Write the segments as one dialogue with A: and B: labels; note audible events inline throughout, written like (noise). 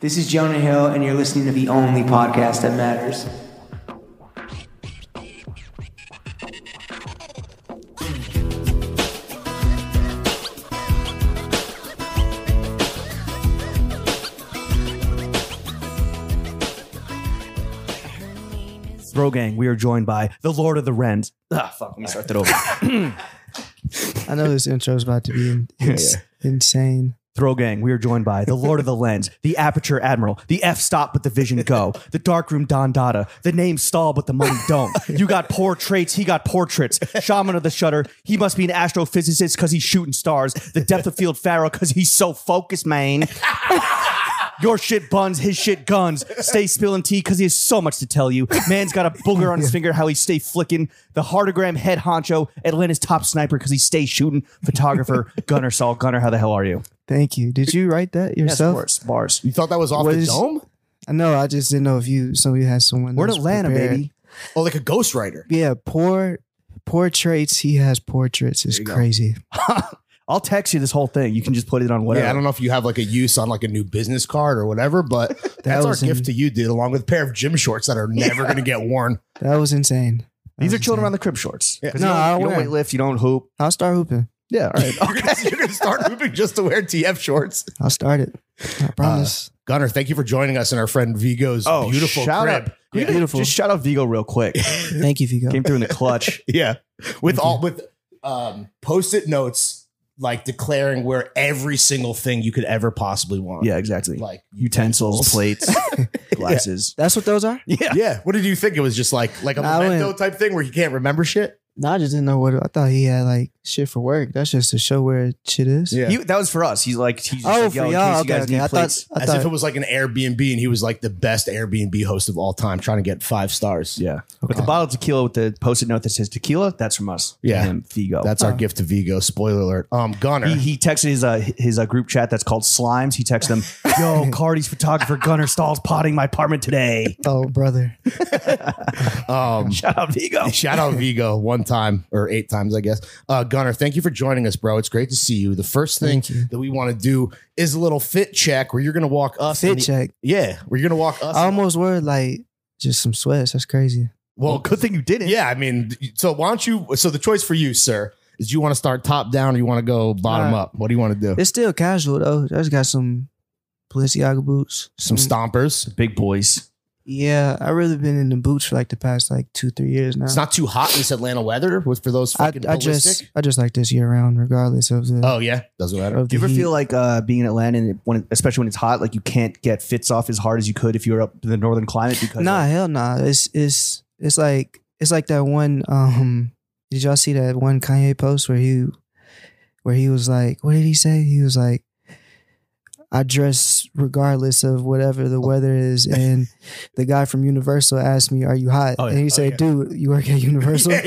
A: This is Jonah Hill, and you're listening to the only podcast that matters.
B: Bro Gang, we are joined by the Lord of the Rent. Ah, fuck, let me start that over.
C: I know this intro is about to be in- ins- insane.
B: Throw Gang, we are joined by the Lord of the Lens, the Aperture Admiral, the F Stop but the Vision Go, the Darkroom Don Dada, the name Stall but the money don't. You got poor traits, he got portraits. Shaman of the Shutter, he must be an astrophysicist because he's shooting stars. The Depth of Field Pharaoh because he's so focused, man. Your shit buns, his shit guns. Stay spilling tea because he has so much to tell you. Man's got a booger on his finger, how he stay flicking. The hardogram head honcho, Atlanta's top sniper because he stay shooting. Photographer, Gunner Saul. Gunner, how the hell are you?
C: Thank you. Did you write that yourself?
B: Bars.
D: You thought that was off
C: What
D: the
C: is-
D: dome?
C: I know. I just didn't know if you some of you had someone.
B: We're in
C: that's
B: Atlanta,
C: prepared.
B: baby.
D: Oh, like a ghostwriter.
C: Yeah, poor portraits. He has portraits. It's
D: There you go.
C: crazy.
B: I'll text you this whole thing. You can just put it on whatever.
D: Yeah, I don't know if you have like a use on like a new business card or whatever, but that's our
C: was in-
D: gift to you, dude, along with a pair of gym shorts that are never going to get worn. (laughs)
C: That was insane. That
B: These
C: was
B: are children
C: insane.
B: on the crib shorts.
D: Yeah.
B: 'Cause
C: No,
B: you
C: I'll
B: don't, you
C: wear
B: don't weightlift, you don't hoop.
C: I'll start hooping.
B: Yeah, all (laughs) right.
D: You're going to start moving just to wear TF shorts.
C: I'll start it.
B: Uh,
C: I promise.
D: Gunnar, thank you for joining us and our friend Vigo's beautiful
B: shout
D: crib.
B: Out. We
D: Yeah.
B: could
C: Beautiful.
B: Just shout out Vigo real quick.
C: Thank you,
B: (laughs)
C: Vigo.
B: Came through in the (laughs) clutch.
D: Yeah. With
C: Thank
D: all with um post-it notes like declaring where every single thing you could ever possibly want.
B: (laughs) Yeah, exactly.
D: Like
B: Utensils, plates, (laughs) glasses.
C: That's what those are.
B: Yeah.
D: Yeah. What did you think? It was just like like a
C: Nah, I wouldn't-
D: memento type thing where you can't remember shit?
C: No, I just didn't know what. I thought he had like shit for work. That's just to show where shit is.
B: He, that was for us. He's like, he's just
C: Oh,
B: like,
C: for
B: yo, in
C: y'all.
B: case
C: Okay,
B: you guys
C: okay.
B: need
C: I thought.
B: plates.
C: I
D: as if it
C: thought.
D: was like an Airbnb, and he was like the best Airbnb host of all time, trying to get five stars.
B: Yeah. But the bottle of tequila with the post-it note that says tequila, that's from us.
D: Yeah.
B: Him, Vigo.
D: That's
C: Uh-huh.
D: our gift to Vigo. Spoiler alert. Um, Gunner.
B: He,
C: (laughs)
B: he texted his uh, his uh, group chat that's called Slimes. He texted (laughs) them, "Yo, Cardi's photographer Gunner Stahl's potting my apartment today. (laughs)
C: Oh, brother.
D: um,
B: Shout out Vigo."
D: shout out Vigo one time or eight times, I guess. Uh, Gunner, thank you for joining us, bro. It's great to see you. The first thing
C: Thank you.
D: that we want to do is a little fit check where you're going to walk us. in
C: Fit
D: the-
C: check.
D: Yeah, where you're going to walk us.
C: I almost wore like just some sweats. That's crazy.
B: Well,
D: well,
B: good thing you didn't.
D: yeah, I mean, so why don't you? So the choice for you, sir, is you want to start top down or you want to go bottom
C: Alright.
D: up? What do you want to do?
C: It's still casual though. I just got some Balenciaga boots.
D: Some stompers.
B: big boys.
C: Yeah, I really been in the boots for like the past like two three years now.
D: It's not too hot in this Atlanta weather. Was for those
C: I,
D: fucking
C: I just
D: ballistic.
C: I just like this year round, regardless of the.
D: Oh yeah, doesn't
C: (laughs)
D: matter.
C: of
B: Do you
C: the
B: ever
C: heat.
B: feel like uh, being in Atlanta, and when it- especially when it's hot, like you can't get fits off as hard as you could if you were up in the northern climate? Because
C: Nah,
B: like,
C: hell nah. It's it's it's like it's like that one. Um, did y'all see that one Kanye post where he where he was like, what did he say? He was like, I dress regardless of whatever
B: Oh.
C: the
B: (laughs)
C: weather is. And the guy from Universal asked me, "Are you hot?"
B: Oh, yeah.
C: And he said, "Dude, you work at Universal."
B: (laughs)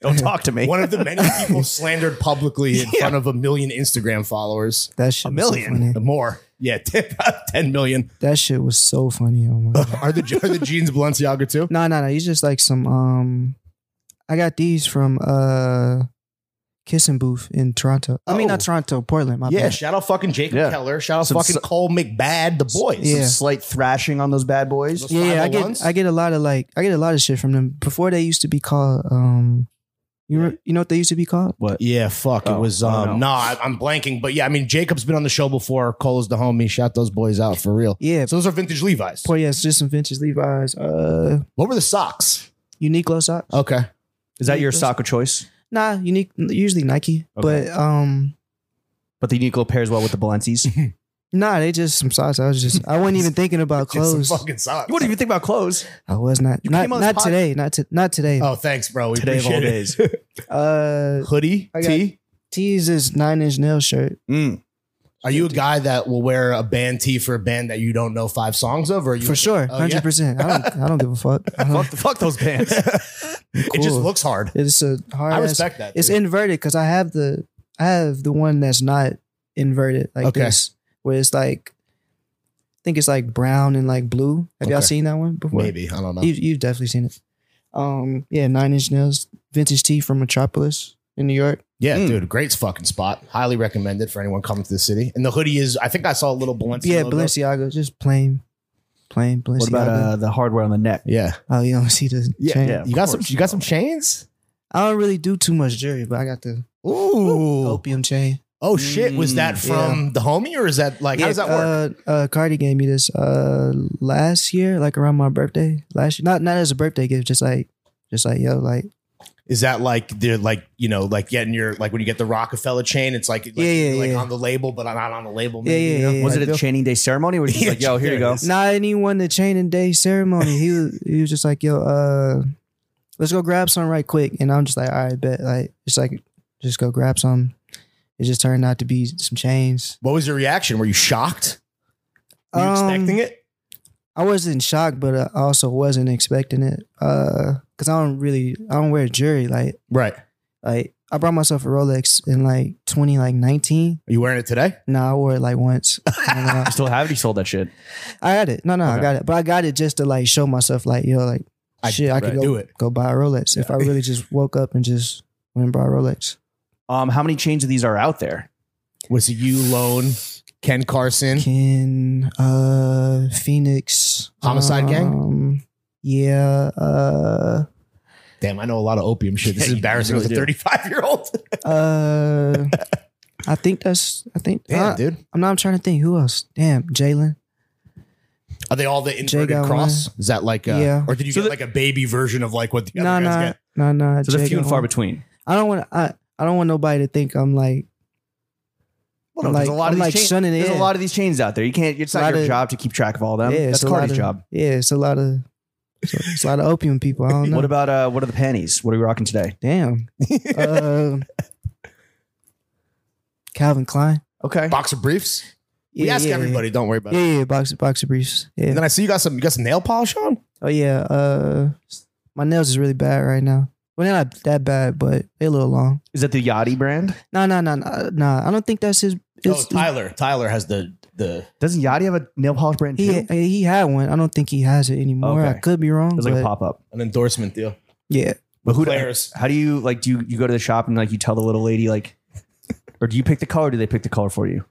B: don't talk to me.
D: One of the many
C: (laughs)
D: people slandered publicly in front of a million Instagram followers.
C: That shit
B: A
C: was so
B: million.
C: funny.
D: More, yeah, (laughs) 10, 10 million.
C: That shit was so funny. Oh my god.
D: Are the are the jeans Balenciaga too?
C: No, no, no. He's just like some um I got these from uh Kissing Booth in Toronto. I mean not
D: Oh.
C: Toronto, Portland, my
D: Yeah,
C: bad.
D: shout out fucking Jacob
B: Yeah.
D: Keller. Shout out
B: Some
D: fucking
B: su-
D: Cole McBad, the boys.
C: Yeah.
B: Some slight thrashing on those bad boys.
D: Those
C: Yeah, yeah, I get
D: 501s?
C: I get a lot of like I get a lot of shit from them. Before they used to be called um you re- you know what they used to be called?
B: What?
D: Yeah, fuck.
B: Oh,
D: it was
B: oh,
D: um
B: no.
D: no, I, I'm blanking, but yeah, I mean Jacob's been on the show before. Cole's the homie. Shout those boys out for real.
C: Yeah.
D: So those are vintage Levi's.
C: Poor yes, just some vintage Levi's, uh
D: What were the socks?
C: Uniqlo socks.
D: Okay.
B: Is that your sock of choice?
C: Nah, unique usually Nike.
B: Okay.
C: But um
B: But the Uniqlo pairs well with the Balenci's. (laughs) you
C: nah, they just some socks. I was just I wasn't even thinking about
D: (laughs) Get some
C: clothes.
D: fucking socks.
B: wouldn't even think about clothes.
C: I was not
B: You
C: not,
B: came on this
C: not
B: pod-
C: today, not to, not today.
D: Oh, thanks, bro. We
B: Today of all
D: appreciate it. (laughs)
B: days.
C: Uh,
D: Hoodie,
C: I got-
D: tee.
C: T's is nine inch nail shirt.
B: Mm.
D: Are you a guy that will wear a band tee for a band that you don't know five songs of? Or are you
C: For sure,
D: Oh,
C: hundred
D: yeah?
C: percent. I don't, I don't give a
D: (laughs)
C: fuck. I don't-
B: Fuck, fuck those pants.
D: It just
C: Cool.
D: looks hard.
C: It's a hard.
D: I
C: ass-
D: respect that.
C: It's
D: dude.
C: inverted because I have the, I have the one that's not inverted like
D: Okay.
C: this, where it's like, I think it's like brown and like blue. Have y'all
D: Okay.
C: seen that one before?
D: maybe I don't know.
C: You, you've definitely seen it. Um, yeah, nine inch nails, vintage tee from Metropolis. in New York.
D: Yeah,
B: Mm.
D: dude, great fucking spot. Highly recommended for anyone coming to the city. And the hoodie is, I think I saw a little Balenciaga.
C: yeah,
D: logo.
C: Balenciaga, just plain, plain Balenciaga.
B: What about uh, the hardware on the neck?
D: Yeah,
C: oh, you don't see the
B: Yeah,
C: chain?
B: yeah. Of
D: you got
B: course.
D: some. You got some chains.
C: I don't really do too much jewelry, but I got the
D: Ooh.
C: opium chain.
D: Oh shit! Was that
C: Mm,
D: from the homie, or is that like how does that work?
C: Uh, uh, Cardi gave me this uh, last year, like around my birthday. Last year, not not as a birthday gift, just like, just like yo, like
D: Is that like they're like you know like getting your like when you get the Rockefeller chain, it's like, like
C: Yeah, yeah,
D: like
C: yeah.
D: on the label, but not on the label.
C: yeah,
D: Maybe,
C: yeah,
D: you know?
C: yeah, yeah.
B: Was it a
C: Like,
B: chaining day ceremony? Where he's
D: Yeah,
B: like, "Yo, here you
D: there
B: go."
D: it is.
C: Nah, and he won the chain and day ceremony. He was he was just like, yo, uh, let's go grab some right quick. And I'm just like, all right, bet. Like, just like, just go grab some. It just turned out to be some chains.
D: What was your reaction? Were you shocked? Were you
C: Um,
D: expecting it?
C: I was in shock, but I also wasn't expecting it. Uh, cause I don't really, I don't wear jewelry. Like,
D: Right. Are
C: like I brought myself a Rolex in like 20, like 19.
D: you wearing it today?
C: Nah, I wore it like
D: (laughs)
C: once. And then I-
B: I still have it. He sold that shit.
C: I got it. No, no, I
B: Okay.
C: got it. But I got it just to like show myself, like yo, like
D: I-
C: shit, I
D: right,
C: could go
D: do it.
C: go buy a Rolex if I really just woke up and just went and bought a Rolex.
B: Um, how many chains of these are out there?
D: Was it you, Lone, Ken Carson?
C: Ken, uh, Phoenix,
D: Homicide Gang?
C: gang. Yeah, uh,
D: Damn, I know a lot of opium shit. This
B: Yeah,
D: is
B: you
D: embarrassing
B: really
D: as a
B: do.
D: 35 year old.
B: (laughs)
C: uh, I think that's. I think.
D: Damn,
C: uh,
D: dude.
C: I'm not. I'm trying to think. Who else? Damn, Jalen.
D: Are they all the inverted
C: got one.
D: cross? Is that like a,
C: Yeah.
D: or did you
B: So
D: get
B: the-
D: like a baby version of like what the
C: No,
D: other guys
C: no,
D: get?
C: no, no.
B: So there's
C: Jay
B: a few and
C: got
B: far
C: one.
B: between.
C: I don't want. I. I don't want nobody to think I'm like.
B: Well, no,
C: I'm
B: there's
C: like-
B: a lot
C: I'm
B: of these
C: like
B: chains.
C: shunning it
B: There's
C: in.
B: a lot of these chains out there. You can't. It's not
C: Lot
B: your
C: of-
B: job to keep track of all them.
C: yeah, it's
B: That's
C: a lot
B: Cardi's
C: of-
B: job.
C: Yeah, it's a lot of. So it's a lot of opium people. I
B: (laughs)
C: don't know.
B: What about uh? What are the panties? What are we rocking today?
C: Damn. uh, Calvin Klein.
B: Okay.
D: Boxer briefs?
C: Yeah,
D: we ask
C: yeah,
D: everybody. Don't worry about
C: Yeah,
D: it.
C: yeah, yeah, boxer boxer briefs. Yeah.
D: And then I see you got some. You got some nail polish on.
C: Oh yeah. Uh, my nails is really bad right now. Well, they're not that bad, but they a little long.
B: Is that the Yachty brand?
C: No, no, no, no, no. I don't think that's his.
D: Oh,
C: it's-
D: Tyler. Tyler has the the.
B: Doesn't Yachty have a nail polish brand too?
C: he
B: It
C: he had one. I don't think he has it anymore.
B: Okay.
C: I could be wrong.
B: was like a
C: but-
B: pop up.
D: an endorsement deal.
C: Yeah.
B: But who?
D: Players.
B: How do you like? Do you, you go to the shop and like you tell the little lady like, or do you pick the color? Or do they pick the color for you?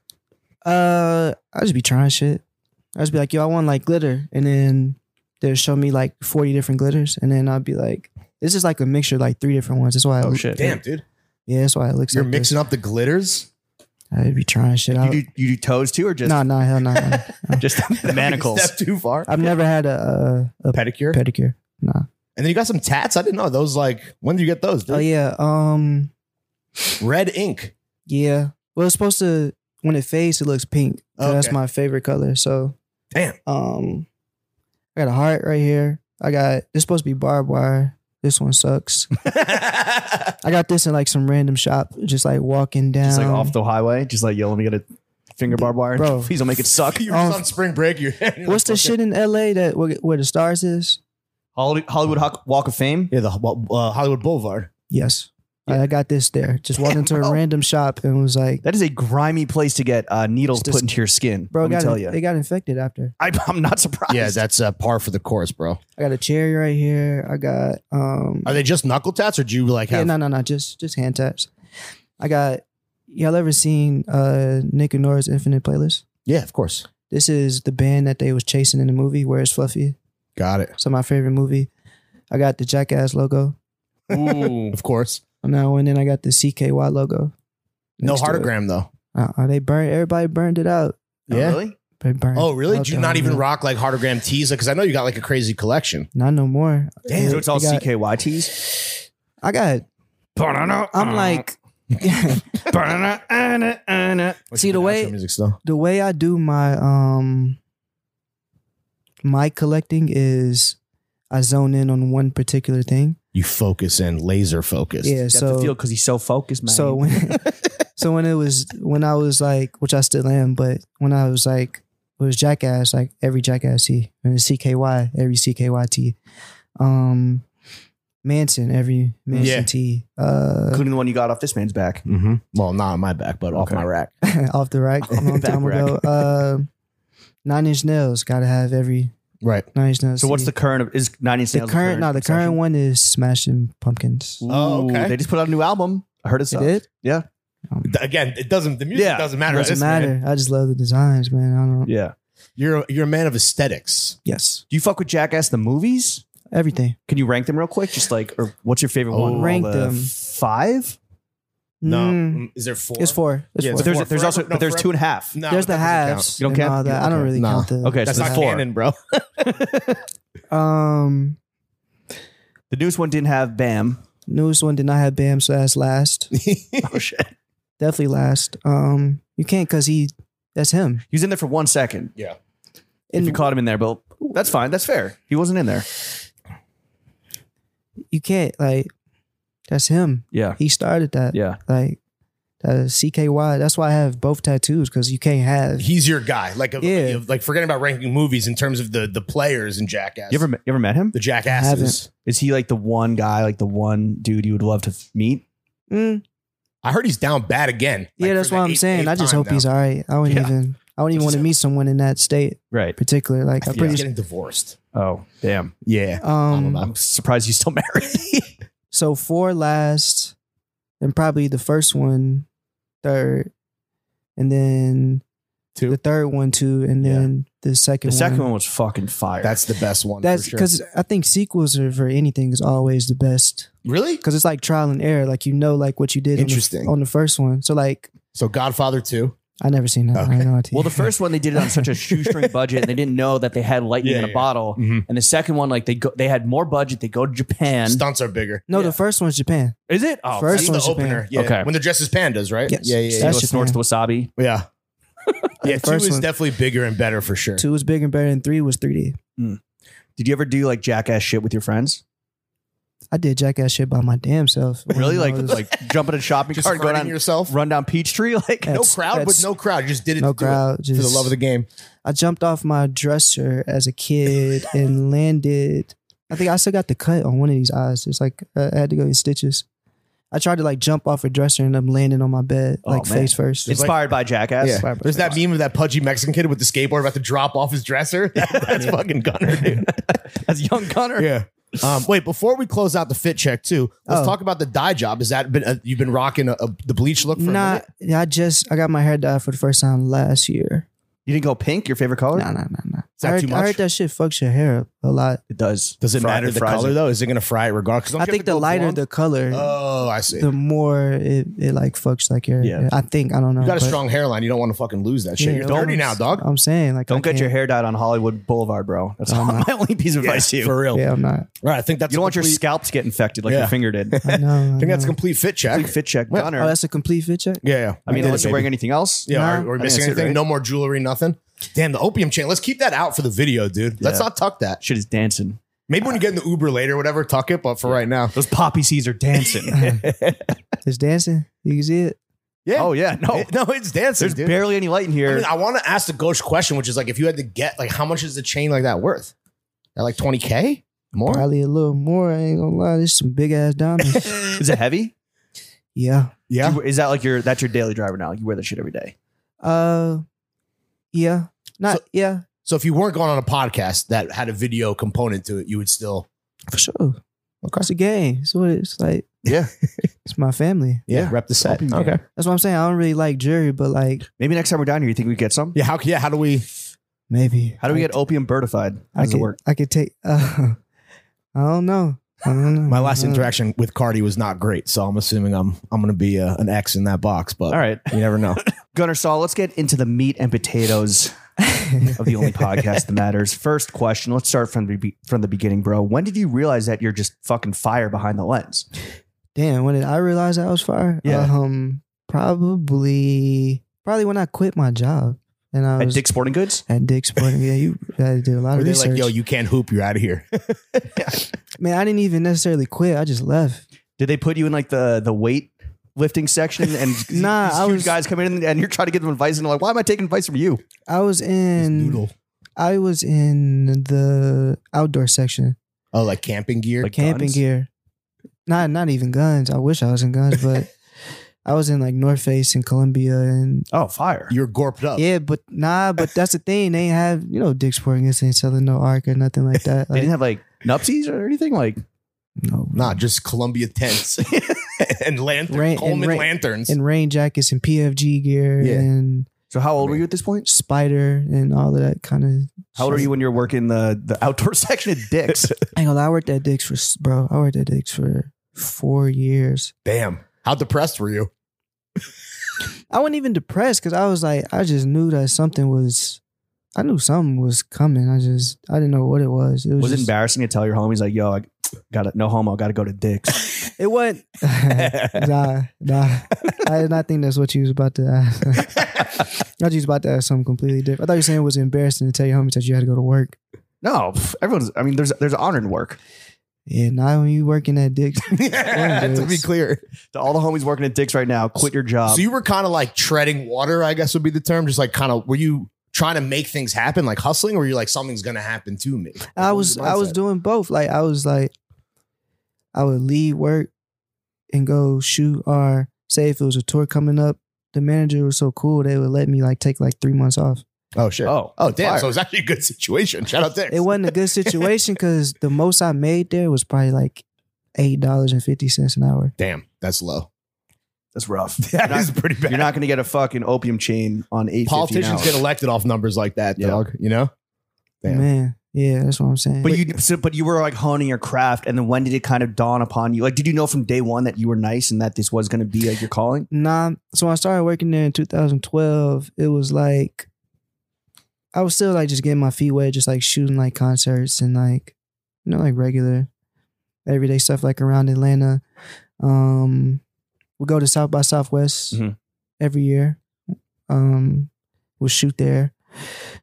C: Uh, I just be trying shit. I just be like, yo, I want like glitter, and then they'll show me like forty different glitters, and then I'll be like, this is like a mixture, of, like three different ones. That's why. I,
B: Oh shit!
D: Damn, dude,
C: Yeah, that's why it looks.
D: you're
C: like this.
D: mixing up the glitters. (laughs)
C: I'd be trying shit
B: You
C: out.
B: do you do toes too, or just
C: No, no, hell no. no. (laughs)
B: just the manacles?
D: Step too far.
C: I've never had a, a, a
D: (laughs) Pedicure,
C: pedicure. Nah.
D: and then you got some tats. I didn't know those. Like, when did you get those? dude?
C: Oh yeah. Um.
D: Red ink. (laughs)
C: Yeah. Well, it's supposed to when it fades, it looks pink. So That's
D: Okay.
C: my favorite color. So.
D: Damn.
C: Um. I got a heart right here. I got this supposed to be barbed wire. This one sucks. I got this in like some random shop, just like walking down.
B: Just like off the highway, just like yo, let me get a finger barb wire.
C: Bro.
B: (laughs) Please don't make it
C: (laughs)
B: suck.
D: you were just
C: Oh.
D: on spring break. You're, (laughs)
C: What's the shit in L.A. that where, where the stars is?
B: Hollywood Hollywood Hawk- Walk of Fame.
D: Yeah, the uh,
C: (laughs)
D: Hollywood Boulevard.
C: Yes. I I got this there. Just walked into a random shop and was like,
B: That is a grimy place to get uh, needles
C: It's
B: put
C: dis-
B: into your skin.
C: bro,
B: let me
C: got
B: tell
C: in-
B: you,
C: they got infected after.
B: I, I'm not surprised.
D: Yeah, that's uh, par for the course, bro.
C: I got a cherry right here. I got um
D: Are they just knuckle tats, or do you like
C: yeah,
D: have?
C: no, no, no, just just hand taps. I got y'all ever seen uh Nick and Nora's Infinite Playlist?
D: Yeah, of course.
C: This is the band that they was chasing in the movie Where It's Fluffy.
D: Got it. (laughs)
C: So my favorite movie. I got the Jackass logo
B: Ooh.
D: Of course.
C: on that one, and I got the CKY logo.
D: No
C: next to it.
D: heartogram though.
C: Uh-uh, they burned everybody burned it out.
B: Oh,
D: Yeah.
B: Really?
C: They burned
D: Oh, really?
C: out
D: Do you
C: the
D: not even
C: whole-
D: rock like heartogram tees? Because I know you got like a crazy collection.
C: Not no more.
B: (laughs) Damn. So it's all
C: I got-
B: CKYTs.
C: I got.
D: Uh.
C: I'm like, (laughs) See, the way-
D: music still.
C: the way I do my um my collecting is I zone in on one particular thing.
D: You focus in, laser focused.
C: Yeah.
B: You have to feel
C: So
B: because he's so focused, man.
C: so when (laughs) so when it was when I was like, which I still am, but when I was like, it was Jackass, like every Jackass T and the CKY, every CKY T, um, Manson, every Manson
D: Yeah.
C: T, uh, (laughs)
B: including the one you got off this man's back.
D: Mm-hmm. Well, not on my back, but off
B: Okay.
D: my rack.
C: off the
B: (laughs)
C: rack a long
B: Back
C: time ago.
B: rack.
C: Uh, Nine Inch Nails, gotta have every
D: Right.
C: Nine Inch Nails.
B: So what's
C: T.
B: the current? Of, is Nine Inch
C: the
B: Nails
C: current no the current
B: obsession?
C: one is smashing pumpkins
B: Ooh,
D: Oh, okay.
B: They just put out a new album. I heard it
C: It
B: sucked.
C: did.
B: Yeah.
D: Again, it doesn't. The music
B: Yeah.
D: doesn't matter.
C: doesn't
D: It's-
C: matter. I just love the designs, man. I don't.
B: Yeah.
D: You're you're a man of aesthetics.
C: Yes,
B: Do you fuck with Jackass the movies?
C: everything.
B: Can you rank them real quick? Just like, or what's your favorite
D: Oh.
B: one? of
C: Rank
B: all the
C: them.
B: Five.
D: No,
C: Mm.
D: Mm, is there four?
C: it's four. It's
D: Yeah,
C: four.
D: it's
B: But there's
D: four.
B: there's also
D: Forever- no,
B: but there's
D: forever-
B: two and a half.
D: No,
C: There's
D: that
C: the
D: doesn't count.
C: halves.
B: You don't
C: and
B: count?
C: all that.
B: You-
C: I don't
B: okay.
C: really
D: Nah.
C: count the.
B: Okay,
D: That's
B: so
D: not
B: there's four.
D: canon,
C: (laughs)
D: bro.
C: Um,
B: The newest one didn't have Bam.
C: newest one did not have Bam, so that's last.
B: Oh shit.
C: Definitely last. Um, you can't because he. That's him.
B: He was in there for one second. If
C: And
B: you
C: you,
B: caught him in there, but that's fine. That's fair. He wasn't in there.
C: can't like. That's him.
B: Yeah.
C: He started that.
B: Yeah.
C: Like. That is CKY. That's why I have both tattoos because you can't have.
D: (laughs) He's your guy. Like, of-
C: Yeah.
D: of- like forgetting about ranking movies in terms of the the players in Jackass.
B: You ever you ever met him?
D: the Jackasses?
B: Is he like the one guy, like the one dude you would love to f- meet?
C: Mm,
D: I, heard he's down bad again.
C: yeah, that's what I'm saying. I just hope he's all right. I wouldn't
B: Yeah.
C: even. I wouldn't even want to meet someone in that state
B: Right.
C: particular. Like I'm
D: He's
C: pretty.
D: getting divorced.
B: Oh, damn.
D: Yeah,
C: Um,
B: I'm surprised he's still (laughs) married.
C: So four last, and probably the first one, third, and then
D: Two.
C: the third one two, and
B: Yeah.
C: then the second.
B: the second one was fucking fire.
D: that's the best one.
C: That's
D: for sure.
C: because I think sequels are for anything is always the best
D: really.
C: because it's like trial and error. Like you know, like what you did on the- on
D: Interesting.
C: the, first one. So like
D: So Godfather Two.
C: I never seen that. I
D: Okay.
C: don't know what to-
B: well, the first one they did it on such a shoestring budget, and they didn't know that they had lightning
D: Yeah,
B: in a
D: yeah.
B: bottle.
D: Mhm.
B: And the second one, like they go, they had more budget. They go to Japan.
D: Stunts are bigger.
C: (laughs) no,
B: yeah.
C: the first one's Japan.
B: Is it? Oh,
C: First
D: That's
C: one's
D: the
C: Japan.
D: opener. Yeah.
B: Okay.
D: When they're dressed as pandas, right?
C: Yes.
D: Yeah, yeah, yeah.
C: That's
B: That's snorts the wasabi.
C: (laughs)
D: yeah. yeah,
C: The
D: two
C: first
D: is
C: one.
D: definitely bigger and better for sure.
C: Two was bigger and better, and three was 3D.
B: Did you ever do like jackass shit with your friends?
C: I did jackass shit by my damn self.
B: Really?
C: When I
B: Like
C: was-
B: like jumping a shopping
D: Just
B: cart, go
D: hurting
B: down,
D: yourself.
B: run down Peachtree, (laughs) like
C: Yeah.
D: No
C: That's-
D: crowd, but
C: that's-
D: no crowd. Just did it,
C: no
D: to do it
C: crowd,
D: for
C: just
D: the love of the game.
C: I jumped off my dresser as a kid and landed. I think I still got the cut on one of these eyes. It's like uh, I had to go get stitches. I tried to like jump off a dresser and I'm landing on my bed
B: Oh,
C: like
B: man.
C: face first.
D: It's-
B: inspired by jackass.
D: Yeah. There's that meme of that pudgy Mexican kid with the skateboard about to drop off his dresser.
C: (laughs)
D: (laughs) That's fucking gunner, dude.
B: (laughs) As young Gunner.
D: yeah. Um, wait, before we close out the fit check too, let's
C: Oh.
D: talk about the dye job. Is that been uh, you've been rocking a, a- the bleach look for a
C: Nah,
D: minute?
C: yeah, I just I got my hair dyed for the first time last year.
B: You didn't go pink, your favorite color?
C: Nah, nah, nah, nah. I
D: that
C: heard,
D: too
C: I
D: much?
C: heard that shit fucks your hair up a lot.
B: It does.
D: Does it
B: Fry-
D: matter the
B: fries
D: color
B: it.
D: though? Is it going to fry it regardless? 'Cause don't
C: I
D: you
C: think
D: have to
C: the
D: go
C: lighter
D: blonde?
C: the color,
D: Oh, I see.
C: the more it, it like fucks like your.
B: Yeah.
C: I think I don't know.
D: you got a
C: but-
D: strong hairline. You don't want to fucking lose that shit.
C: Yeah,
D: You're
C: that's
D: dirty
C: what
D: now,
C: I'm-
D: dog.
C: I'm saying like I
B: Don't get your
C: can't-
B: hair dyed on Hollywood Boulevard, bro. That's (laughs)
C: I'm
B: my
C: not-
B: only piece of advice to you.
D: for real.
C: Yeah, I'm not.
D: Right, I think that's
B: you don't
D: a
B: want your
D: complete-
B: scalp to get infected like
D: Yeah.
B: your finger
D: (laughs)
B: did.
C: I know.
D: I think that's a
C: know.
D: complete fit check.
B: Complete fit check,
D: Yeah.
B: Gunner.
C: Oh, that's a complete fit check.
D: Yeah, yeah.
B: I mean,
D: did
B: unless you're
D: it, baby.
B: wearing anything else.
D: Yeah, are-
C: Nah.
D: are we
B: I
D: missing
B: think that's it,
D: anything?
B: right?
D: No more jewelry, nothing. Damn, the opium chain. Let's keep that out for the video, dude. Let's
B: Yeah.
D: not tuck that.
B: Shit is dancing.
D: Maybe when you get in the Uber later or whatever, tuck it, but for right now.
B: Those poppy seeds
D: (laughs)
B: are dancing.
C: It's dancing. You can see it.
D: Yeah.
B: oh yeah, no,
D: It- no, it's dancing,
B: there's
D: dude.
B: barely any light in
D: I
B: here.
D: mean, I want to ask the gauche question, which is like, if you had to get, like, how much is a chain like that worth? At like 20K? More?
C: Probably a little more. I ain't gonna lie. There's some big ass diamonds.
B: is it heavy?
C: yeah.
D: Yeah.
B: You- is that like your that's your daily driver now? You wear that shit every day.
C: Uh. Yeah. Not. yeah.
D: So if you weren't going on a podcast that had a video component to it, you would still.
C: For sure. Across the game. So it's like.
D: Yeah.
C: It's my family.
D: (laughs) Yeah. Rep the set.
B: Opium
D: Okay.
C: That's what I'm saying. I don't really like jury, but like
B: Maybe next time we're down here, you think we get some?
D: Yeah. How, yeah. How do we.
C: maybe.
B: How do we
C: I-
B: get opium birdified? How
C: I
B: does it
C: could.
B: work?
C: I could take. (laughs) Uh, I don't know. I don't know. Uh,
D: My last
C: I don't know.
D: interaction with Cardi was not great. So I'm assuming I'm I'm going to be uh, an X in that box, but
B: All right,
D: you never know.
B: Gunnar Saul. Let's get into the meat and potatoes of the only (laughs) podcast that matters. First question. Let's start from the be- from the beginning, bro. When did you realize that you're just fucking fire behind the lens?
C: (laughs) Damn, when did I realize I was fired?
B: Yeah.
C: Um, probably, probably when I quit my job and I
B: At
C: was
B: Dick Sporting Goods?
C: at Dick's Sporting. Yeah, you I did a lot
D: Were
C: of
D: they
C: research.
D: like, yo, you can't hoop. You're out of here. (laughs)
C: Man, I didn't even necessarily quit. I just left.
B: Did they put you in like the the weight lifting section (laughs) and
C: Nah,
B: these
C: I
B: huge
C: was-
B: guys come in and you're trying to give them advice and they're like, why am I taking advice from you?
C: I was in, I was in the outdoor section,
D: Oh, like camping gear?
B: Like
C: camping
B: guns?
C: gear. Not, not even guns. I wish I was in
B: (laughs)
C: guns, but I was in like North Face and Columbia and.
B: Oh, fire!
D: you're gorped
B: Oh.
D: up.
C: Yeah, but nah, but that's the thing. They ain't have, you know, Dick's Sporting Goods ain't selling no arc or nothing like
B: (laughs)
C: that.
B: they
C: Like,
B: didn't have like nupsies or anything like.
C: no,
D: Not just Columbia tents. (laughs) and lantern,
C: Rain- and
D: Coleman
C: rain-
D: lanterns.
C: and rain jackets and PFG gear
B: Yeah.
C: and
B: So how old were you at this point?
C: spider and all of that kind of.
B: How old are you when you're working the the outdoor (laughs) section at Dick's?
C: I ain't gonna lie, I worked at Dick's for s- bro. I worked at Dick's for four years.
D: Damn. How depressed were you? (laughs)
C: I wasn't even depressed because I was like, I just knew that something was. I knew something was coming. I just I didn't know what it was. It was,
B: was it
C: just,
B: embarrassing to tell your homies like, "Yo, I got to no homo, got to go to Dick's." (laughs)
C: It wasn't. (laughs) nah, nah. I did not think that's what you was about to ask. I thought you was about to ask (laughs) something completely different. I thought you were saying it was embarrassing to tell your homies that you had to go to work.
B: no, pff, everyone's. I mean, there's there's honor in (laughs) work.
C: Yeah, not when you working at Dick's.
D: yeah, to be clear.
B: To all the homies working at Dick's right now, quit your job.
D: so you were kind of like treading water, I guess would be the term. Just like kind of were you trying to make things happen, like hustling, or were you like something's gonna happen to me? Like,
C: (laughs) I
D: what
C: was
D: your
C: I was
D: mindset?
C: doing both. Like I was like, I would leave work and go shoot or say if it was a tour coming up. The manager was so cool; they would let me like take like three months off.
D: Oh shit. Oh,
B: oh, oh,
D: damn.
B: fire.
D: So it was actually a good (laughs) situation. Shout out Dick.
C: It wasn't a good situation because the most I made there was probably like eight dollars and fifty cents an hour.
D: Damn, that's low.
B: that's rough.
D: That
B: you're
D: is
B: not,
D: pretty bad.
B: you're not going to get a fucking opium chain on eight.
D: Politicians get elected off numbers like that,
B: Yeah.
D: dog. You know? Damn.
C: Man, yeah, that's what I'm saying.
B: But you, so, but you were like honing your craft, and then when did it kind of dawn upon you? Like, did you know from day one that you were nice and that this was going to be like your calling?
C: Nah, so when I started working there in 2012, it was like I was still like just getting my feet wet, just like shooting like concerts and like you know like regular everyday stuff like around Atlanta. Um, we go to South by Southwest
B: Mhm.
C: every year. Um, we'll shoot there,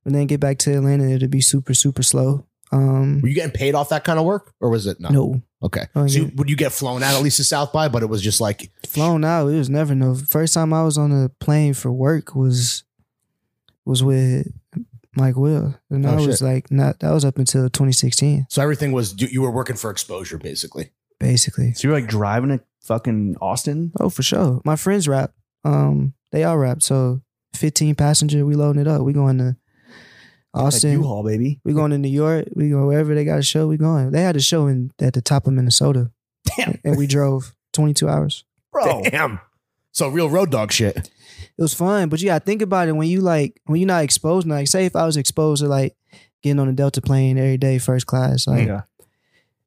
C: and then get back to Atlanta. It'll be super super slow. Um,
D: Were you getting paid off that kind of work? Or was it not?
C: no,
D: Okay.
C: Oh,
D: so
C: yeah.
D: you, would you get flown out at least to South by, but it was just like
C: flown out. It was never no first time I was on a plane for work was was with Mike Will. And
D: Oh,
C: I was
D: shit.
C: like not that was up until 2016,
D: so everything was you, you were working for exposure basically. (laughs)
C: basically.
B: So you were like driving to fucking Austin.
C: Oh, for sure. My friends rap. Um, they all rap. So 15 passenger, we loading it up. We going to
B: like
C: Austin.
B: U-Haul, baby.
C: we going to New York. We going wherever they got a show, we going. They had a show in at the top of Minnesota.
B: Damn.
C: And we drove 22 hours.
B: bro.
D: Damn. So real road dog shit.
C: it was fun, but you gotta think about it when you like when you're not exposed. Like, say if I was exposed to like getting on a Delta plane every day, first class. Like
B: Yeah.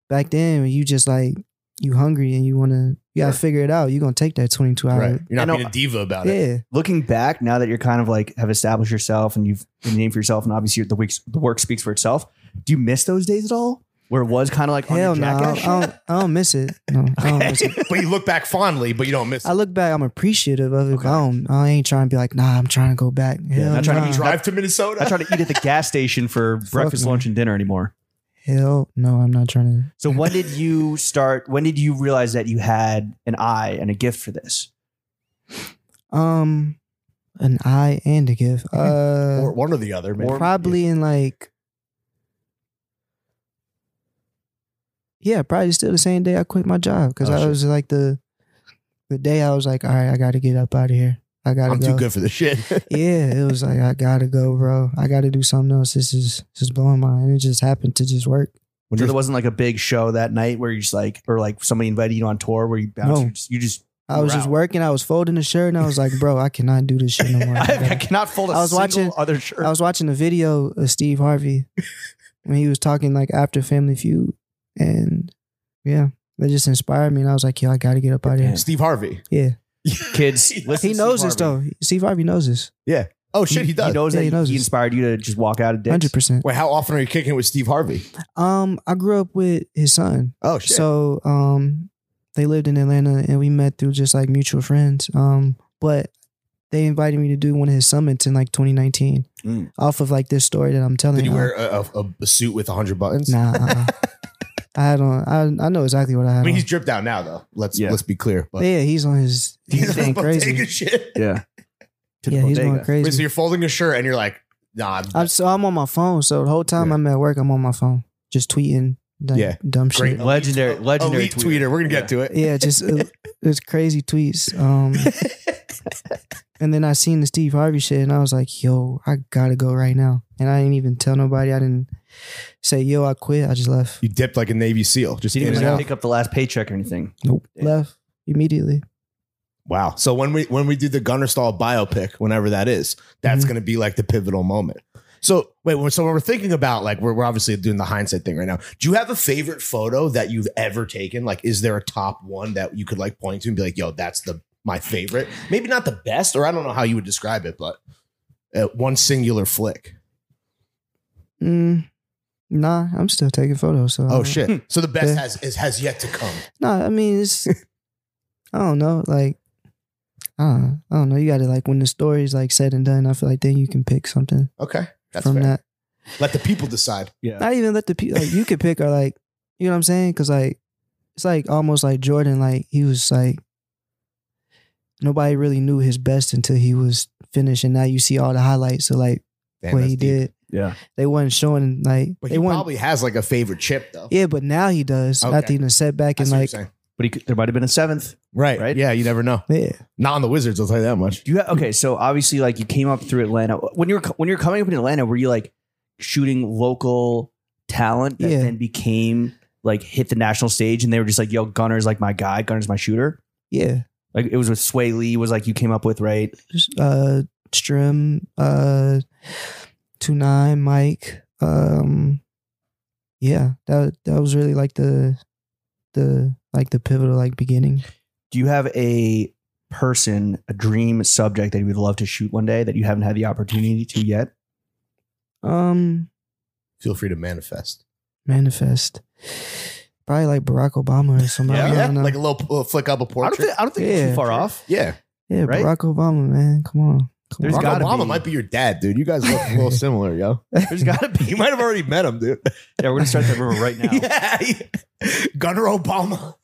C: back then, when you just like you hungry and you wanna you gotta figure it out. You are gonna take that 22 hour.
D: Right. You're
B: I
D: not
B: know-
D: being a diva about it.
C: Yeah,
B: Looking back, now that you're kind of like have established yourself and you've made a name for yourself, and obviously the weeks the work speaks for itself. Do you miss those days at all? Where it was kind of like on
C: hell
B: your
C: no, Oh, I
B: jackass
C: don't, I, don't, I don't miss it. No, I don't
B: (laughs)
C: miss it.
D: but you look back fondly, but you don't miss
C: I
D: it.
C: look back, I'm appreciative of it. But I, don't, I ain't trying to be like, nah, I'm trying to go back. Hell,
B: not trying to be
C: nah.
B: dry-
D: Drive to Minnesota.
B: I try to eat at the gas station
C: (laughs)
B: for breakfast,
C: no.
B: lunch, and dinner anymore.
C: Hell, no, I'm not trying to.
B: So when did you start? When did you realize that you had an eye and a gift for this?
C: Um, an eye and
B: (laughs)
C: a gift. Uh,
D: or one or the other, man.
C: probably in like yeah probably still the same day i quit my job because
D: Oh,
C: i
D: shit.
C: was like the the day i was like all right i gotta get up out of here i gotta
D: I'm
C: go
D: too good for this shit.
C: (laughs) yeah it was like i gotta go bro i gotta do something else this is this is blowing my mind it just happened to just work
B: When there wasn't like a big show that night where you just like, or like somebody invited you on tour where you bounced,
C: No.
B: you just, you
C: (laughs)
B: just (laughs)
C: i was just
B: Wow.
C: working i was folding the shirt and i was like bro i cannot do this shit no
D: (laughs)
C: more I
B: I, I
C: gotta-
B: cannot fold a
C: I was
B: single
C: watching-
B: other shirt.
C: I was watching a video of Steve Harvey when he was talking like after Family Feud, and yeah, that just inspired me. And I was like, yo, I gotta get up out of here.
D: Steve Harvey. (laughs)
C: Yeah, (laughs)
B: Kids, listen
C: he
B: to
C: knows
B: Steve
C: this though. Steve Harvey knows this,
D: Oh
B: Harvey.
D: shit, he does.
B: He knows
C: Yeah,
B: that
C: he
B: he,
C: knows this.
B: inspired you to just walk out of
C: hundred
B: dicks.
C: percent.
D: Wait, how often are you kicking with Steve Harvey?
C: Um, I grew up with his son,
D: Oh shit.
C: so um, they lived in Atlanta, and we met through just like mutual friends. Um, but they invited me to do one of his summits in like 2019,
B: Mm.
C: off of like this story that I'm telling.
D: Did you
C: uh,
D: wear a, a, a suit with hundred buttons?
C: Nah. uh-uh. I had on. I I know exactly what I had.
D: I
C: on.
D: mean, he's dripped out now, though. Let's
B: Yeah.
D: let's be clear. But
C: yeah, he's on his he's,
D: (laughs) He's
C: going
D: on his bodega
C: crazy.
D: Shit.
B: Yeah. To the
C: Yeah, he's
B: bodega.
C: going crazy.
D: Wait, so you're folding a shirt and you're like, nah. I'm-
C: I'm so I'm on my phone. So the whole time
D: Yeah.
C: I'm at work, I'm on my phone, just tweeting, like,
D: Yeah.
C: dumb
D: Great.
C: shit.
B: Legendary, legendary
D: elite tweeter. We're gonna
B: Yeah.
D: get to it.
C: Yeah, just uh, it's crazy tweets.
D: (laughs)
C: Um, and then I seen the Steve Harvey shit, and I was like, "Yo, I gotta go right now." And I didn't even tell nobody. I didn't say, "Yo, I quit." I just left.
D: You dipped like a Navy SEAL. Just
B: So you
D: in
B: didn't
D: and
B: even
D: out.
B: pick up the last paycheck or anything.
C: Nope.
B: Yeah.
C: Left. immediately.
D: Wow. So when we when we do the Gunnar Stahl biopic, whenever that is, that's
C: Mhm.
D: going to be like the pivotal moment. So wait, we're- so when we're thinking about like we're, we're obviously doing the hindsight thing right now. Do you have a favorite photo that you've ever taken? Like, is there a top one that you could like point to and be like, "Yo, that's the my favorite." Maybe not the best, or I don't know how you would describe it, but uh, one singular flick.
C: Mm, nah, I'm still taking photos. So I
D: Oh
C: don't-
D: shit! So the best
C: Uh-huh. Hmm. Yeah.
D: has is, has yet to come.
C: No, I mean it's. (laughs) I don't know, like. I don't, know. I don't know. You got to like when the story's like said and done. I feel like then you can pick something
D: Okay, that's
C: from
D: fair.
C: that.
D: Let the people decide.
C: Not even let the people like you could pick or like you know what I'm saying? Because like it's like almost like Jordan. Like he was like nobody really knew his best until he was finished, and now you see all the highlights of like
D: Damn,
C: what
D: that's
C: he
D: deep.
C: did.
B: Yeah.
C: They wasn't showing like
D: but
C: they
D: he
C: weren't.
D: probably has like a favorite chip though.
C: yeah, but now he does.
D: Okay.
C: After even set back
D: I
C: and
D: see what you're
C: like
D: saying.
B: But he could, there might have been a seventh.
D: right,
B: Right?
D: right. Yeah, you never know.
C: yeah.
D: Not on the Wizards, I'll tell you that much.
B: Do you have, okay? So obviously, like you came up through Atlanta. When you were co- when you were coming up in Atlanta, were you like shooting local talent that
C: Yeah.
B: then became like hit the national stage, and they were just like, "Yo, Gunner's like my guy. Gunner's my shooter."
C: Yeah.
B: Like it was with Sway Lee was like you came up with right.
C: uh Strim, uh two nine Mike. Um yeah, that that was really like the the like the pivotal like beginning.
B: Do you have a person, a dream subject that you would love to shoot one day that you haven't had the opportunity to yet?
C: Um
D: Feel free to manifest.
C: manifest. Probably like Barack Obama or somebody. I don't know.
D: like a little, little uh, flick up a
B: I don't
D: portrait.
B: think I don't think it's too
C: Yeah.
B: far off.
D: yeah,
C: yeah,
B: right?
C: Barack Obama, man. Come on. Come
B: There's
C: on.
D: Barack
B: gotta
D: Obama
B: be.
D: might be your dad, dude. You guys look a little similar, yo.
B: (laughs) There's got to
D: You
B: be.
D: might have already met
B: (laughs)
D: him, dude.
B: Yeah, we're gonna start that rumor right now.
D: (laughs) Yeah, Gunnar
B: (laughs)
D: Obama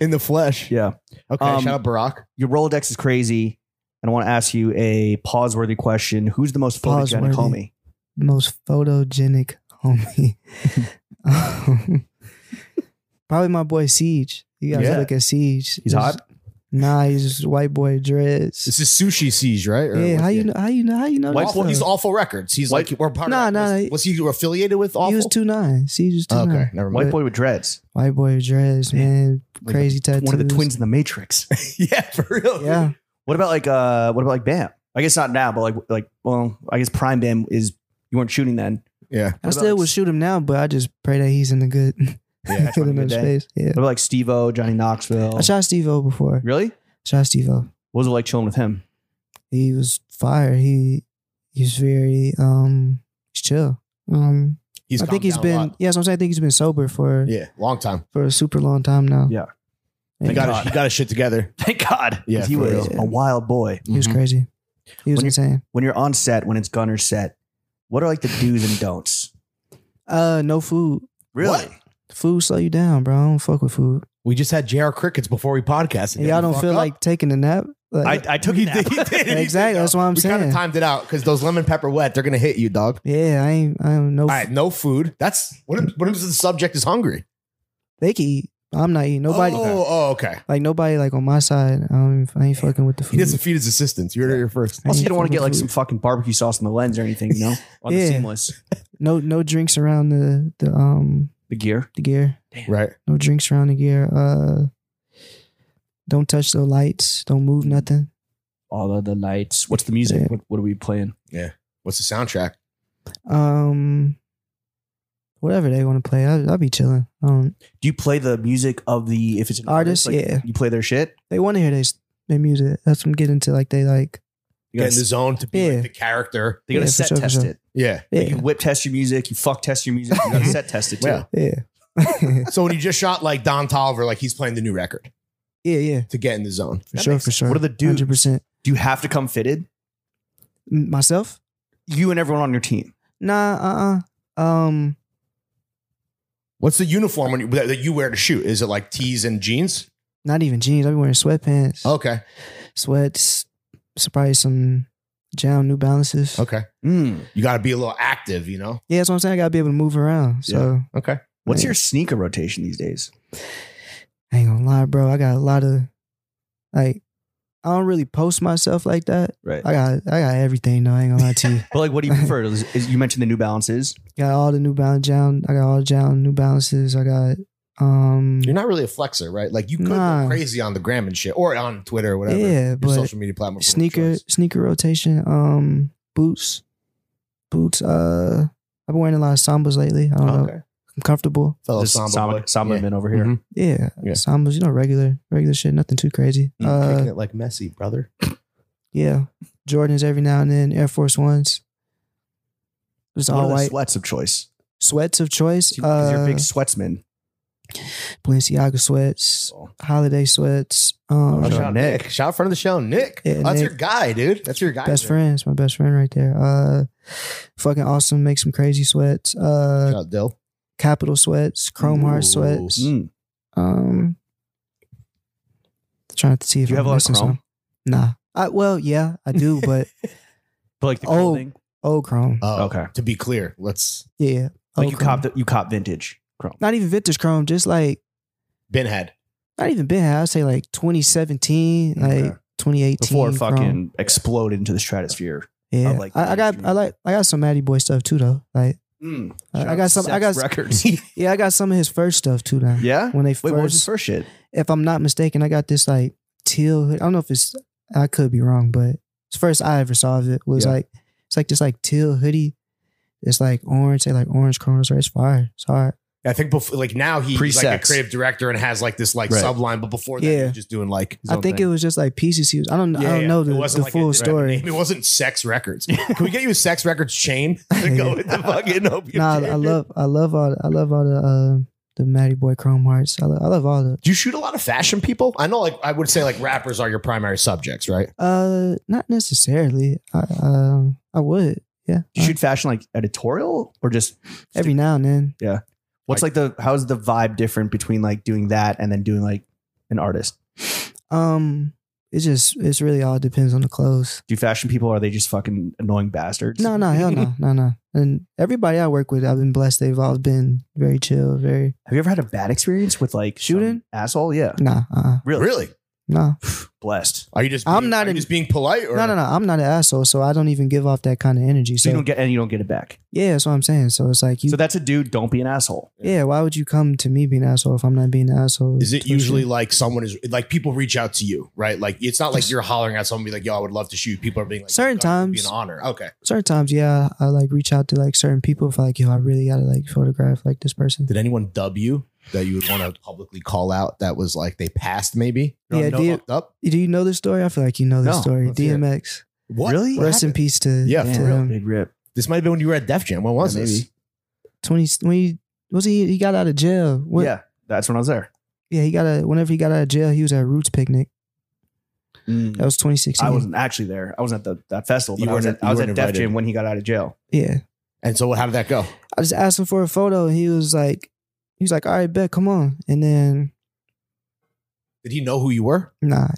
D: in the flesh.
B: yeah.
D: Okay,
B: Um,
D: shout out Barack.
B: your Rolodex is crazy. And I want to ask you a pause-worthy question. Who's the most photogenic
C: Pause-worthy.
B: homie?
C: most photogenic homie. (laughs) Um, Probably my boy Siege. You guys
B: Yeah.
C: look at Siege.
B: He's hot?
C: Nah, he's just white boy dreads.
D: This is Sushi Siege, right? Or
C: yeah,
D: what's
C: how
D: the-
C: you know? How you know? How you know?
B: White
C: that
D: Awful-
C: stuff?
D: he's awful records. He's
B: White-
D: like we're part
C: Nah,
D: of.
C: nah,
D: was, was he affiliated with awful?
C: He was two nine. Siege was two
D: Oh, okay,
C: nine.
D: never mind.
B: White boy with dreads.
C: White boy dreads, man. Crazy tattoos.
B: One of the twins in the Matrix. (laughs)
D: (laughs) yeah, for real. dude.
C: Yeah,
B: what about like uh what about like Bam? I guess not now, but like like well, I guess Prime Bam is you weren't shooting then.
D: yeah.
C: I
B: about
C: still
B: like-
C: would shoot him now, but I just pray that he's in the good, (laughs)
D: Yeah,
C: good
B: having a good
C: enough
B: day.
C: space. Yeah,
B: What about like Steve O, Johnny Knoxville?
C: I shot Steve O before.
B: Really?
C: Shot Steve O.
B: What was it like chilling with him? (laughs)
C: he was fire. He he's very um he's chill. Um
D: He's
C: I think
D: calmed
C: he's
D: down a
C: been
D: lot.
C: yeah, so I'm saying I think he's been sober for
D: yeah, long time.
C: for a super long time now.
B: Yeah.
C: Yeah,
D: He
B: Thank
D: got
B: God.
D: his, he got his
C: (laughs)
D: shit together.
B: Thank God.
D: Yeah,
B: he
D: for
B: was
C: real.
B: a wild boy.
C: he was
D: Mhm.
C: crazy. He
B: Mm-hmm. When
C: was
B: you-
C: insane.
B: When you're on set, when it's Gunner's set, what are like the do's and don'ts?
C: Uh no food.
B: Really?
D: What?
C: Food slow you down, bro. I don't fuck with food.
D: We just had JR Crickets before we podcasted.
C: And y'all don't feel
D: (laughs)
C: like taking a nap. Like,
B: I, I (laughs) took a nap.
C: Exactly, that's what I'm
D: We kind
C: saying.
D: of timed it out because those lemon pepper wet, they're gonna hit you, dog.
C: yeah, I ain't I don't know.
D: All right, no food. That's what. If, what if the subject is hungry?
C: They can eat. I'm not eating. Nobody
D: Oh, oh, okay.
C: like nobody like on my side. I don't even- I ain't fucking with the
D: He
C: food.
D: doesn't feed his assistants. You heard it here first.
C: I
B: Also, you
C: ain't
B: don't want to
C: fucking
B: get like
C: with
B: some fucking barbecue sauce on the lens or anything,
C: (laughs)
B: you know, on the
C: Yeah.
B: seamless,
C: no no drinks around the the um
B: the gear.
C: the gear.
D: Right.
C: No drinks around the gear. Uh, don't touch the lights. Don't move nothing.
B: All of the lights. What's the music?
C: Yeah.
B: What, what are we playing?
D: What's the soundtrack?
C: Um, whatever they want to play, I, I'll be chilling. Um,
B: Do you play the music of the if it's an
C: Artist,
B: artist? like,
C: yeah.
B: you play their shit.
C: they want to hear their their music. That's what I'm getting to. Like they like,
B: You gotta,
D: zone to
C: Yeah.
D: character.
B: they gotta
C: yeah, for
B: set
C: sure, for
B: test
C: sure.
B: it.
D: Yeah.
B: You
C: yeah,
B: whip test your music. You fuck test your music. You
C: (laughs)
B: gotta set test it too.
D: Yeah.
C: yeah, (laughs)
D: So when you just shot like Don Tolliver, like he's playing the new record
C: yeah, yeah.
D: to get in the zone.
C: For
B: That
C: sure,
B: makes
C: for
B: sense.
C: sure.
B: What are the dudes?
C: Hundred percent.
B: Do you have to come fitted?
C: Myself?
B: You and everyone on your team.
C: Nah, uh, uh Um,
D: What's the uniform when you, that that you wear to shoot? Is it like tees and jeans?
C: not even jeans. I've been wearing sweatpants,
D: Okay.
C: sweats. So probably some jam New Balances.
D: Okay.
C: Hmm.
B: Mm.
D: You got to be a little active, you know?
C: Yeah, that's what I'm saying. I gotta be able to move around. So.
D: Okay.
B: What's
C: Yeah.
B: your sneaker rotation these days?
C: I ain't gonna lie, bro. I got a lot of like I don't really post myself like that.
B: Right.
C: I got I got everything though. I ain't gonna lie to
D: (laughs)
C: you.
B: But like, what do you prefer? Is, is- you mentioned the New Balances.
C: Got all the New Balance down. I got all the down New Balances. I got Um,
D: You're not really a flexer, right? Like you could
C: Nah.
D: go crazy on the gram and shit, or on Twitter or whatever.
C: Yeah,
D: your
C: but
D: social media platform. of
C: sneaker
D: choice.
C: sneaker rotation. Um, boots, boots. Uh, I've been wearing a lot of sambas lately. I don't know.
D: Okay.
C: I'm comfortable.
D: Fellow
B: Just
D: samba, boy.
B: Oh, Samba, Samba
D: Yeah.
B: men over
C: Mm-hmm.
B: here.
D: Mhm.
C: Yeah,
D: Yeah.
C: sambas. You know, regular regular shit. Nothing too crazy.
D: You
C: uh,
D: kicking it like Messi, brother.
C: (laughs) yeah, Jordans every now and then. Air Force Ones. Just
B: What
C: all
B: are the
C: white
B: sweats of choice?
C: sweats of choice.
B: Because you're
C: uh,
B: a big sweatsman.
C: Balenciaga sweats,
D: Oh.
C: holiday sweats. Um,
B: Oh, shout out
D: Nick.
B: Nick.
D: Shout out front of the show, Nick.
C: Yeah,
D: Oh, that's
C: Nick.
D: your guy, dude. That's your guy.
C: best
D: man.
C: friend. It's my best friend right there. Uh, fucking awesome. Make some crazy sweats. Uh,
D: Shout out Dill.
C: capital sweats. Chrome heart
D: Ooh.
C: sweats.
B: Mm.
C: Um, trying to see if
B: Do you
C: I'm
B: have a lot of
C: missing
B: Chrome?
C: some. Nah. I, well, yeah,
B: (laughs)
C: I do, but
B: But like the
C: Oh,
B: clothing,
C: old Chrome.
D: Oh,
B: Okay.
D: To be clear, let's
C: yeah.
B: like
C: old
B: you
C: Chrome.
B: cop, the, you cop vintage chrome.
C: Not even vintage Chrome. Just like
D: Ben had
C: not even been. I'd say like 2017,
B: Okay.
C: like 2018.
B: before it
C: Chrome.
B: fucking exploded into the stratosphere.
C: Yeah. I,
B: like
C: I got.
B: mainstream.
C: I like. I got some Matty Boy stuff too, though. Like
B: Mm.
C: I-
B: Shout
C: I
B: out
C: got
B: to
C: some-
B: Sex
C: I got s- (laughs)
B: records.
C: yeah, I got some of his first stuff too. Now
B: yeah.
C: when they
B: Wait,
C: first,
B: what was his first shit?
C: if I'm not mistaken, I got this like teal. hood- I don't know if it's. I could be wrong, but it's first I ever saw of it was
B: Yeah.
C: like it's like this like teal hoodie. It's like orange. They like orange corners. Right? It's fire. It's hard.
D: I think before like now he's like a
B: Pre-sex.
D: creative director and has like this like
B: Right.
D: subline, but before that he
C: Yeah.
D: was just doing like
C: I think it was just like pieces he was. I don't. I don't know the, the
D: it
C: full
D: didn't have a
C: story.
D: name. (laughs) It wasn't
B: (laughs)
D: sex records. Can we get you a sex records chain to
C: (laughs)
D: go with the fucking opium?
C: Nah,
D: chain?
C: I love. I love all. I love all the uh, the Matty Boy Chrome Hearts. I love, I love all the.
D: Do you shoot a lot of fashion people? I know, like I would say, like rappers are your primary subjects, right?
C: Uh, not necessarily. I um, I would. Yeah.
B: You
C: I-
B: shoot fashion like editorial or just
C: every now and then.
B: what's like the how's the vibe different between like doing that and then doing like an artist?
C: Um, it just it's really all depends on the clothes.
B: Do fashion people are they just fucking annoying bastards?
C: No, no, hell no, no, no. And everybody I work with, I've been blessed. They've all been very chill, very
B: Have you ever had a bad experience with like some
C: Shooting?
B: asshole? Yeah,
C: nah, uh,
B: really,
D: Really?
C: nah,
B: blessed.
D: Are you just?
C: I'm
D: being-
C: not
D: are you
C: in-
D: just being polite. Or
C: no, no, no. I'm not an asshole, so I don't even give off that kind of energy.
B: So
C: So
B: you don't get and you don't get it back.
C: yeah, that's what I'm saying. So it's like you,
B: so that's a dude. Don't be an asshole.
C: yeah. Why would you come to me being an asshole if I'm not being an asshole?
D: Is it
C: to you?
D: usually like someone is like people reach out to you, right? Like it's not like you're hollering at someone be like, "Yo, I would love to shoot." People are being like,
C: Certain
D: "Yo, it would be
C: times.
D: an honor. Okay,
C: certain times? Yeah, I like reach out to like certain people if like yo, I really gotta like photograph like this person.
D: did anyone dub you that you would want to publicly call out that was like they passed maybe?
C: Yeah,
D: no,
C: do you-
D: fucked up.
C: Do you know this story? I feel like you know this
B: No,
C: story.
B: let's hear it.
C: DMX.
D: What?
B: Really?
D: What
C: Rest in
D: happened?
C: peace to
D: Yeah,
C: yeah,
D: for
C: to
B: Damn,
C: him.
B: big rip.
D: This might have been when you were at Def Jam. When was
B: Yeah,
D: this?
B: maybe.
C: Twenty when he was he he got out of jail. What,
B: Yeah, that's when I was there.
C: Yeah, he got a. Whenever he got out of jail, he was at Roots Picnic. That was 2016.
B: I wasn't actually there. I wasn't at the, that festival.
D: Mm. You
B: But I was
D: weren't-
B: at,
D: you
B: I was
D: weren't
B: at Def
D: invited.
B: Jam when he got out of jail.
C: Yeah,
D: And so, how did that go?
C: I just asked him for a photo, and he was like, he was like, "All right, bet, come on." And then
D: Did he know who you were?
C: nah,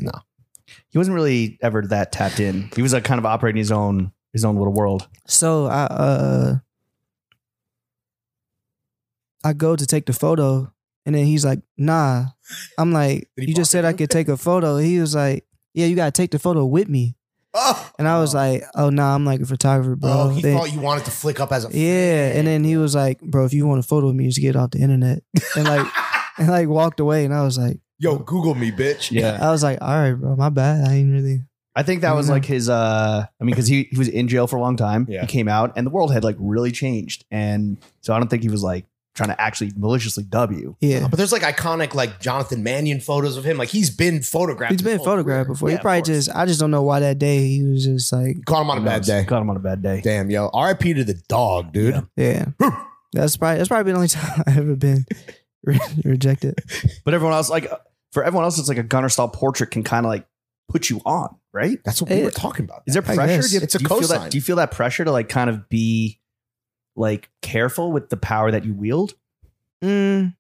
B: He wasn't really ever that tapped in. He was like kind of operating his own his own little world.
C: so I uh, I go to take the photo, and then he's like, "Nah." I'm like,
D: Did he
C: "You just
D: block
C: said I could take a photo." He was like, "Yeah, you gotta take the photo with me."
D: Oh,
C: And I was like, "Oh nah, I'm like a photographer, bro."
D: oh, he
C: Then-
D: thought you wanted to flick up as a
C: Yeah, and then he was like, "Bro, if you want a photo of me, just get off the internet." And like, and like walked away, and I was like,
D: Yo, Google me, bitch.
C: I was like, "All right, bro, my bad. I ain't really."
B: I think
D: Mm-hmm.
B: that was
C: Mhm.
B: like his. uh I mean, because he he was in jail for a long time.
D: Yeah.
B: He came out, and the world had like really changed. And so I don't think he was like trying to actually maliciously dub you.
C: Yeah,
D: But there's like iconic like Jonathan Mannion photos of him. Like he's been photographed.
C: he's been
D: his whole
C: photographed
D: career.
C: before.
D: Yeah,
C: he
D: of
C: probably
D: course.
C: just, I just don't know why that day he was just like,
D: caught him on a
B: Who
D: bad
B: knows?
D: day.
B: Caught him on a bad day.
D: Damn, yo. R.I.P. to the dog, dude.
B: Yeah.
C: yeah. That's probably that's probably the only (laughs) time I ever been re- rejected.
B: But everyone else, like for everyone else, it's like a Gunnar style portrait can kind of like put you on, right?
D: That's what we
C: Hey.
D: were talking about.
B: Is there
C: I
B: pressure?
C: guess.
B: Do you,
D: It's a
B: do you feel
D: cosign.
B: that? Do you feel that pressure to like kind of be like careful with the power that you wield?
C: Mm,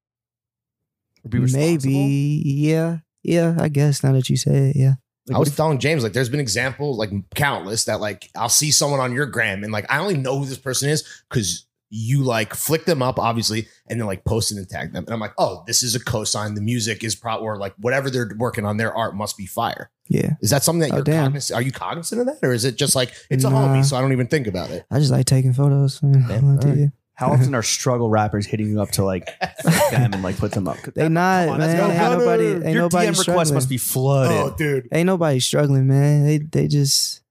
B: Or be
C: maybe,
B: responsible?
C: yeah, yeah. I guess now that you say it, yeah.
B: Like,
D: I was
B: what-
D: telling James, like, there's been examples, like countless, that like I'll see someone on your gram and like I only know who this person is because you like flick them up, obviously, and then like post it and tag them. And I'm like, oh, this is a cosign. The music is pro or like whatever they're working on, their art must be fire.
C: Yeah,
D: Is that something that
C: Oh,
D: you're
C: damn.
D: cognizant? Are you cognizant of that? Or is it just like it's a
C: Nah.
D: (laughs) homie, so I don't even think about it?
C: (laughs) I just like taking photos.
D: Damn, all right.
B: How often are struggle rappers hitting you up to
C: (laughs)
B: like fuck them and like put them up?
C: They not,
B: come on, that's
C: man.
B: no
C: ain't
D: good.
C: nobody, ain't
B: Your
C: nobody
B: DM
C: struggling.
B: request must be flooded.
D: Oh, dude.
C: Ain't nobody struggling, man. They they just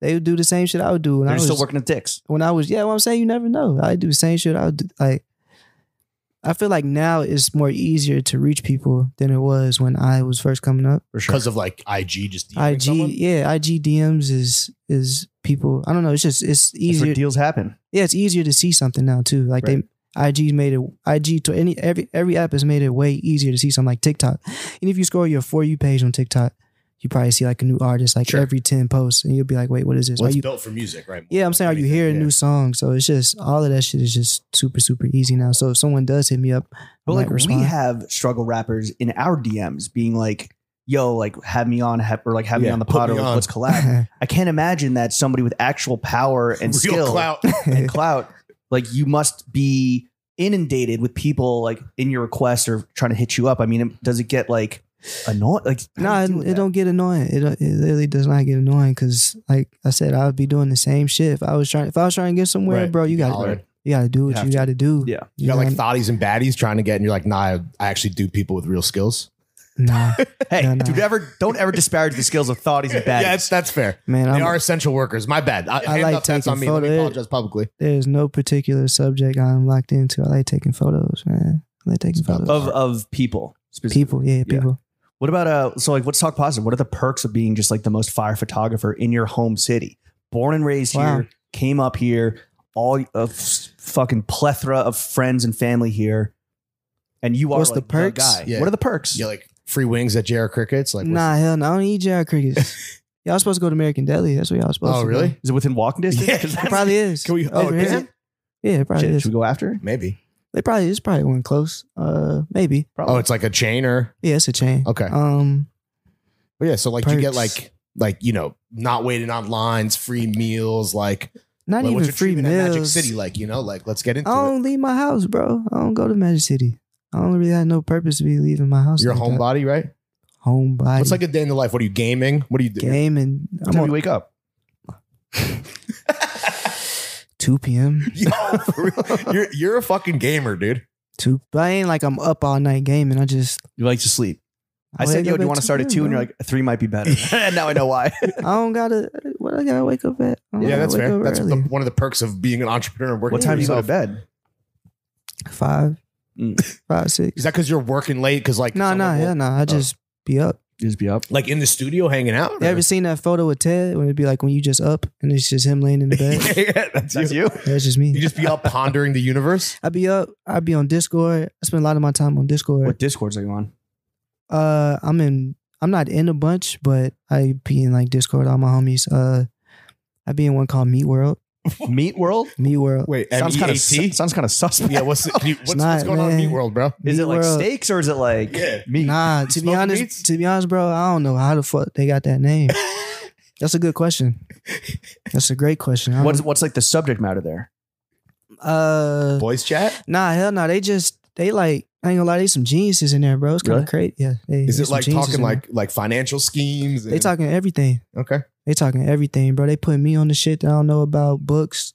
C: they would do the same shit I would do when
B: They're
C: I was
B: still working at dicks.
C: when I was yeah. What I'm saying, you never know. I do the same shit I would do. Like I feel like now it's more easier to reach people than it was when I was first coming up.
B: For sure.
D: Because of like IG just DMing
C: IG
D: someone?
C: yeah, IG DMs is is people. I don't know. It's just it's
B: That's
C: easier.
B: where deals happen.
C: yeah, it's easier to see something now too. Like they IG made it IG to any every every app has made it way easier to see something like TikTok. And if you scroll your for you page on TikTok, you probably see like a new artist like
D: Sure.
C: every ten posts, and you'll be like, wait, what is this?
D: Well,
C: are
D: it's
C: you?
D: built for music, right?
C: Yeah, I'm saying, are you hearing new songs? So it's just all of that shit is just super super easy now. So if someone does hit me up,
B: But
C: I
B: like
C: might respond.
B: we have struggle rappers in our DMs being like, "Yo, like have me on, have, or like have me
D: Yeah,
B: on the
D: put
B: pod, or
D: me
B: like,
D: on.
B: let's collab."
C: (laughs)
B: I can't imagine that somebody with actual power and
D: (laughs) (laughs) Real
B: skill
C: (laughs)
D: clout.
B: and clout, like you must be inundated with people like in your request or trying to hit you up. I mean, it- does it get like annoying? Like
C: No,
B: how
C: it,
B: do you deal with
C: it
B: that?
C: don't get annoying. It don't- it really does not get annoying because, like I said, I would be doing the same shit if I was trying. If I was trying to get somewhere,
D: Right.
C: bro, you got
D: Holler.
C: to you got to do what
B: Have
C: you
B: to.
C: got to do.
B: Yeah.
D: You got
C: know
D: like
C: what
D: thotties and baddies trying to get, and you're like, nah, I, I actually do people with real
C: (laughs)
D: skills.
C: I mean? nah,
B: Hey,
C: No, no.
B: dude, ever don't ever disparage the skills of
C: (laughs)
B: thoughties and baddies.
D: Yeah, that's, that's fair.
C: man.
D: They
C: I'm,
D: are essential workers. My bad. I, hand
C: Um, like
D: up, that's
C: taking
D: on me. Let me
C: photo-
D: apologize publicly.
C: there's no particular subject I'm locked into. I like taking photos, man. I like taking photos.
B: of of people. Specifically.
C: people, yeah, people.
B: What about uh? So like, let's talk positive. What are the perks of being just like the most fire photographer in your home city? Born and raised
C: Wow.
B: here, came up here, all a f- fucking plethora of friends and family here, and you are
C: What's the
B: like,
C: perks?
B: guy.
D: Yeah.
B: What are the perks?
D: You like free wings at JR Crickets? Like, what's-
C: nah, hell no. I don't eat Jared crickets. y'all supposed to go to American Deli. That's what y'all supposed to.
D: oh,
C: do.
D: really?
B: Is it within walking distance?
D: (laughs) (laughs) Yeah.
B: 'Cause
C: It
B: that's-
C: probably is.
D: Can we- oh,
C: Over here.
D: damn.
C: Yeah, it probably
B: Shit,
C: is.
B: should we go after? it?
D: Maybe.
C: It probably is. Probably one close. Uh, maybe.
B: Probably.
D: Oh, it's like a chain or.
C: Yeah, it's a chain.
D: Okay.
C: Um.
D: But yeah, so like you get
C: Perks.
D: like, like, you know, not waiting on lines, free meals, like,
C: Not
D: like,
C: even free
D: treatment at
C: meals.
D: Magic City like? You know, like, let's get into
C: I
D: it.
C: don't leave my house, bro. I don't go to Magic City. I don't really have no purpose to be leaving my house.
D: You're a
C: like that.
D: homebody, right?
C: Homebody.
D: What's like a day in the life? What are you gaming? What are you doing?
C: game and
B: What
C: I'm
B: time you
C: on
B: wake up?
C: 2 p.m.
D: Yo, (laughs) for real. you're you're a fucking gamer, dude.
C: Two, but I ain't like I'm up all night gaming. I just
B: You like to sleep. I
C: wake
B: said, yo,
C: up
B: do you
C: at
B: want to start at two? And you're
C: bro.
B: like, three might be better. and now I know
D: (laughs)
B: why.
C: I don't gotta. What I gotta wake up at? I don't
D: Yeah,
C: gotta
D: that's
C: wake
D: fair.
C: up
D: That's the,
C: early.
D: one of the perks of being an entrepreneur and working.
B: what time do you go to
D: yourself.
B: bed?
C: five,
B: Mm.
C: five, six.
D: Is that because you're working late? Because like,
C: Nah,
D: some
C: nah,
D: people-
C: yeah, nah. I just be up.
B: You just be up.
D: like in the studio hanging out.
C: You
D: or-
C: ever seen that photo with Ted when it'd be like when you just up and it's just him laying in the
B: (laughs)
C: bed?
D: (laughs) yeah, yeah, that's,
B: That's
D: you.
B: you.
C: That's just me.
D: You just be up pondering the universe.
C: I'd be up. I'd be on Discord. I spend a lot of my time on Discord.
B: What discords are you on?
C: Uh, I'm in. I'm not in a bunch, but I be in like Discord. All my homies. Uh, I be in one called Meat World.
B: Meat World. E
C: Meat World.
D: Wait, E
B: Sounds kind of
D: M.E.A.T.?
B: sounds kind of suspect.
D: Yeah, what's the, can you- what's, what's
C: not,
D: going on in
C: man.
D: Meat World,
B: (laughs)
D: bro?
B: Is
C: Meat
B: it like
C: World.
B: steaks or is it like
D: Yeah.
B: meat? (laughs)
C: Nah, to be
D: Smoking
C: honest,
D: meats?
C: to be honest, bro, I don't know how the fuck they got
B: (laughs)
C: that name. That's a good question. That's a great question. I
B: What's
C: don't-
B: what's like the subject matter there?
C: uh
D: Boys chat.
C: nah hell no they just they like I ain't gonna lie they some geniuses in there bro it's kind
B: Really?
C: of crazy yeah they,
D: Is
C: they
D: it
C: some
D: like
C: geniuses
D: talking
C: in there.
D: like like financial schemes?
C: they
D: and-
C: talking everything
D: Okay.
C: they talking everything bro they putting me on the shit that I don't know about books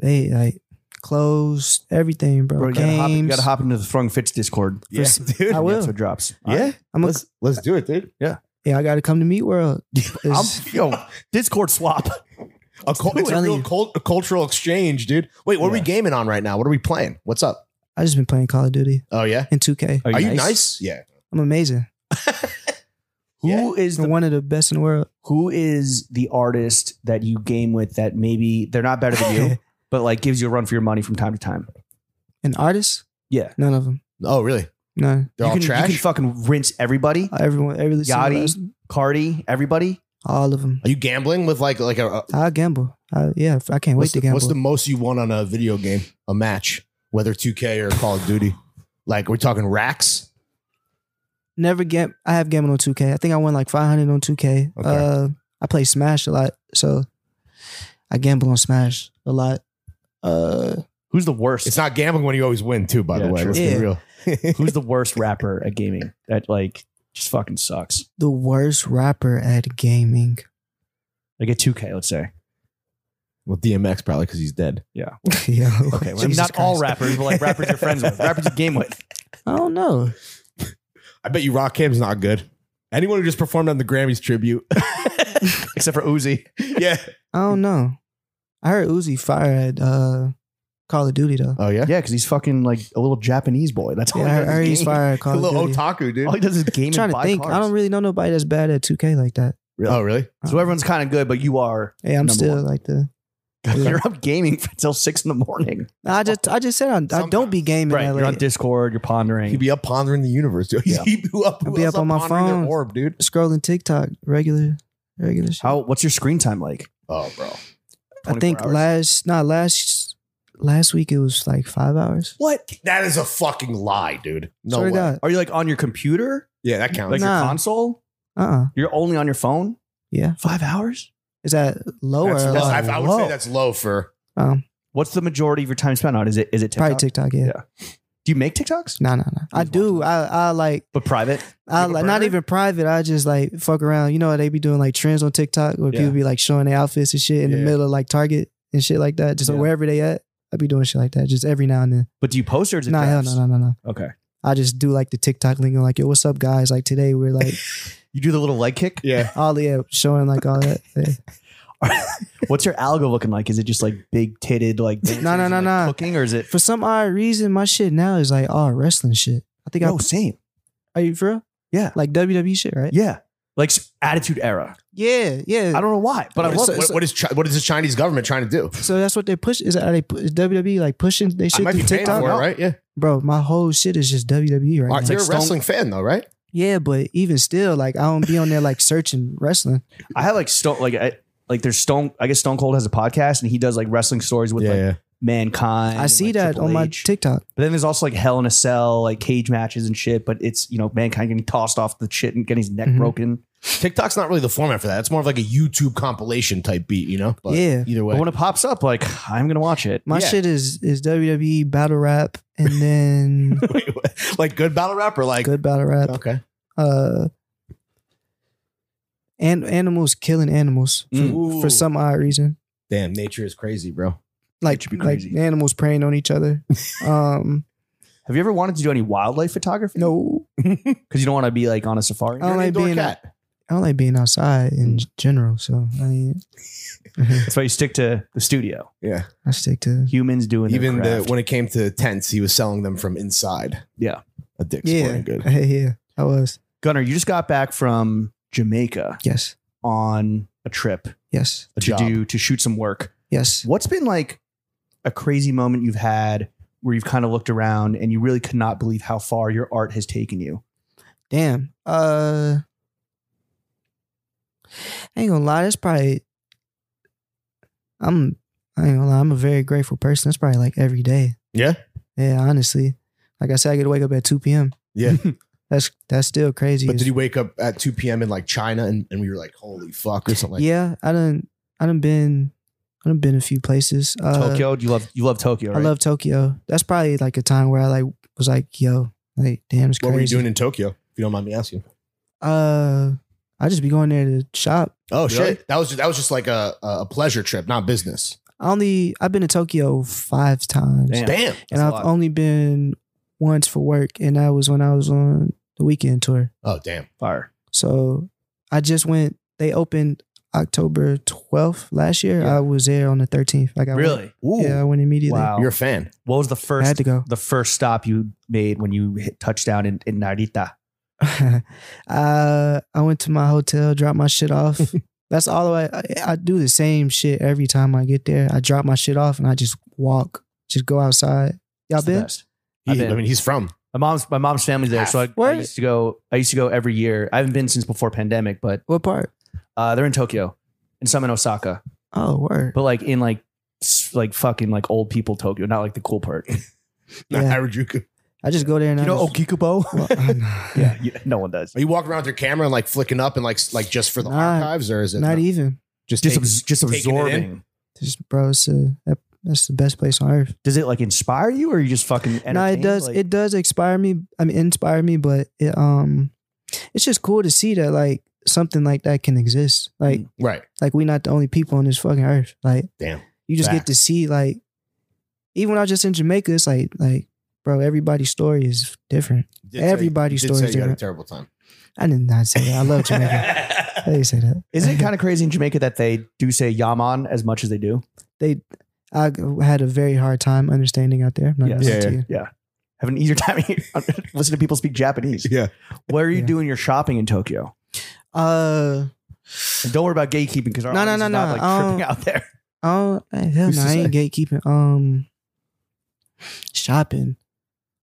C: they like clothes everything bro,
B: Bro, you gotta, hop, you
C: games
B: gotta hop into the Frung Fitch Discord. (laughs)
D: Yeah,
C: s-
D: dude.
C: I will
B: That's what drops.
D: Yeah.
C: I'm a,
D: let's let's do it, dude.
C: yeah I gotta come to Meat World
B: I'm,
C: It's-
B: yo, Discord swap.
D: A cul- it's a
C: Funny.
D: real cult- a cultural exchange, dude. Wait, what are we
B: Yeah.
D: gaming on right now? What are we playing? What's up?
C: I just been playing Call of Duty
D: Oh yeah.
C: and 2K
D: Are you nice? Yeah.
C: I'm amazing
B: Who is
D: Yeah.
B: the
C: one of the best in the world
B: who is the artist that you game with that maybe they're not better than you,
C: (laughs)
B: but like gives you a run for your money from time to time?
C: an artist
B: Yeah.
C: none of them
D: Oh really?
C: none
D: They're
B: you
D: all
B: can,
D: trash.
B: You can fucking rinse everybody,
C: everyone every single
B: Yachty?
C: last-
B: Cardi, everybody.
C: all of them
D: Are you gambling with like like a? a-
C: I gamble I, yeah I can't wait
D: what's,
C: to
D: the,
C: gamble
D: what's the most you won on a video game, a match, whether 2K or Call of Duty? Like we're talking racks.
C: Never game. I have gaming on 2K. I think I won like 500 on 2K.
D: Okay.
C: Uh, I play Smash a lot, so I gamble on Smash a lot. Uh,
B: Who's the worst?
D: It's not gambling when you always win too. By
B: Yeah,
D: the way,
B: true.
D: let's
C: Yeah.
D: be real.
B: Who's the worst rapper at gaming that like just fucking sucks?
C: the worst rapper at gaming. (laughs)
B: Like a 2K, let's say.
D: Well, DMX probably because he's dead.
C: yeah.
D: Okay, well,
B: I mean,
C: Jesus
B: not all
C: Christ.
B: rappers, but like rappers you're friends with, rappers you game with.
C: I don't know.
D: I bet you Rock Cam's not good. Anyone who just performed on the Grammys (laughs) tribute.
B: Except for Uzi.
D: yeah.
C: I don't know. I heard Uzi fire at uh, Call of Duty though.
D: Oh yeah.
B: Yeah, because he's fucking like a little Japanese boy. That's all
C: yeah, I
B: he
C: heard, I
B: does.
C: heard
B: is
C: he's
B: game.
C: fire at Call
D: A
C: of
D: little
C: Duty. Oh,
D: otaku
B: (laughs)
D: dude.
B: All he does is game
C: I'm
B: and
C: trying to
B: buy
C: think.
B: cars.
C: I don't really know nobody that's bad at 2K like that.
D: Oh really?
B: so everyone's kind of good, but you are.
C: Hey, I'm
B: number
C: still
B: one.
C: like the.
B: You're up gaming (laughs) until six in the morning.
C: I just I just said I, I don't be gaming.
B: Right.
C: that
B: You're on
C: late.
B: Discord. You're pondering.
D: (laughs) He'd be up pondering the universe, dude.
B: Yeah.
D: He'd be up,
C: I'd be
D: else
C: up on my
D: pondering their
C: phone.
D: orb, dude.
C: scrolling TikTok regular regular. Shit.
B: How? What's your screen time like?
D: Oh, bro.
C: I think
B: 24 hours?
C: last not last last week it was like five hours.
D: What? That is a fucking lie, dude. No
C: Swear
D: way.
C: to God.
B: Are you like on your computer?
D: Yeah, that counts.
B: Like your
C: Nah.
B: console?
C: Uh uh
B: You're only on your phone?
C: Yeah.
B: Five hours?
C: Is that lower?
D: That's
C: or
D: low.
C: lower?
D: I, I would
B: Low.
D: say that's low for.
C: Um,
B: What's the majority of your time spent on? Is it is it TikTok?
C: probably TikTok. Yeah.
B: Yeah. Do you make TikToks?
C: No, no, no. I
B: Please
C: do. I, I like.
B: But private?
C: I
D: You have a
C: like, not
D: burner?
C: even private. I just like fuck around. You know how they be doing like trends on TikTok where
B: Yeah.
C: people be like showing their outfits and shit in
D: Yeah.
C: the middle of like Target and shit like that. Just
B: Yeah.
C: wherever they at, I be doing shit like that. Just every now and then.
B: But do you post or is it
C: Nah, hell
B: drafts?
C: no, no, no, no.
B: Okay.
C: I just do like the TikTok link and like, yo, what's up, guys? Like today we're like
B: You do the little leg
D: (laughs)
B: kick?
D: Yeah.
C: all the yeah, showing like all that. Yeah.
D: (laughs)
B: What's your algo looking like? Is it just like big titted like dancers
C: no,
B: and,
C: no,
B: like,
C: no.
B: cooking or is it
C: For some odd reason, my shit now is like all wrestling shit. I think
B: No,
C: I
B: same.
C: are you for real?
B: Yeah.
C: like WWE shit, right?
B: Yeah. Like s- attitude era.
C: yeah, yeah.
B: I don't know why, but I love
C: So-
B: it.
D: what, what is Chi- what is the Chinese government trying to do?
C: So that's what they push. Is that are they pu- is WWE like pushing they
D: I
C: shit
D: might
C: through
D: be paying
C: TikTok?
D: for it, right? Yeah.
C: Bro, my whole shit is just WWE right
D: All right,
C: now.
D: you're
B: like
D: a wrestling fan though, right?
C: Yeah, but even still, like I don't be on there like searching wrestling.
B: I have like stone like I like there's Stone I guess Stone Cold has a podcast and he does like wrestling stories with like mankind.
C: I
B: and,
C: see
B: like,
C: that
B: Triple
C: on my
B: H.
C: TikTok.
B: But then there's also like Hell in a Cell, like cage matches and shit. But it's you know mankind getting tossed off the shit and getting his neck
C: Mhm.
B: broken.
D: TikTok's not really the format for that. It's more of like a YouTube compilation type beat, you know? But
C: Yeah.
D: Either way.
B: But when it pops up, like I'm gonna watch it.
C: My
D: Yeah.
C: shit is is WWE battle rap and then
D: Wait, what? like good battle rapper, (laughs) like
C: good battle rap.
D: okay.
C: Uh and animals killing animals for,
D: Mm.
C: for some odd reason.
D: Damn, nature is crazy, bro.
C: Like,
B: should be
C: like
B: crazy.
C: animals preying on
B: (laughs)
C: each other. Um
B: Have you ever wanted to do any wildlife photography? (laughs)
C: no. Uh,
B: because you don't want to be like on a safari.
C: I
D: You're
C: don't
D: an
C: like
D: indoor
C: being
D: cat.
C: I don't like being outside in
B: Mm.
C: general. So I mean
B: That's why you stick to the studio.
D: yeah.
C: I stick to
B: Humans doing
D: Even
B: their
D: the
B: craft.
D: when it came to tents, he was selling them from inside.
B: Yeah.
D: A dick's
C: yeah,
D: good.
C: (laughs) yeah. I was
B: Gunnar, you just got back from Jamaica
C: yes,
B: on a trip
C: yes,
D: A
B: to
D: job.
B: do to shoot some work.
C: yes.
B: What's been like a crazy moment you've had where you've kind of looked around and you really could not believe how far your art has taken you?
C: Damn. Uh, I ain't gonna lie. That's probably. I'm. I ain't gonna lie. I'm a very grateful person. That's probably like every day.
D: Yeah.
C: Yeah. Honestly, like I said, I get to wake up at two p.m.
D: Yeah.
C: (laughs) That's that's still crazy.
D: But did you wake up at 2 p.m. in like China and, and we were like, holy fuck, or something like
C: yeah. I done. I done been. I done been a few places. Uh,
B: Tokyo, do you love you love Tokyo?
C: I
B: right?
C: love Tokyo. That's probably like a time where I like was like, yo, like damn, it's
D: What
C: crazy.
D: were you doing in Tokyo, if you don't mind me asking?
C: Uh, I just be going there to shop.
D: Oh
B: Really?
D: shit. That was just, that was just like a, a pleasure trip, not business.
C: I only I've been to Tokyo five times,
B: Damn.
D: Damn.
C: and I've only been once for work, and that was when I was on the weekend tour.
D: Oh damn.
B: fire.
C: So I just went. They opened October twelfth last year.
B: Yeah.
C: I was there on the thirteenth. Like I went,
D: Ooh.
C: yeah, I went immediately.
B: Wow.
D: You're a fan.
B: what was the
C: I had
B: first
C: to go. (laughs)
B: the first stop you made when you hit touchdown in, in Narita?
C: uh, I went to my hotel, dropped my
B: (laughs)
C: shit off. That's all I, I I do the same shit every time I get there. I drop my shit off and I just walk, just go outside. Y'all
B: It's the
C: been?
B: best.
D: He-
B: I've
D: I
B: been.
D: mean, he's from.
B: My mom's my mom's family's there, so I, I
C: What?
B: used to go. I used to go every year. I haven't been since before pandemic, but
C: What part?
B: uh, they're in Tokyo and some in Osaka,
C: Oh, word.
B: but like in like s- like fucking like old people Tokyo, not like the cool part. You
D: Not
C: Yeah. (sighs)
D: Harajuku. (laughs)
C: I just go there and I just,
B: Okikubo? (laughs)
C: Well, I know.
B: yeah, you- no one does.
D: Are you walking around with your camera and like flicking up and like s- like just for the
C: Nah,
D: archives, or is it
C: not e-, even.
D: just
B: Just
D: take-
B: abs- just
D: taking it in?
B: absorbing.
C: Just bro, it's a, that- that's the best place on earth.
B: Does it like inspire you, or are you just fucking?
C: No, it
B: entertained?
C: does.
B: Like-
C: it does inspire me. I mean, inspire me, but it um, it's just cool to see that like something like that can exist. Like
D: right?
C: like we not the only people on this fucking earth. Like
D: Mm. Damn.
C: You just get to see like, even when I was just in Jamaica, it's like like, bro, everybody's story is different.
D: You did say-
C: Everybody's
D: you did say
C: story is
D: you had a
C: different.
D: terrible time.
C: I did not say that. I love
D: (laughs)
C: Jamaica. I didn't say that.
B: Isn't it kind of crazy in Jamaica that they do say Yaman as much as they do?
C: they? I had a very hard time understanding out there. I'm not
B: Yes.
C: gonna lie to you.
B: Have an easier (laughs) time here. listen to people speak Japanese.
D: yeah.
B: Where are you
C: Yeah.
B: doing your shopping in Tokyo?
C: Uh,
B: And don't worry about gatekeeping because our
C: No, no,
B: audience
C: no,
B: is not
C: no.
B: like
C: Um,
B: tripping out there.
C: oh hell
D: Who's
C: no,
D: to
C: I ain't gatekeeping. Um, shopping,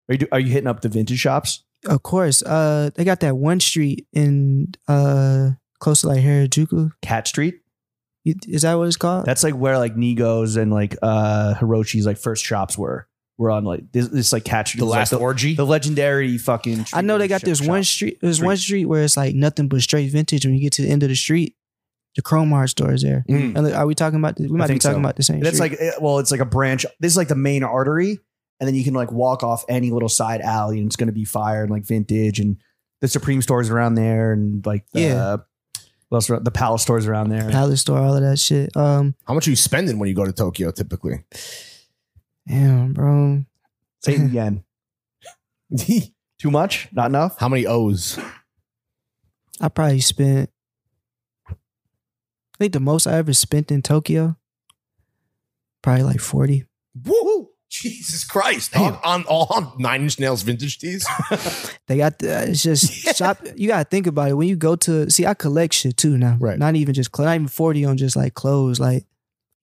B: Are you do, are you hitting up the vintage shops?
C: of course. Uh, they got that one street in uh close to like Harajuku.
B: Cat Street.
C: You- Is that what it's called?
B: That's like where like Nigo's and like uh Hiroshi's like first shops were. We're on like this, this like Cat Street.
D: The
B: was, like,
D: last orgy.
B: the, legendary fucking.
C: I know they
B: street
C: got
B: shop-
C: this one
B: shop.
C: street. There's one street where it's like nothing but straight vintage. When you get to the end of the street, the Chrome Heart store is there.
D: Mm.
C: And Are we talking about? The, we might be
B: think so.
C: talking about the same.
B: That's
C: street.
B: like eh, well, it's like a branch. This is like the main artery, and then you can like walk off any little side alley, and it's gonna be fire and like vintage, and the Supreme stores around there, and like the,
C: Yeah.
B: what else? The Palace stores around there.
C: Palace store, all of that shit. Um,
D: How much are you spending when you go to Tokyo typically?
C: damn, bro.
B: Say it again. (laughs) Too much? Not enough?
D: How many O's?
C: I probably spent. I think the most I ever spent in Tokyo, probably like forty.
D: Woo! Jesus Christ! On, on all on Nine Inch Nails vintage tees.
C: They got the, uh, it's just
B: (laughs)
C: shop. You gotta think about it when you go to see. I collect shit too now.
D: Right.
C: Not even just cl- not even forty on just like clothes. Like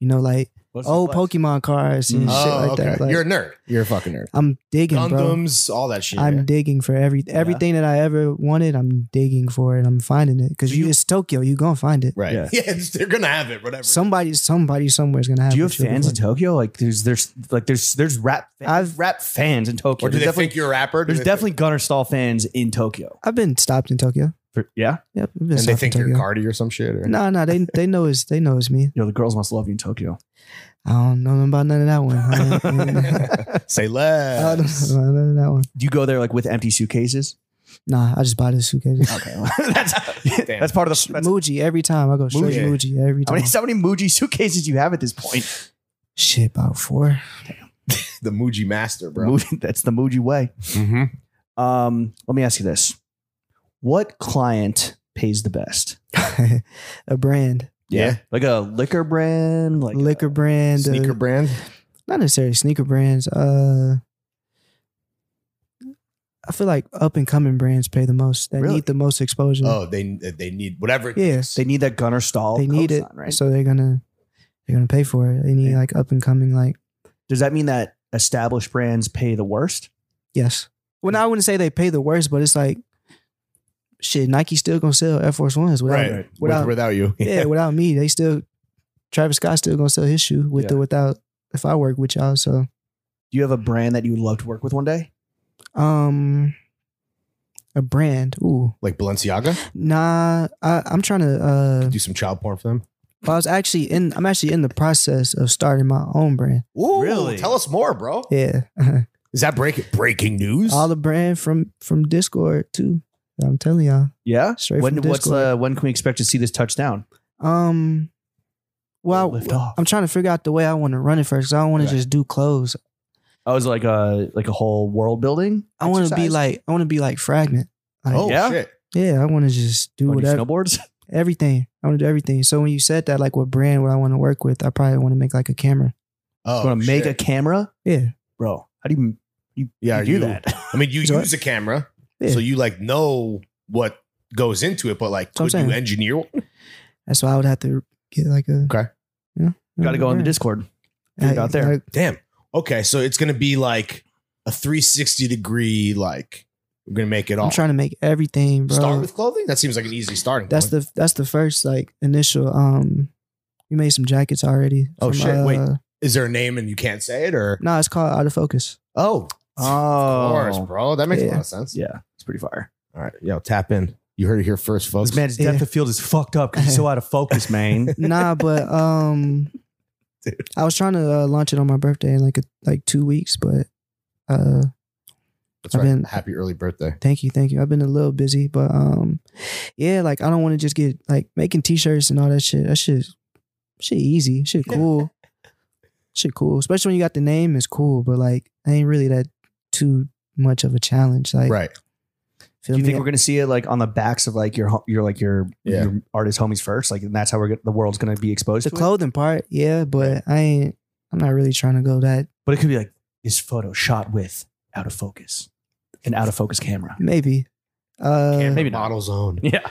C: you know, like old Oh, Pokemon cards and
B: Mm.
C: shit like that. Like,
D: Oh, You're a nerd. You're a fucking nerd.
C: I'm digging, bro.
D: Gundams, all that shit.
C: I'm digging for every everything that I ever wanted. I'm digging for it. I'm finding it because
B: Do
C: you,
B: you-
C: it's Tokyo. You gonna find it.
D: right.
B: Yeah.
D: Yeah. they're gonna have it. Whatever.
C: Somebody, somebody, somewhere is gonna have.
B: Do you
C: what
B: have
C: you're
B: fans in
C: looking
B: Tokyo? Like there's there's like there's there's rap fans,
C: I've-
B: rap fans in Tokyo.
D: or do
B: There's
D: they
B: definitely,
D: think you're a rapper? Do
B: there's
D: they
B: definitely Gunnar Stahl fans in Tokyo.
C: for. I've been stopped in Tokyo.
B: For- yeah?
C: Yep, I've been
D: Think, and they
C: stopped
D: think
C: in
D: you're
C: Tokyo.
D: Cardi or some shit.
C: (laughs)
D: Or,
C: No, no, they they know it's they know it's me.
B: Yo, the girls must love you in Tokyo.
C: I don't know about none of that one. I don't-
D: (laughs) Say
C: I don't (laughs) know
D: less.
C: about none of that one.
B: Do you go there like with empty suitcases?
C: Nah, I just buy this suitcase.
B: Okay. that's (laughs)
D: Damn.
B: that's part of the (laughs) that's,
C: Muji every time I go straight
D: Muji.
C: Muji every
B: how
C: time.
B: many (laughs) how many Muji suitcases you have at this (laughs) point?
C: Shit, about four. (laughs)
D: The Muji master, bro.
B: Muji, that's the Muji way.
D: Mm-hmm.
B: Um, let me ask you this. What client pays the best?
C: a brand,
D: Yeah.
B: Like a liquor brand, like
C: liquor brand, uh,
D: Sneaker brand.
C: not necessarily sneaker brands. Uh, I feel like up and coming brands pay the most. That
B: Really?
C: need the most exposure.
D: Oh, they they need whatever. it
C: Yeah.
D: takes.
B: They need that Gunnar Stahl.
C: they need it,
B: cosign, right?
C: so they're gonna they're gonna pay for it. They need
B: Yeah.
C: like up and coming, like
B: Does that mean that established brands pay the worst?
C: yes. Well, now I wouldn't say they pay the worst, but it's like shit. Nike's still gonna sell Air Force Ones without
D: right. With-
C: without
D: without
C: (laughs)
D: you.
C: yeah without me. They still Travis Scott's still gonna sell his shoe with
B: Yeah.
C: or without if I work with y'all. So
B: Do you have a brand that you would love to work with one day?
C: um, a brand. Ooh,
D: Like Balenciaga.
C: Uh-huh. nah. I, I'm trying to. uh
D: Do some child porn for them.
C: I was actually in. I'm actually in the process of starting my own brand.
D: Ooh,
B: Really?
D: Tell us more, bro.
C: Yeah. (laughs)
D: Is that break, breaking news?
C: all the brand from from Discord too. I'm telling y'all.
B: Yeah.
C: Straight
B: when
C: from
B: what's
C: Discord.
B: the when can we expect to see this touchdown?
C: Um, well,
B: Lift off.
C: Uh, I'm trying to figure out the way I want to run it first. 'cause I don't want
D: Right.
C: to just do clothes.
B: I was Oh, like a like a whole world building.
C: I want to be
B: exercise?
C: like I want to be like fragment. Like,
D: oh
B: Yeah.
D: shit!
C: yeah, I want to just do
B: You wanna do (laughs)
C: whatever,
B: snowboards.
C: everything. I want to do everything. So when you said that, like what brand would I want to work with? I probably want to make like a camera.
D: Oh,
B: want to make a
D: shit.
B: camera,
C: Yeah,
B: bro. How do you you,
D: Yeah,
B: you do
D: you-
B: (laughs) that?
D: I mean, you
C: So-
D: use a camera,
C: Yeah.
D: so you like know what goes into it, but like,
C: That's
D: could
C: what I'm
D: you
C: saying.
D: engineer? one?
C: that's why I would have to get like a
D: Okay.
C: Yeah,
B: Got to go on the Discord. figure it out there.
C: like,
D: Damn. Okay, so it's gonna be like a 360 degree. Like, we're gonna make it all.
C: I'm trying to make everything, bro.
D: Start with clothing. That seems like an easy starting.
C: That's
D: point.
C: the that's the first like initial. Um, we made some jackets already.
D: Oh,
C: from,
D: shit. Wait.
C: uh,
D: Is there a name and you can't say it, or
C: No, it's called out of focus.
D: oh, of course,
B: Oh,
D: bro. That makes a
C: Yeah.
D: lot of sense.
B: yeah, it's pretty fire.
D: All right, yo, tap in. You heard it here first, folks.
B: This man's depth
C: Yeah.
B: of field is fucked up because he's so out of (laughs) focus, man. (laughs)
C: Nah, but um,
D: Dude.
C: I was trying to uh, launch it on my birthday in like a, like two weeks, but uh,
D: That's
C: I've
D: right.
C: been-
D: Happy early birthday.
C: thank you, thank you. I've been a little busy, but um, yeah, like I don't want to just get like making t-shirts and all that shit. That shit, shit easy, shit cool. shit cool. Especially when you got the name is cool, but like ain't really that too much of a challenge. Like
D: right.
C: feel
B: Do you
C: me?
B: think we're gonna see it like on the backs of like your ho- your like your,
D: Yeah.
B: your artist homies first? Like, and that's how we're get, the world's gonna be exposed
C: the
B: to it?
C: clothing part, yeah, but I ain't I'm not really trying to go that
B: But it could be like this photo shot with out of focus, an out of focus camera.
C: maybe. Uh
D: Camera
B: maybe not.
D: model zone.
B: (laughs) Yeah,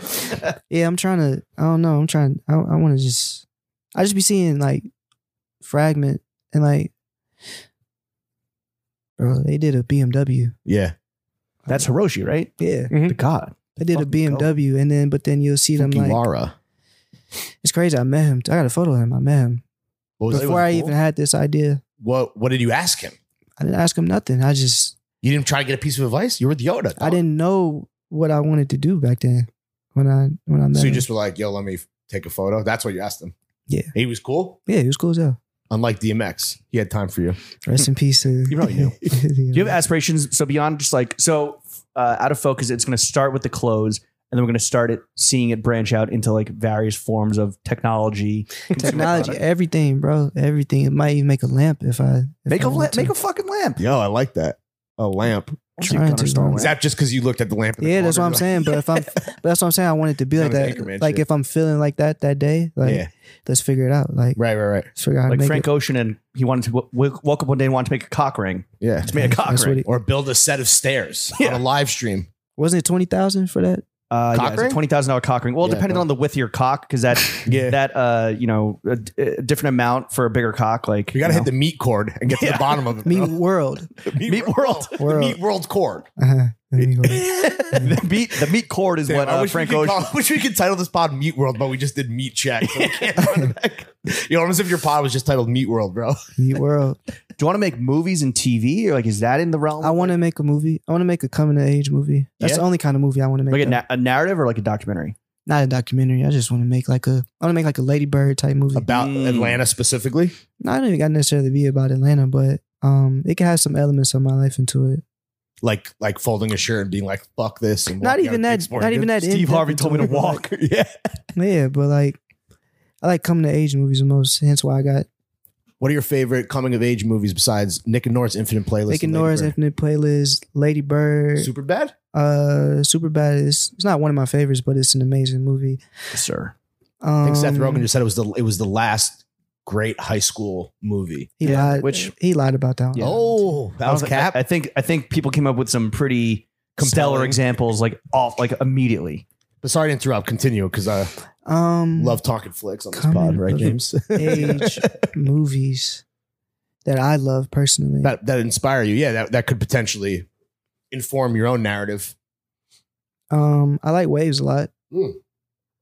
C: Yeah, I'm trying to. I don't know. I'm trying. I, I want to just. I just be seeing like fragment and like, bro. They did a BMW.
D: Yeah.
B: that's Hiroshi, right?
C: Yeah,
B: The god.
C: they did a
B: Fucking go.
C: BMW, and then but then you'll see them like
D: Lara.
C: it's crazy. I met him. I got a photo of him. I met him
D: What was it?
C: before
D: Was it
C: I
D: cool?
C: even had this idea.
D: What What did you ask him?
C: I didn't ask him nothing. I just
D: You didn't try to get a piece of advice. You were with Yoda.
C: I didn't know what I wanted to do back then when I when I met
D: So you
C: him.
D: just were like, "Yo, let me f- take a photo." That's what you asked him.
C: Yeah.
D: He was cool.
C: yeah, he was cool as hell.
D: Unlike DMX, he had time for you.
C: Rest in peace. To,
B: You probably knew.
C: (laughs) you
B: Do you
C: know.
B: have aspirations? So beyond just like so uh, out of focus, it's going to start with the clothes, and then we're going to start it seeing it branch out into like various forms of technology. consumer
C: (laughs) technology, eh,
B: product.
C: everything, bro, everything. It might even make a lamp if I if
B: Make
C: I
B: a
C: want
B: lamp.
C: to.
B: Make a fucking lamp.
D: Yo, I like that. A lamp.
C: I'm trying to, bro.
D: Is that just because you looked at the lamp? in the
C: Yeah, that's what
D: corner?
C: I'm saying. But if I'm,
B: (laughs)
C: but that's what I'm saying. I want it to be like
D: Kind
C: that.
D: of Anchorman
C: Like
D: shit.
C: if I'm feeling like that that day, like
D: yeah.
C: let's figure it out. Like
D: Right. Right. Right.
C: let's figure out how to
B: Like
C: make
B: Frank
C: it.
B: Ocean, and he wanted to w- w- woke up one day and wanted to make a cock ring. (laughs)
D: Yeah.
B: Just made a cock
C: That's what
B: ring.
C: he-
D: Or build a set of stairs
B: Yeah.
D: on a live stream.
C: Wasn't it twenty thousand for that?
B: Uh,
D: Cock
B: yeah, it's a
D: ring?
B: twenty thousand dollar cock ring. Well,
D: Yeah,
B: depending
D: bro.
B: on the width of your cock, because
C: (laughs)
B: that
D: Yeah.
B: that uh, you know, a, d- a different amount for a bigger cock. Like
D: We got to
B: you
D: hit
B: know.
D: the meat cord and get to
B: Yeah.
D: the bottom (laughs) of it.
C: Meat
D: bro.
B: (laughs)
C: World.
B: Meat world.
D: The
C: World.
D: meat world cord.
C: Uh-huh. Meat
B: (laughs)
C: World.
B: the meat. The meat cord is
D: Damn,
B: what
D: I
B: uh,
D: wish we
B: Frank
D: could
B: Ocean.
D: call- I wish we could title this pod Meat World, but we just did Meat Check. (laughs) So we can't run
B: (laughs)
D: it back. You know, almost if your pod was just titled Meat World, bro. (laughs)
C: Meat World.
B: Do you want to make movies and TV? Or like, is that in the realm?
C: I want to make a movie. I want to make a coming of age movie. That's
B: Yeah?
C: the only kind of movie I want to make.
B: like a,
C: though.
B: na- a narrative or like a documentary?
C: Not a documentary. I just want to make like a. I want to make like a Ladybird type movie.
D: About
B: Mm.
D: Atlanta specifically.
C: No, I don't even got to necessarily be about Atlanta, but um, it can have some elements of my life into it.
D: Like like folding a shirt and being like, fuck this. And
C: Not
D: walking out
C: even
D: of
C: that.
D: Dick's Sporting (laughs)
C: Not even that.
B: Steve
C: in-depth
B: Harvey
C: into
B: told me
C: it,
B: to
C: but,
B: walk.
D: Goods. yeah.
C: like, (laughs) yeah, but like, I like coming to age movies the most. Hence why I got
D: What are your favorite coming of age movies besides Nick and Nora's Infinite Playlist?
C: Nick and Nora's Infinite Playlist, Lady Bird,
D: Super bad.
C: uh, Super Bad. It's, it's not one of my favorites, but it's an amazing movie.
B: Yes, sir.
C: Um,
D: I think Seth Rogen just said it was the it was the last great high school movie.
C: he
B: Yeah,
C: lied.
B: which-
C: he lied about that. One.
B: Yeah.
D: Oh, that was
B: I don't-
D: Cap.
B: I, I think I think people came up with some pretty stellar
D: Compelling.
B: examples like off like immediately.
D: But sorry to interrupt. Continue uh, because I
C: Um,
D: love talking flicks on this
C: Coming
D: pod, right,
C: of
D: James?
C: (laughs)
D: (laughs)
C: age movies that I love personally.
D: that that inspire you. Yeah, that, that could potentially inform your own narrative.
C: Um, I like Waves a lot.
D: Mm.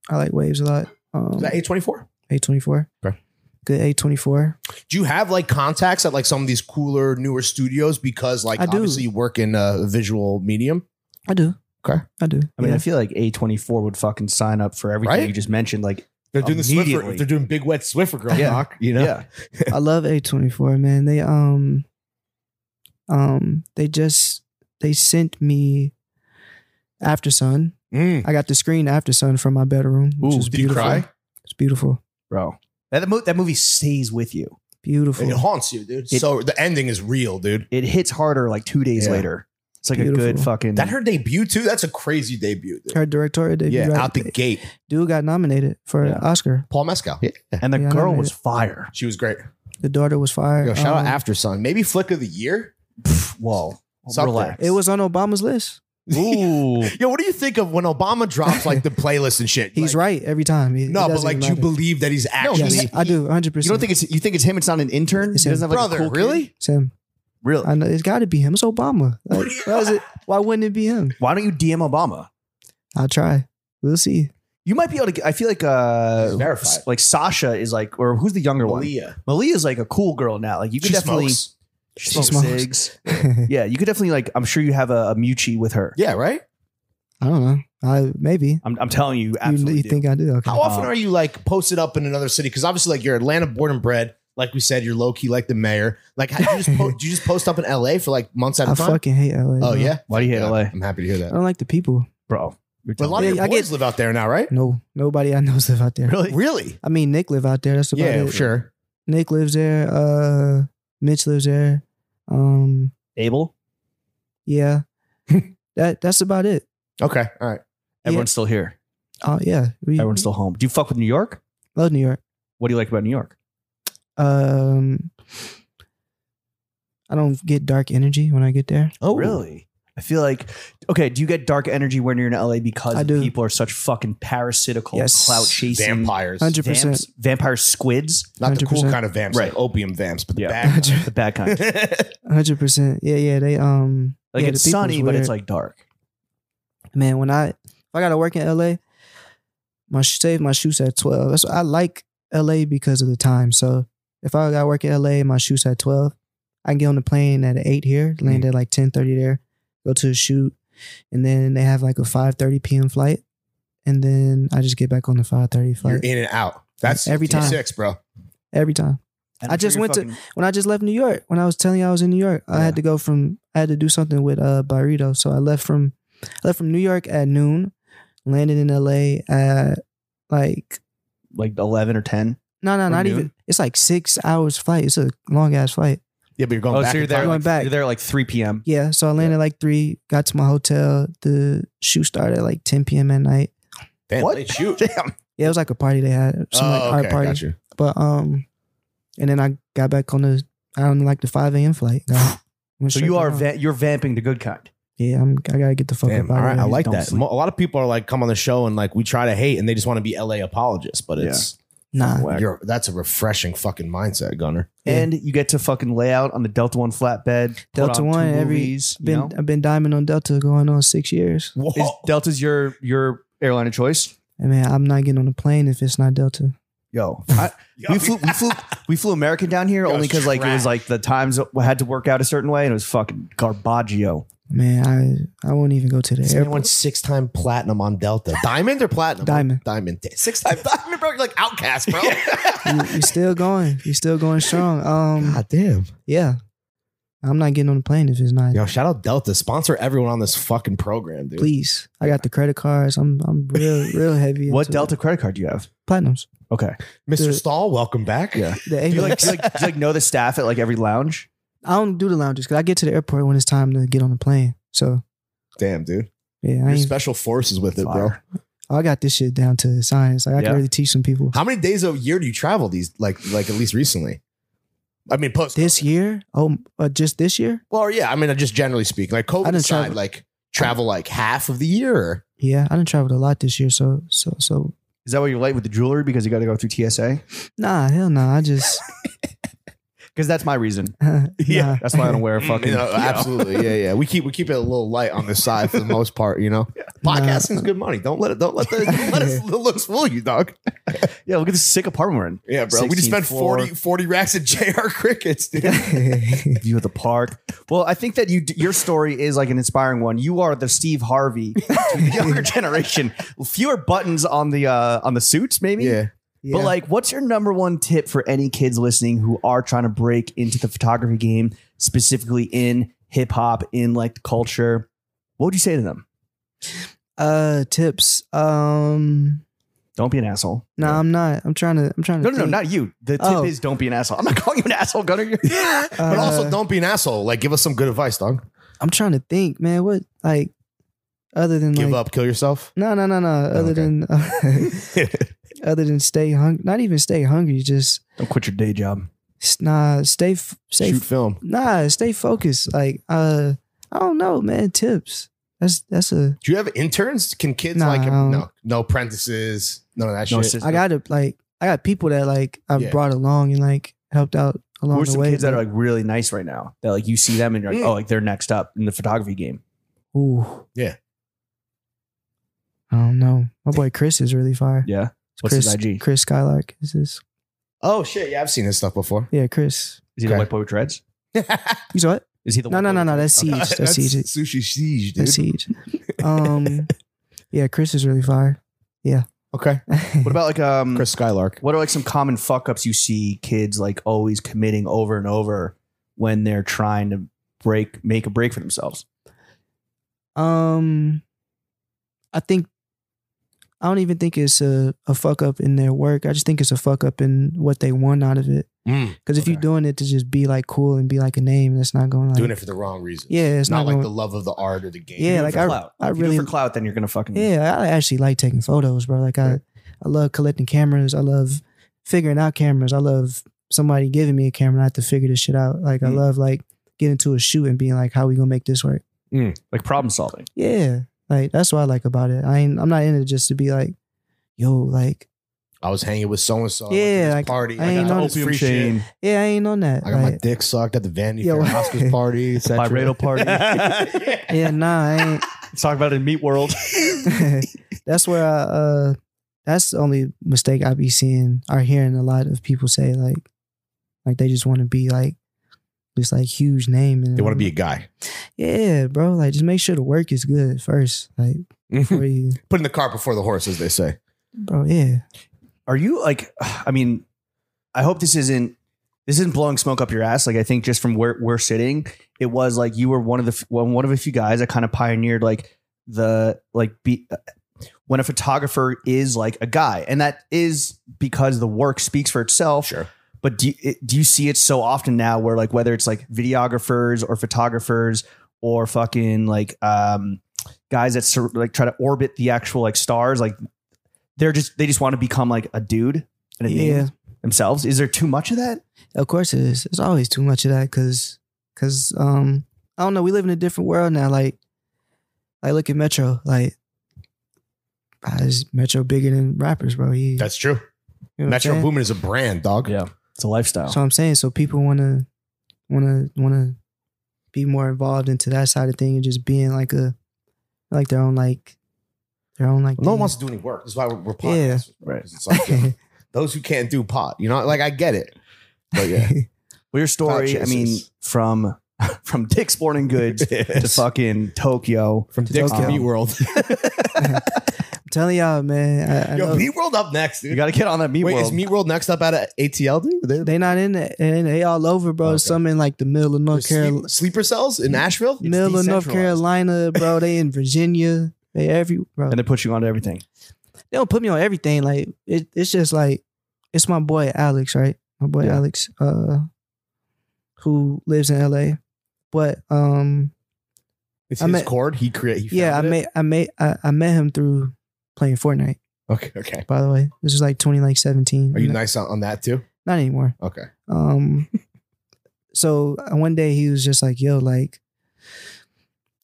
C: I like Waves a lot. Um,
D: Is that A twenty four?
C: A twenty four.
D: Okay.
C: Good A twenty four.
D: Do you have like contacts at like some of these cooler, newer studios? Because like
C: I do.
D: obviously you work in a visual medium.
C: I do.
D: Okay.
C: I do.
B: I mean,
C: yeah.
B: I feel like A twenty four would fucking sign up for everything
D: Right?
B: you just mentioned. Like,
D: They're
B: doing the Swiffer- Immediately. they're
D: doing big wet Swiffer girl
B: Yeah.
D: knock. You know.
B: yeah,
C: (laughs) I love A twenty four, man. They um um they just they sent me After Sun.
D: Mm.
C: I got the screen After Sun from my bedroom, which
B: Ooh,
C: is
D: did you
C: beautiful.
D: cry?
C: It's beautiful.
B: bro. That mo- that movie stays with you.
D: It
C: Beautiful.
D: haunts you, dude.
B: It-
D: so the ending is real, dude.
B: It hits harder like two days
D: Yeah.
B: later. It's like
C: Beautiful.
B: a good fucking.
D: That her debut too. That's a crazy debut. Dude.
C: Her directorial debut.
D: yeah,
C: right?
D: out the gate.
C: Dude got nominated for
B: Yeah.
C: an Oscar.
D: Paul Mescal. Yeah,
B: and the
C: Yeah, I
B: girl
C: made
B: was
C: it.
B: fire.
D: she was great.
C: The daughter was fired.
D: Yo, shout out
C: Um,
D: After Sun. Maybe flick of the year.
B: Pff, Whoa,
D: Something.
B: relax.
C: It was on Obama's list.
B: (laughs) Ooh,
D: Yo, what do you think of when Obama drops like
C: (laughs)
D: the playlist and shit?
C: He's
D: Like,
C: right every time. It- it
D: No, but
C: doesn't
D: like,
C: even
D: do you
C: matter.
D: believe that he's actually?
C: Yes, I do, 100%.
B: you don't think it's you think it's him? It's not an intern.
C: It's
B: He doesn't
C: him.
B: have, like, a
D: brother,
B: cool kid?
D: really?
C: it's him?
B: Really?
C: I know it's got to be him. It's Obama.
D: (laughs)
C: Like, why, is it, why wouldn't it be him?
B: Why don't you DM Obama?
C: I'll try. We'll
D: (laughs)
C: see.
B: You might be able to. Get, I feel like uh,
D: He's verified.
B: like Sasha is like, or who's the younger one?
D: Malia.
B: Malia is like a cool girl now. Like you could
D: She
B: definitely
D: smokes.
B: She
C: She
B: smokes
C: smokes.
B: cigs.
C: I
B: Yeah, you could definitely like. I'm sure you have a, a Mucci with her.
D: Yeah, right.
C: don't know. I maybe
B: I'm, I'm telling you, you
C: you,
B: absolutely.
C: you
B: do.
C: think I do? Okay.
D: How often
B: Uh,
D: are you like posted up in another city? Because obviously, like you're Atlanta born and bred. Like we said, you're low key like the mayor. Like, how, do, you just po- do you just post up in LA for like months at a
C: I
D: time?
C: fucking hate LA.
D: Oh
C: bro.
D: yeah.
B: Why do you hate
D: Yeah,
B: LA,
D: I'm happy to hear
C: I
D: that.
C: don't like the people.
B: bro? You're
D: But a lot
B: telling
D: of
B: me.
D: your
C: I get-
D: boys live out there now, right?
C: No, nobody I know (laughs) live out there.
B: Really?
D: Really?
C: I mean, Nick live out there. That's about
D: Yeah,
C: it.
D: sure.
C: Nick lives there. Uh, Mitch lives there. Um,
B: Abel,
D: (laughs)
C: yeah, that that's about it.
D: Okay. All right.
B: everyone's still here.
C: Oh yeah, we
B: Everyone's still home. Do you fuck with New York?
C: love New York.
B: What do you like about New York?
C: Um, I don't get dark energy when I get there.
D: Oh,
B: really? I feel like okay. Do you get dark energy when you're in LA because
C: I do.
B: people are such fucking parasitical,
C: Yes.
B: clout chasing
D: Vampires.
C: Hundred percent.
B: vamps, vampire squids,
D: Not the cool
C: 100%.
D: kind of vamps,
B: Right.
D: like opium vamps, but the
B: Yeah.
D: bad. kind.
B: the bad
D: (laughs)
B: kind.
C: (laughs) Hundred percent. Yeah, yeah. They um,
B: Like
C: yeah,
B: it's
C: the people's
B: sunny, but
C: weird.
B: it's like dark.
C: man, when I if I gotta work in LA, my sh- save my shoots at twelve. That's I like LA because of the time. So if I gotta work in LA, and my shoots at twelve. I can get on the plane at eight here, land at like ten thirty there, go to a shoot, and then they have like a five thirty p.m. flight, and then I just get back on the five thirty
D: You're
C: flight
D: in and out. That's
C: Every time.
D: Six, bro.
C: every time.
B: And I'm
C: I
B: sure
C: just
B: you're
C: went to-
B: fucking-
C: when I just left New York, when I was telling you I was in New York, I had to go from I had to do something with uh Barrito. So I left from I left from New York at noon, landed in LA at like
B: like eleven or ten.
C: no no
B: Or
C: not
B: noon?
C: even it's like six hours flight. It's a long ass flight.
D: Yeah, but you're going
B: oh,
D: back.
B: so you're
D: and
B: there.
D: forth.
C: Going
B: like,
C: back.
B: You're there like three p.m.
C: Yeah. So I landed like three, got to my hotel, the shoot started at like ten PM at night.
D: (laughs) Damn,
B: What?
D: they Shoot.
C: Yeah, it was like a party they had. Some like
D: Oh,
C: art
D: okay,
C: party.
D: got you.
C: But um and then I got back on the I don't know, like the five AM
D: (sighs)
C: flight. Went
B: So
C: straight
B: you are
C: down.
B: va- you're vamping the good kind.
C: Yeah, I'm I gotta get the fuck up
D: Damn,
C: out
D: all
C: of
D: right,
C: there.
D: I like
B: don't
D: that.
B: sleep.
D: Mo- A lot of people are like come on the show and like we try to hate and they just want to be LA apologists, but it's
C: Nah.
D: you're, that's a refreshing fucking mindset, Gunner.
C: Yeah.
B: And you get to fucking lay out on the Delta One flatbed. put
C: Delta
B: on two
C: One, every-
B: movies, you
C: been
B: know?
C: I've been diamond on Delta going on six years.
D: Whoa.
B: Is
C: (laughs)
B: Delta's your your airline of choice?
C: I mean, I'm not getting on a plane if it's not Delta.
B: (laughs) Yo, I, we flew we flew we flew American down here
D: Yo,
B: only because like it was
D: trash.
B: like the times had to work out a certain way and it was fucking garbaggio.
C: Man, I I won't even go to the
D: This man went
C: airport.
D: six time platinum on Delta. Diamond or platinum?
C: Diamond.
D: Diamond.
C: (laughs)
D: Six time diamond, bro. You're like outcast, bro.
C: you, you still going? You still going strong? Um,
D: God damn.
C: yeah. I'm not getting on the plane if it's not.
D: Yo, shout out Delta. Sponsor everyone on this fucking program, dude.
C: Please, I got the credit cards. I'm I'm real real heavy.
B: What
C: into
B: Delta credit card do you have?
C: Platinums.
B: Okay,
D: Mr.
C: Dude.
D: Stahl, welcome back. (laughs)
B: Yeah.
C: The
B: do you like
C: Amex.
B: do
C: (laughs)
B: you like, do you like know the staff at like every lounge?
C: I don't do the lounges because I get to the airport when it's time to get on the plane. So
D: Damn, dude.
C: yeah, I,
D: Your
C: ain't,
D: special forces with it, bro.
B: Fire.
C: I got this shit down to science. Like I
B: Yeah.
C: can really teach some people.
D: How many days a year do you travel these like like at least recently? I mean post
C: This year? Oh, uh, just this year?
D: Well, yeah, I mean just generally speaking. Like COVID
C: I didn't
D: aside,
C: travel-
D: like travel like half of the year.
C: Yeah, I didn't travel a lot this year, so so so
B: Is that why you're late with the jewelry because you got to go through TSA?
C: nah, hell nah. I just (laughs)
B: Because that's my reason. (laughs)
C: nah. (laughs)
B: that's why I don't wear (laughs) a fucking.
D: You know,
B: you know.
D: uh, absolutely. Yeah, yeah. We keep we keep it a little light on this
C: (laughs)
D: side for the most part, you know. Podcasting is good money. Don't let it don't let the don't
C: (laughs)
D: let us looks fool you, dog.
B: Yeah, look at this sick apartment we're in.
D: Yeah, bro. We just
B: 16th
D: spent
B: floor.
D: 40, 40 racks at JR Crickets, dude.
B: view of the park. Well, I think that you your story is like an inspiring one. You are the Steve Harvey to
D: (laughs)
B: the younger generation. Fewer buttons on the uh, on the suits, maybe.
D: (laughs) yeah.
C: Yeah.
B: But like, what's your number one tip for any kids listening who are trying to break into the photography game, specifically in hip hop, in like culture? What would you say to them?
C: uh tips. Um
B: Don't be an asshole.
C: no, I'm not. I'm trying to I'm trying
B: No,
C: to
B: no, no,
C: think.
B: not you. The tip
C: Oh.
B: is don't be an asshole. I'm not calling you an asshole, Gunner. You're-
D: But
C: Uh,
D: also don't be an asshole. Like give us some good advice, dog.
C: I'm trying to think, man. What like other than
D: Give
C: like
D: up, kill yourself. (laughs)
C: no no no no other
B: Oh,
D: okay.
C: than (laughs) other than stay hungry not even stay hungry, just
B: Don't quit your day job.
C: s- nah stay f- stay
D: Shoot film.
C: nah stay focused. Like uh I don't know, man, tips. That's that's a
D: Do you have interns? Can kids
C: Nah,
D: like
C: I don't-
D: no no apprentices? None of that
B: No
D: shit.
B: assist-
C: I got to like I got people that like I've
D: Yeah.
C: brought along and like helped out along
B: Who are
C: the
B: some
C: way.
B: kids that are
C: but-
B: like really nice right now? That like you see them and you're like,
D: Mm.
B: oh, like they're next up in the photography game.
C: ooh
D: Yeah.
C: I don't know. My boy Chris is really fire.
B: Yeah. What's
C: Chris,
B: his IG?
C: Chris Skylark is this?
D: Oh shit! Yeah, I've seen his stuff before. (laughs)
C: Yeah, Chris.
B: Is he the
D: Okay.
B: white boy with dreads?
D: no,
C: You saw it?
B: Is he the
C: No,
B: white
C: no,
B: boy
C: no,
B: with
C: no,
B: dreads?
C: that's
B: Okay. (laughs)
C: Siege, that's Siege,
D: sushi siege, dude.
C: that's Siege.
B: (laughs)
C: Um, yeah, Chris is really fire.
D: Okay,
B: What
C: (laughs)
B: about like um?
D: Chris Skylark.
B: What are like some common fuck ups you see kids like always committing over and over when they're trying to break, make a break for themselves?
C: um, I think I don't even think it's a, a fuck up in their work. I just think it's a fuck up in what they want out of it.
D: Mm,
C: Because if you're
D: Okay.
C: doing it to just be like cool and be like a name, that's not going like
D: doing it for the wrong reasons.
C: yeah, it's
D: not,
C: not,
D: like
C: going.
D: the love of the art or the game.
C: Yeah, like,
B: for
C: I-
B: clout. If
C: I
B: you do it
C: really-
B: for clout, then you're gonna fucking
C: Yeah, I actually like taking photos, bro. Like I, I love collecting cameras. I love figuring out cameras. I love somebody giving me a camera. And I have to figure this shit out. Like I
B: Mm.
C: love like getting to a shoot and being like, how we gonna make this work?
B: like problem solving.
C: Yeah, like that's what I like about it. I ain't, I'm not in it just to be like, yo, like
D: I was hanging with so and so.
C: Yeah,
D: Yeah,
C: like,
D: party.
C: I ain't
D: got
C: know
D: all
C: this
D: this free shit.
C: yeah, I ain't on that.
D: I got my
C: Like,
D: dick sucked at the Vanity
C: Yeah,
D: Fair
C: well-
D: Oscars
C: (laughs)
D: party. et cetera.
B: Byredo party.
D: (laughs) Yeah.
C: yeah, nah, I ain't.
B: Let's talk about it in Meat World.
C: (laughs) that's where I, uh that's the only mistake I be seeing or hearing a lot of people say like like they just want to be like this like huge name and
D: They want to be a guy. (laughs)
C: yeah bro like just make sure the work is good first like
D: Hmm.
C: for you
D: Putting the cart before the horse, as they say.
C: bro yeah
B: Are you like? (sighs) I mean, I hope this isn't this isn't blowing smoke up your ass. Like I think just from where we're sitting, it was like you were one of the f- one one of a few guys that kind of pioneered like the like be when a photographer is like a guy, and that is because the work speaks for itself.
D: Sure.
B: But do you, it- do you see it so often now where like whether it's like videographers or photographers or fucking like um guys that sur- like try to orbit the actual like stars like they're just they just want to become like a dude and a
C: Yeah.
B: name themselves is there too much of that
C: Of course it is. It's always too much of that because, cause um, I don't know. We live in a different world now. Like, like look at Metro. Like, ah, is Metro bigger than rappers, bro? He,
D: That's true.
C: you know what I'm
D: Metro
C: saying?
D: Boomin is a brand, dog.
B: Yeah. it's a lifestyle
C: So I'm saying, so people wanna, wanna, wanna be more involved into that side of thing and just being like a, like their own like, their own like.
D: No one
C: thing.
D: wants to do any work. That's why we're, we're
C: Mm. Yeah.
D: podcasters.
B: right
D: 'Cause It's
C: (laughs)
D: like yo, those who can't do pot. You know, like I get it.
B: (laughs)
D: But yeah.
B: well your story i mean
D: Podchasers.
B: from (laughs) from dick's sporting goods
D: (laughs)
B: to fucking tokyo
D: From Dick's to
B: Tokyo.
D: Meat (laughs) World.
C: I'm telling y'all, man. I, I
D: Yo,
C: know
D: Meat World up next, dude.
B: you gotta get on that meat
D: Wait,
B: world
D: is Meat World next up out of ATL, dude? Are They,
C: they not in it, and they all over, bro.
D: Okay.
C: Some in like the middle of
D: they're
C: North
D: sleep-
C: Carolina.
D: sleeper cells in Nashville?
B: It's
C: middle of North
B: decentralized.
C: Carolina,
D: (laughs)
C: bro. They in Virginia. They every bro.
B: and they put you onto everything
C: they don't put me on everything. Like it, it's just like it's my boy Alex, right? My boy
B: Yeah.
C: Alex, uh, who lives in LA. But um,
D: It's
C: I
D: his
C: met-
D: chord. He created.
C: yeah, I met I met I, I met him through playing Fortnite.
D: Okay, okay.
C: By the way, this was like twenty like seventeen.
D: Are you
C: Not-
D: nice on, on that too?
C: not anymore.
D: Okay.
C: Um, so uh, one day he was just like, "Yo, like,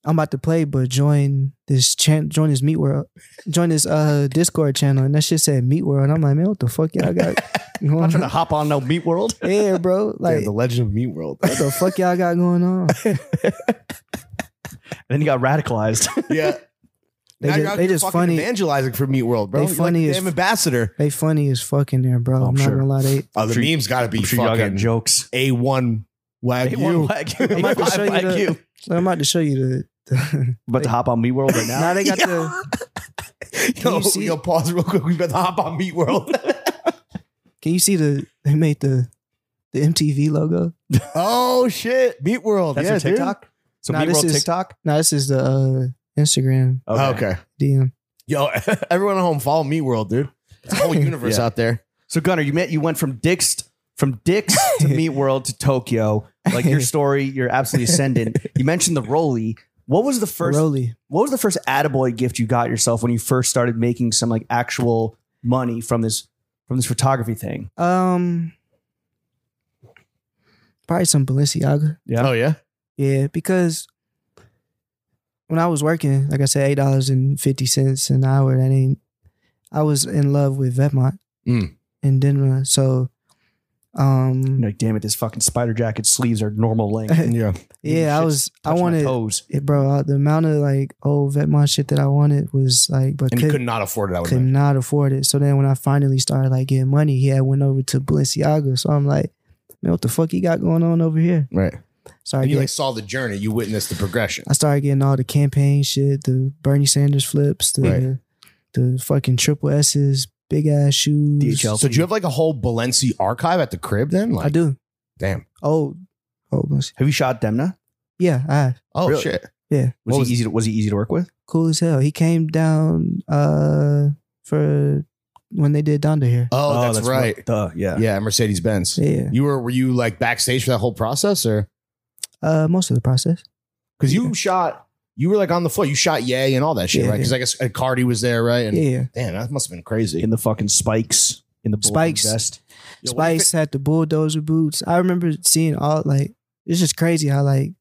C: I'm about to play, but join this chan- join this Meat World, join this uh Discord channel." And that shit said Meat World. And I'm like, "Man, what the fuck y'all got
B: i'm not trying
C: going
B: to
D: Mm-hmm.
C: on?"
B: hop on no meat world
C: Yeah, bro.
D: Like
C: Like,
D: the Legend of
C: (laughs)
D: Meat World. (laughs)
C: what the fuck y'all got going on?
B: and then you got radicalized
D: yeah.
C: They
D: Now
C: just-
D: you're out
C: they
D: here
C: just
D: fucking
C: funny-
D: evangelizing for Meat World, bro.
C: They
D: You're
C: funny
D: like
C: as-
D: damn ambassador.
C: They funny as fucking there, bro.
B: Oh,
C: I'm,
B: I'm
C: not
B: sure.
C: gonna lie, they.
D: Oh, the
B: Sure-
D: memes got to
B: (laughs)
D: be
B: i'm sure y'all got
D: fucking
B: jokes
D: a one
B: A1
D: wagyu.
B: (laughs) Wagyu.
D: I'm about to
C: show you
B: A5
C: the-
B: Wagyu.
C: I'm about to show you the. the
B: About to hop on Me World right now.
C: (laughs) now they got the.
D: (laughs) Yo,
C: you see-
D: yo, pause real quick. We better hop on Meat World. (laughs)
C: Can you see the? They made the, the MTV logo.
D: oh shit, Meat World.
B: That's
D: yeah,
B: your TikTok. So
C: Nah,
B: Meat
C: this
B: World
C: is-
B: TikTok.
C: No, this is the uh, Instagram
D: Dude. Okay.
C: DM.
D: Yo, (laughs) everyone at home, follow Meat World, dude. It's a whole universe
B: Yeah.
D: out there.
B: So Gunnar, you met you went from Dick's from (laughs) Dick's to Meat World to Tokyo. Like (laughs) your story, you're absolutely ascendant. You mentioned the Roly. What was the first?
C: Roly.
B: What was the first Attaboy gift you got yourself when you first started making some like actual money from this from this photography thing?
C: Um, probably some Balenciaga.
B: Yeah.
D: Oh yeah.
C: Yeah, because when I was working, like I said, eight dollars and fifty cents an hour. That ain't. I was in love with Vetmont
D: Mm.
C: in Denver, so um,
B: You're like, damn it, this fucking spider jacket sleeves are normal length. (laughs)
D: Yeah.
C: yeah, I
B: shit
C: was. I
B: Touch my
C: wanted,
B: toes.
C: Yeah, bro. uh, the amount of like old Vetmont shit that I wanted was like, but
D: And you
C: couldn't-
D: could not afford it. I would
C: could
D: imagine.
C: not afford it. So then when I finally started like getting money, he had went over to Balenciaga. So I'm like, man, what the fuck he got going on over here?
D: Right.
C: So I,
D: And you
C: get,
D: like saw the journey. You witnessed the progression.
C: I started getting all the campaign shit, the Bernie Sanders flips, the
D: Right.
C: the fucking triple S's, big ass shoes.
B: DHL.
D: So do you have like a whole Balenci archive at the crib then? Like,
C: I do.
D: Damn.
C: Oh, oh, Balenciaga.
B: Have you shot Demna?
C: yeah, I have.
D: Oh
B: Really?
D: shit.
C: yeah,
B: Was,
D: What was-
B: he easy? To, was he easy to work with?
C: cool as hell. He came down uh for when they did Donda here.
D: Oh, that's, right.
B: Duh, yeah.
D: Yeah, Mercedes Benz.
C: Yeah.
D: You were were you like backstage for that whole process or
C: Uh, most of the process.
D: because you shot you were like on the floor. You shot Yay and all that shit,
C: Yeah,
D: right? Because I guess uh, Cardi was there, right? And
C: yeah, yeah.
D: damn, that must have been crazy.
B: In the fucking spikes. In the bulletproof
C: Spikes.
B: Vest.
D: Yo, what do you
C: Spice had the bulldozer boots. I remember seeing all like it's just crazy how like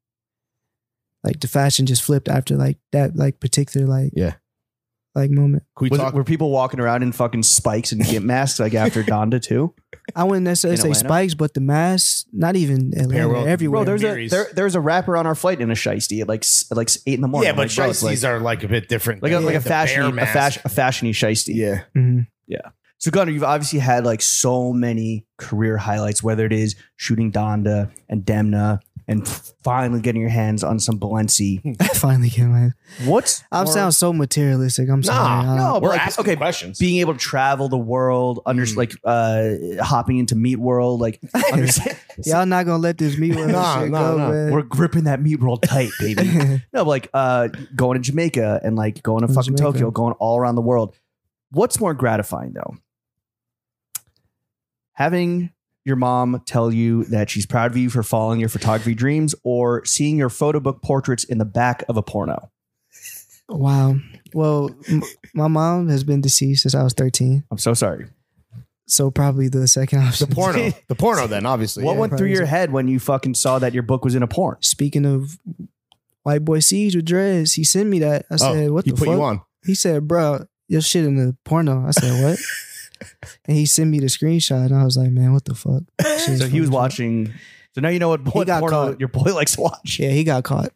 C: like the fashion just flipped after like that like particular like
D: Yeah.
C: like moment.
D: Can we
B: Was-
D: talk?
B: were people walking around in fucking spikes and gimp masks like after Donda too?
D: (laughs)
C: I wouldn't necessarily
B: In
C: say
B: Atlanta?
C: spikes, but the mask, not even Atlanta,
D: Parallel-
C: everywhere.
B: Bro, there's a
D: Mary's.
B: there, there's a rapper on our flight in a shiesty at like s- at like s- eight in the morning.
D: yeah,
B: I'm
D: but
B: like, bro, it's
D: shiesties
B: like,
D: are like a bit different.
B: like a,
D: than
B: like a
D: the bear
B: fashion a
D: mask.
B: fashion a fashiony shiesty.
D: Yeah,
C: Mhm.
B: So Gunner, you've obviously had like so many career highlights, whether it is shooting Donda and Demna and finally getting your hands on some
D: Hmm.
B: Balenci.
C: (laughs) I finally came out.
B: What's
C: I
B: more-
C: sound so materialistic. I'm sorry.
D: Nah,
C: I-
B: no, but
D: we're
B: like,
D: asking
B: okay,
D: questions.
B: being able to travel the world, under
D: Mm.
B: like uh hopping into meat world, like understand,
C: Y'all not gonna let this meat world
D: (laughs) Nah,
C: shit
D: nah,
C: go,
D: nah.
C: (laughs)
B: we're gripping that meat world tight, baby.
C: man.
B: No, but like uh, going to Jamaica and like going to
C: Going to
B: fucking
C: Jamaica.
B: Tokyo, going all around the world. What's more gratifying though? Having your mom tell you that she's proud of you for following your photography dreams or seeing your photo book portraits in the back of a porno.
C: wow. Well, m- my mom has been deceased since I was 13,
B: I'm so sorry.
C: so probably the second (laughs) option.
D: the porno, the porno. Then obviously,
B: what
D: yeah.
B: went through your head when you fucking saw that your book was in a porn?
C: Speaking of white boy siege with dreads, he sent me that. I said, "What
D: Oh, he
C: the
D: put
C: fuck?"
D: you on?
C: He said, "Bro, your shit in the porno." I said,
D: (laughs)
C: "What?" and he sent me the screenshot, and I was like, "Man, what the fuck?" Shit is
B: So he was
C: funny.
B: watching. So now you know what, what
C: got
B: porno
C: caught.
B: your boy (laughs) likes to watch.
C: Yeah, he got
D: (laughs)
C: caught.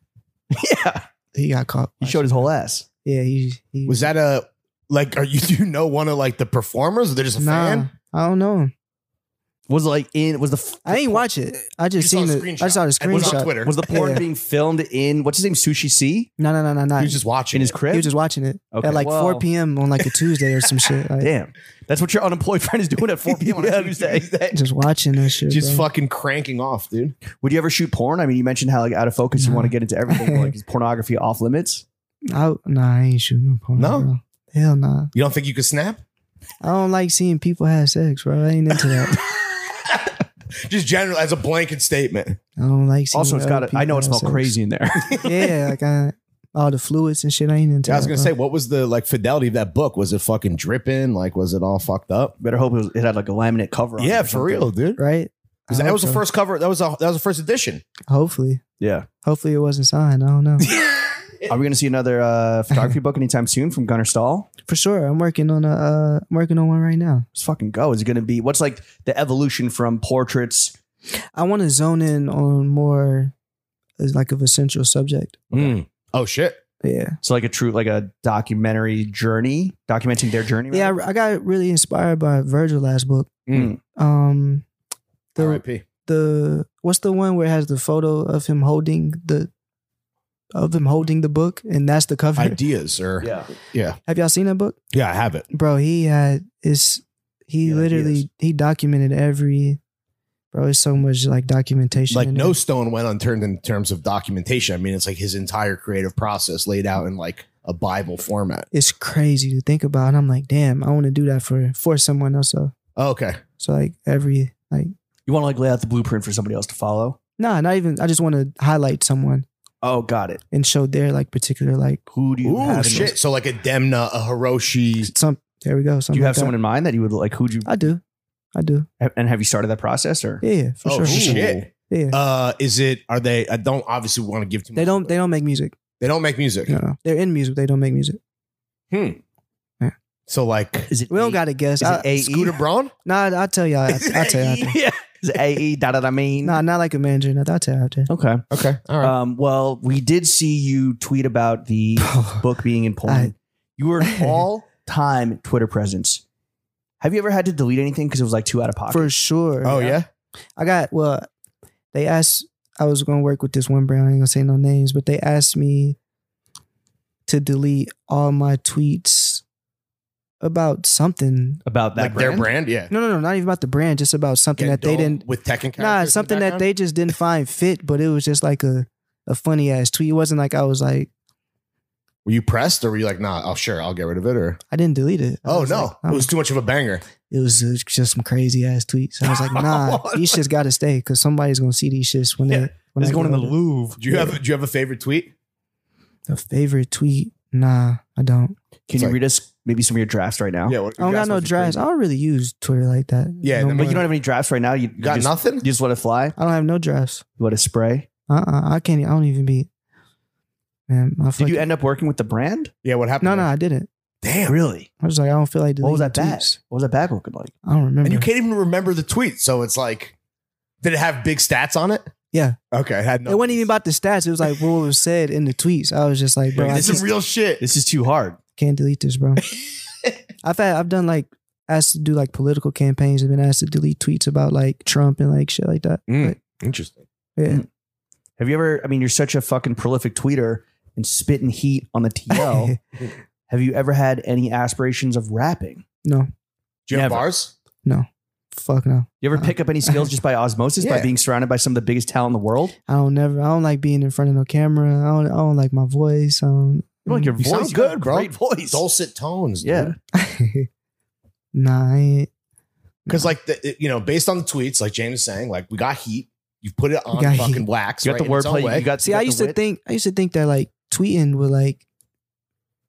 B: Yeah.
C: He got caught.
B: He showed his whole ass.
C: Yeah, he, he
D: Was that a like? Are you (laughs) do you know one of like the performers? Or they're just a
C: nah,
D: fan.
C: I don't know.
B: Was it like in was the
C: I ain't watch it. I
D: You
C: just seen
D: saw a
C: the. I saw the
D: and it was on
C: screenshot.
D: Twitter.
B: Was the porn
C: Yeah.
B: being filmed in what's his name? Sushi C
C: No, no, no, no,
D: he
C: not.
D: was just watching
B: in his
D: (laughs) it.
B: crib.
C: He was just watching it
B: Okay,
C: at like
B: well,
C: 4 p.m. on like a Tuesday or some
D: (laughs)
C: shit. Like,
B: Damn, that's what your unemployed (laughs) friend is doing at 4 p.m. on
D: Yeah,
B: a Tuesday.
C: (laughs) Just watching that shit.
D: Just
C: bro.
D: fucking cranking off, dude.
B: Would you ever shoot porn? I mean, you mentioned how like out of focus you
C: No.
B: want to get into everything. but, like is pornography off limits?
C: I, nah, I ain't shooting no porn.
D: No?
C: bro. Hell nah.
D: You don't think you could snap?
C: I don't like seeing people have sex, bro. I ain't into that.
D: (laughs) Just general as a blanket statement.
C: I don't like seeing
B: also, it's
C: other
B: got. to I know it
C: people have
B: smells
C: sex.
B: crazy in there.
C: (laughs) Yeah, like I, all the fluids and shit. I ain't into
D: I was
C: that,
D: gonna
C: bro.
D: say, what was the like fidelity of that book? Was it fucking dripping? Like, was it all fucked up?
B: Better hope it, was, it had like a laminate cover. on it
D: Yeah,
B: or
D: for
B: something.
D: real, dude.
C: Right?
D: 'Cause
C: I
D: That
C: hope
D: was the
C: so.
D: first cover. That was a, that was the first edition.
C: Hopefully.
B: Yeah.
C: Hopefully it wasn't signed. I don't
D: (laughs)
C: know.
B: Are we gonna see another uh, photography book anytime soon from Gunnar Stahl?
C: For sure. I'm working on a uh, I'm working on one right now.
B: Let's fucking go. Is it gonna be what's like the evolution from portraits?
C: I want to zone in on more as like of a central subject.
D: Mm. Oh shit!
C: Yeah.
B: So like a true like a documentary journey, documenting their journey.
C: Yeah,
B: rather?
C: I, I got really inspired by Virgil last book.
D: Mm. Oh.
C: Um the
D: R.I.P.
C: the what's the one where it has the photo of him holding the of him holding the book and that's the cover. (laughs)
D: Ideas or yeah.
B: yeah.
C: Have y'all seen that book?
D: I have it.
C: Bro, he had it's he
B: He had
C: literally
B: ideas.
C: he documented every bro, it's so much like documentation.
D: Like
C: in
D: no
C: there.
D: stone went unturned in terms of documentation. I mean, it's like his entire creative process laid out in like a Bible format.
C: it's crazy to think about. And I'm like, damn, I want to do that for for someone else. So,
D: Okay,
C: so like every like
B: You want to like lay out the blueprint for somebody else to follow?
C: nah, not even I just want to highlight someone
B: Oh, got it.
C: and show their like particular like
B: Who do you
D: Ooh,
B: have? in
D: shit.
B: those-
D: So like a Demna, a Hiroshi.
C: some there we go.
B: Do
C: Something
B: you have
C: like
B: someone in mind that you would like? Who'd you
C: that. I do. I do.
B: and have you started that process or?
C: Yeah, yeah for
D: oh
C: sure.
D: shit!
C: Yeah.
D: Uh, is it? Are they? I don't obviously want to give too much.
C: they don't
D: away.
C: they don't make music.
D: They don't make music.
C: No, no. They're in music, they don't make music.
D: So like
B: Is it?
C: We
B: A- E?
C: don't gotta guess.
B: Is it
C: I,
B: AE?
D: Scooter Braun.
C: nah, I'll tell y'all. I'll, I'll tell y'all.
B: (laughs)
C: (laughs) After.
B: yeah. Is it AE? E, Da da da. Mean.
C: Nah, not like a manager. No, I'll tell
B: (laughs)
C: y'all after.
B: Okay.
D: Okay, all
C: Uh,
D: right.
B: Um, well, we did see you tweet about the book being in Poland.
C: I-
B: you were
C: (laughs)
B: an all-time Twitter presence. Have you ever had to delete anything because it was like too out of pocket?
C: For sure.
D: oh yeah.
C: I got well. They asked I was going to work with this one brand. I ain't gonna say no names, but they asked me to delete all my tweets about something.
B: about that
D: like their brand. Yeah.
C: No, no, no, not even about the brand. Just about something
D: Get
C: that they
D: dull
C: didn't.
D: with Tekken.
C: Nah,
D: characters in
C: something
D: the
C: that
D: background?
C: they just didn't find fit. But it was just like a a funny ass tweet. It wasn't like I was like
D: Were you pressed or were you like, nah, oh sure, I'll get rid of it or
C: I didn't delete it. I
D: oh
C: was
D: no.
C: like, I'm
D: it was too much of a banger.
C: it was uh, just some crazy ass tweets. I
B: (laughs)
C: was like, nah, these shits got to stay because somebody's gonna see these shits when
B: Yeah.
C: they when
B: It's
C: I
B: going in
C: get
B: the
C: older.
B: Louvre.
D: Do you have do you have a favorite tweet?
C: A favorite tweet? Nah, I don't.
B: Can you
D: Like-
B: read us maybe some of your drafts right now?
D: what,
C: I don't got no drafts. I don't really use Twitter like that.
D: Yeah,
C: no
D: and then-
C: more.
B: But you don't have any drafts right now. You,
D: You got
B: you just,
D: nothing?
B: You just let it fly. You
C: I don't have no drafts.
B: let it spray.
C: Uh, uh I can't. I don't even be. Man, my
B: Did
C: fucking,
B: you end up working with the brand?
D: Yeah, what happened?
C: No, no,
D: there?
C: I didn't.
B: Damn, really?
C: I was like, I don't feel like.
B: What was that
C: deleting
B: bag?
C: tweets.
B: What was that bag looking like?
C: I don't remember.
D: And you can't even remember the tweet. So it's like, did it have big stats on it?
C: Yeah.
D: Okay. It had no.
C: It wasn't even about the stats. It was like what was said in the tweets. I was just like, bro, I
D: this is
C: just
D: real shit.
B: This is too hard.
C: can't delete
B: (laughs)
C: this, bro. I've had, I've done like asked to do like political campaigns and been asked to delete tweets about like Trump and like shit like that.
D: Mm, interesting.
C: But,
B: Mm,
C: yeah,
B: Have you ever? I mean, you're such a fucking prolific tweeter and spitting heat on the TL. Have you ever had any aspirations of rapping?
C: (laughs) no,
D: Do you have
B: Never.
D: bars?
C: fuck no.
B: You ever
C: Uh-uh.
B: pick up any skills
C: (laughs)
B: just by osmosis by
D: Yeah.
B: being surrounded by some of the biggest talent in the world?
C: I don't never. I don't like being in front of no camera. I don't. I don't like my voice. Um,
B: You like your
D: You
B: voice?
D: sound
B: you got a
D: good, bro.
B: Great voice.
D: Dulcet tones. dude.
B: Yeah.
C: (laughs) nah, I ain't.
D: Because like the, it- you know, based on the tweets, like James is saying, like we got heat. You put it on
C: got
D: fucking
C: heat.
D: wax.
B: You got
D: right,
B: the
D: in its own
B: wordplay.
D: way.
B: You got.
C: See,
B: you got
C: I
B: the
C: used to
B: wit.
C: think. I used to think that like tweeting would like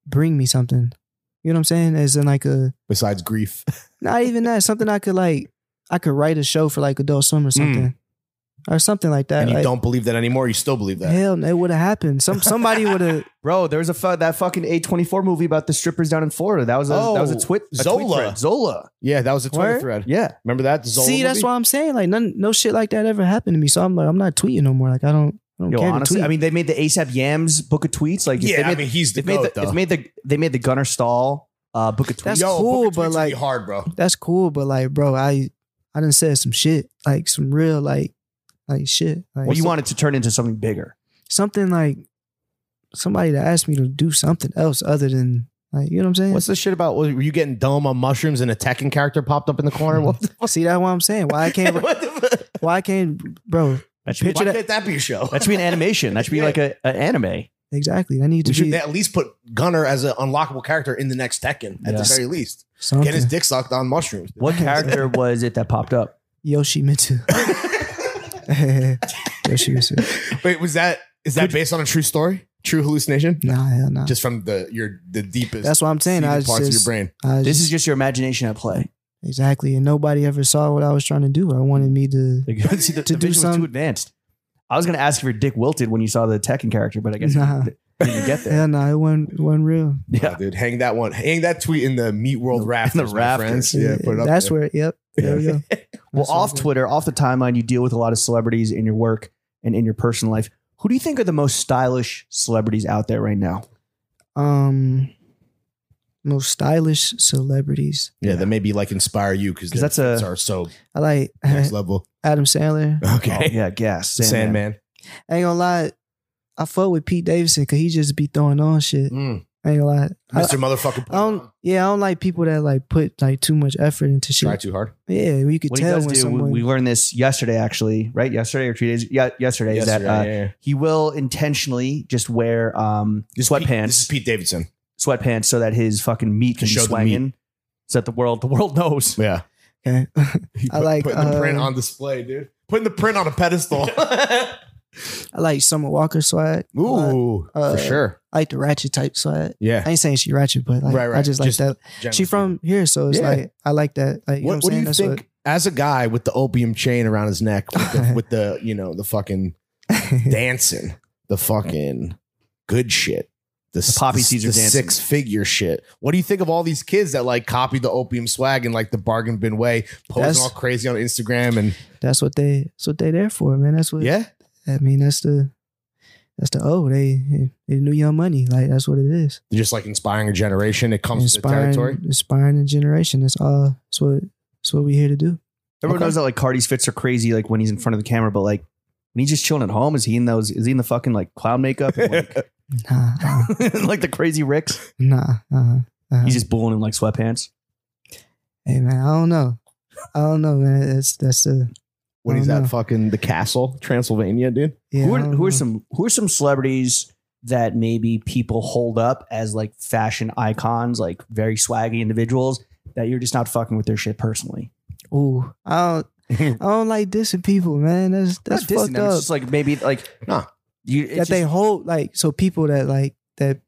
C: bring me something. You know what I'm saying? As in like a
D: Besides (laughs) grief,
C: not even that something I could like. I could write a show for like Adult Swim
B: Mm.
C: or something, or something like that.
D: and you
C: like,
D: don't believe that anymore. You still believe that.
C: Hell, it would have happened. Some somebody would
D: (laughs)
C: have.
B: Bro, there was a fu- that fucking A twenty four movie about the strippers down in Florida. That was a that was a
D: Oh,
B: twit a tweet
D: Zola.
B: thread. Zola.
D: Yeah, that was a Twitter
C: Word?
D: thread.
B: Yeah.
D: Remember that? Zola
C: See, that's
D: movie?
C: why I'm saying like none, no shit like that ever happened to me. So I'm like, I'm not tweeting no more. Like I don't, I don't
B: Yo,
C: care
B: honestly,
C: to tweet.
B: I mean, they made the ASAP Yams book of tweets. Like, if
D: Yeah,
B: they made,
D: I mean he's the
B: they've made
D: goat
B: the,
D: though.
B: they've made the they made the Gunner Stall uh, book of tweets.
C: That's
D: Yo,
C: cool,
D: Booker
C: but,
D: tweets would be
C: like-
D: hard, bro.
C: that's cool, but like, bro, I, I done said some shit, like some real, like, like shit. Like,
B: well, you want it to turn into something bigger.
C: something like somebody to ask me to do something else other than like, you know what I'm saying?
D: What's the shit about? Were you getting dumb on mushrooms and a Tekken character popped up in the corner? What? (laughs) the-
C: (laughs) See, that's what I'm saying. Why I
D: (laughs)
C: can't,
D: what the-
C: why I can't, bro?
B: That should,
D: Why
B: be,
D: can't that be a show?
B: that should be an animation. That should be
D: Yeah.
B: like a, an anime.
C: Exactly. I need
D: (laughs)
C: to
D: We should
C: be
D: at least put Gunner as an unlockable character in the next Tekken at
B: Yeah.
D: the very least.
C: something.
D: Get his dick sucked on mushrooms. (laughs)
B: What character was it that popped up?
C: Yoshi Mitsu. (laughs) Yoshi Mitsu.
D: Wait, was that is that based on a true story? True hallucination?
C: Nah, hell nah.
D: Just from the your the deepest
C: that's what I'm saying. I
D: seated
C: was
D: parts of your
C: just,
D: brain.
C: I was
B: This
C: just-
B: is just your imagination at play.
C: Exactly. And nobody ever saw what I was trying to do. I wanted
B: (laughs)
C: me to.
B: See, the,
C: To
B: the
C: do
B: vision was
C: some-
B: too advanced. I was going to ask if your dick wilted when you saw the Tekken character, but I guess
C: Nah.
B: you didn't get
C: (laughs)
B: there.
C: Hell no, it wasn't, it wasn't real.
D: Yeah, dude. Hang that one. Hang that tweet in the Meat World
B: In
D: raft.
B: the
D: rafters, my
B: rafters.
D: friends. Yeah, put it up
C: That's
D: there.
C: where, yep. There we
D: (laughs)
C: go.
B: (laughs) Well,
C: That's
B: off
C: what-
B: Twitter, off the timeline, you deal with a lot of celebrities in your work and in your personal life. Who do you think are the most stylish celebrities out there right
C: (laughs)
B: now?
C: Um, most stylish celebrities.
D: yeah, that maybe like inspire you because
B: 'Cause
D: that's
B: that's a-
D: are so
C: I like (laughs)
D: next level.
C: Adam Sandler.
B: Oh,
D: Okay.
B: yeah, gas, Sandman.
D: Sandman.
C: I ain't gonna lie. I fuck with Pete Davidson because he just be throwing on shit.
D: Mm.
C: I ain't gonna lie. I,
D: Mr. Motherfucker.
C: I don't. Yeah, I don't like people that like put like too much effort into
D: Try
C: shit.
D: too hard.
C: Yeah, you could
B: What he
C: tell
B: does
C: when
B: do,
C: someone.
B: we learned this yesterday, actually, right? Yesterday or two days? Yeah, yesterday. is that uh,
D: yeah, yeah.
B: he will intentionally just wear um,
D: This is Pete- This is
B: sweatpants,
D: Pete Davidson.
B: sweatpants, so that his fucking meat can
D: To show
B: be
D: the
B: swinging, so that the world, the world (laughs) knows.
D: Yeah.
C: Okay. I like,
D: putting the print
C: uh,
D: on display, dude. Putting the print on a pedestal.
C: (laughs) I like Summer Walker swag. I like-
D: Ooh,
C: Uh,
D: for sure.
C: I like the ratchet type swag. I
D: Yeah.
C: ain't saying she ratchet, but like
D: Right, right.
C: I just like
D: Just-
C: that. She from here, so it's
D: Yeah.
C: like I like that. Like you know
D: what,
C: what,
D: what
C: I'm
D: do
C: saying?
D: you
C: That's
D: think as a guy with the opium chain around his neck, with
C: (laughs)
D: the, with the you know the fucking (laughs) dancing, the fucking good shit, the, s-
B: poppy
D: s-
B: seeds are
D: the
B: dancing.
D: six figure shit. What do you think of all these kids that like copy the opium swag in like the bargain bin way, posing
C: That's-
D: all crazy on Instagram and
C: what (laughs) that's what they that's what they there for, man. That's what
D: yeah,
C: I mean, that's the that's the oh they they knew young money. Like that's what it is.
D: they're just like inspiring a generation. It comes with the
C: Inspiring
D: territory.
C: inspiring a generation. That's all that's what that's what we here to do.
B: Everyone
D: Okay.
B: knows that like Cardi's fits are crazy, like when he's in front of the camera, but like when he's just chilling at home, is he in those? Is he in the fucking like clown makeup, and,
C: (laughs)
B: like, (laughs)
C: Nah. uh,
B: like the crazy Ricks?
C: nah. Uh, uh,
B: He's just bulling in like sweatpants.
C: hey man, I don't know. I don't know, man. That's that's the
D: (laughs) What is
C: I don't
D: that
C: know.
D: fucking the castle, Transylvania, dude?
B: (laughs)
C: yeah.
B: who
C: I
B: are
C: don't
B: who are
C: know.
B: some who are some celebrities that maybe people hold up as like fashion icons, like very swaggy individuals, that you're just not fucking with their shit personally.
C: Ooh, I don't, I don't like dissing people, man. That's
B: Not
C: that's
B: dissing
C: fucked
B: them, It's
C: up.
B: just like maybe like
D: Nah.
B: you
C: that
B: it's just,
C: they hold like so people that like that.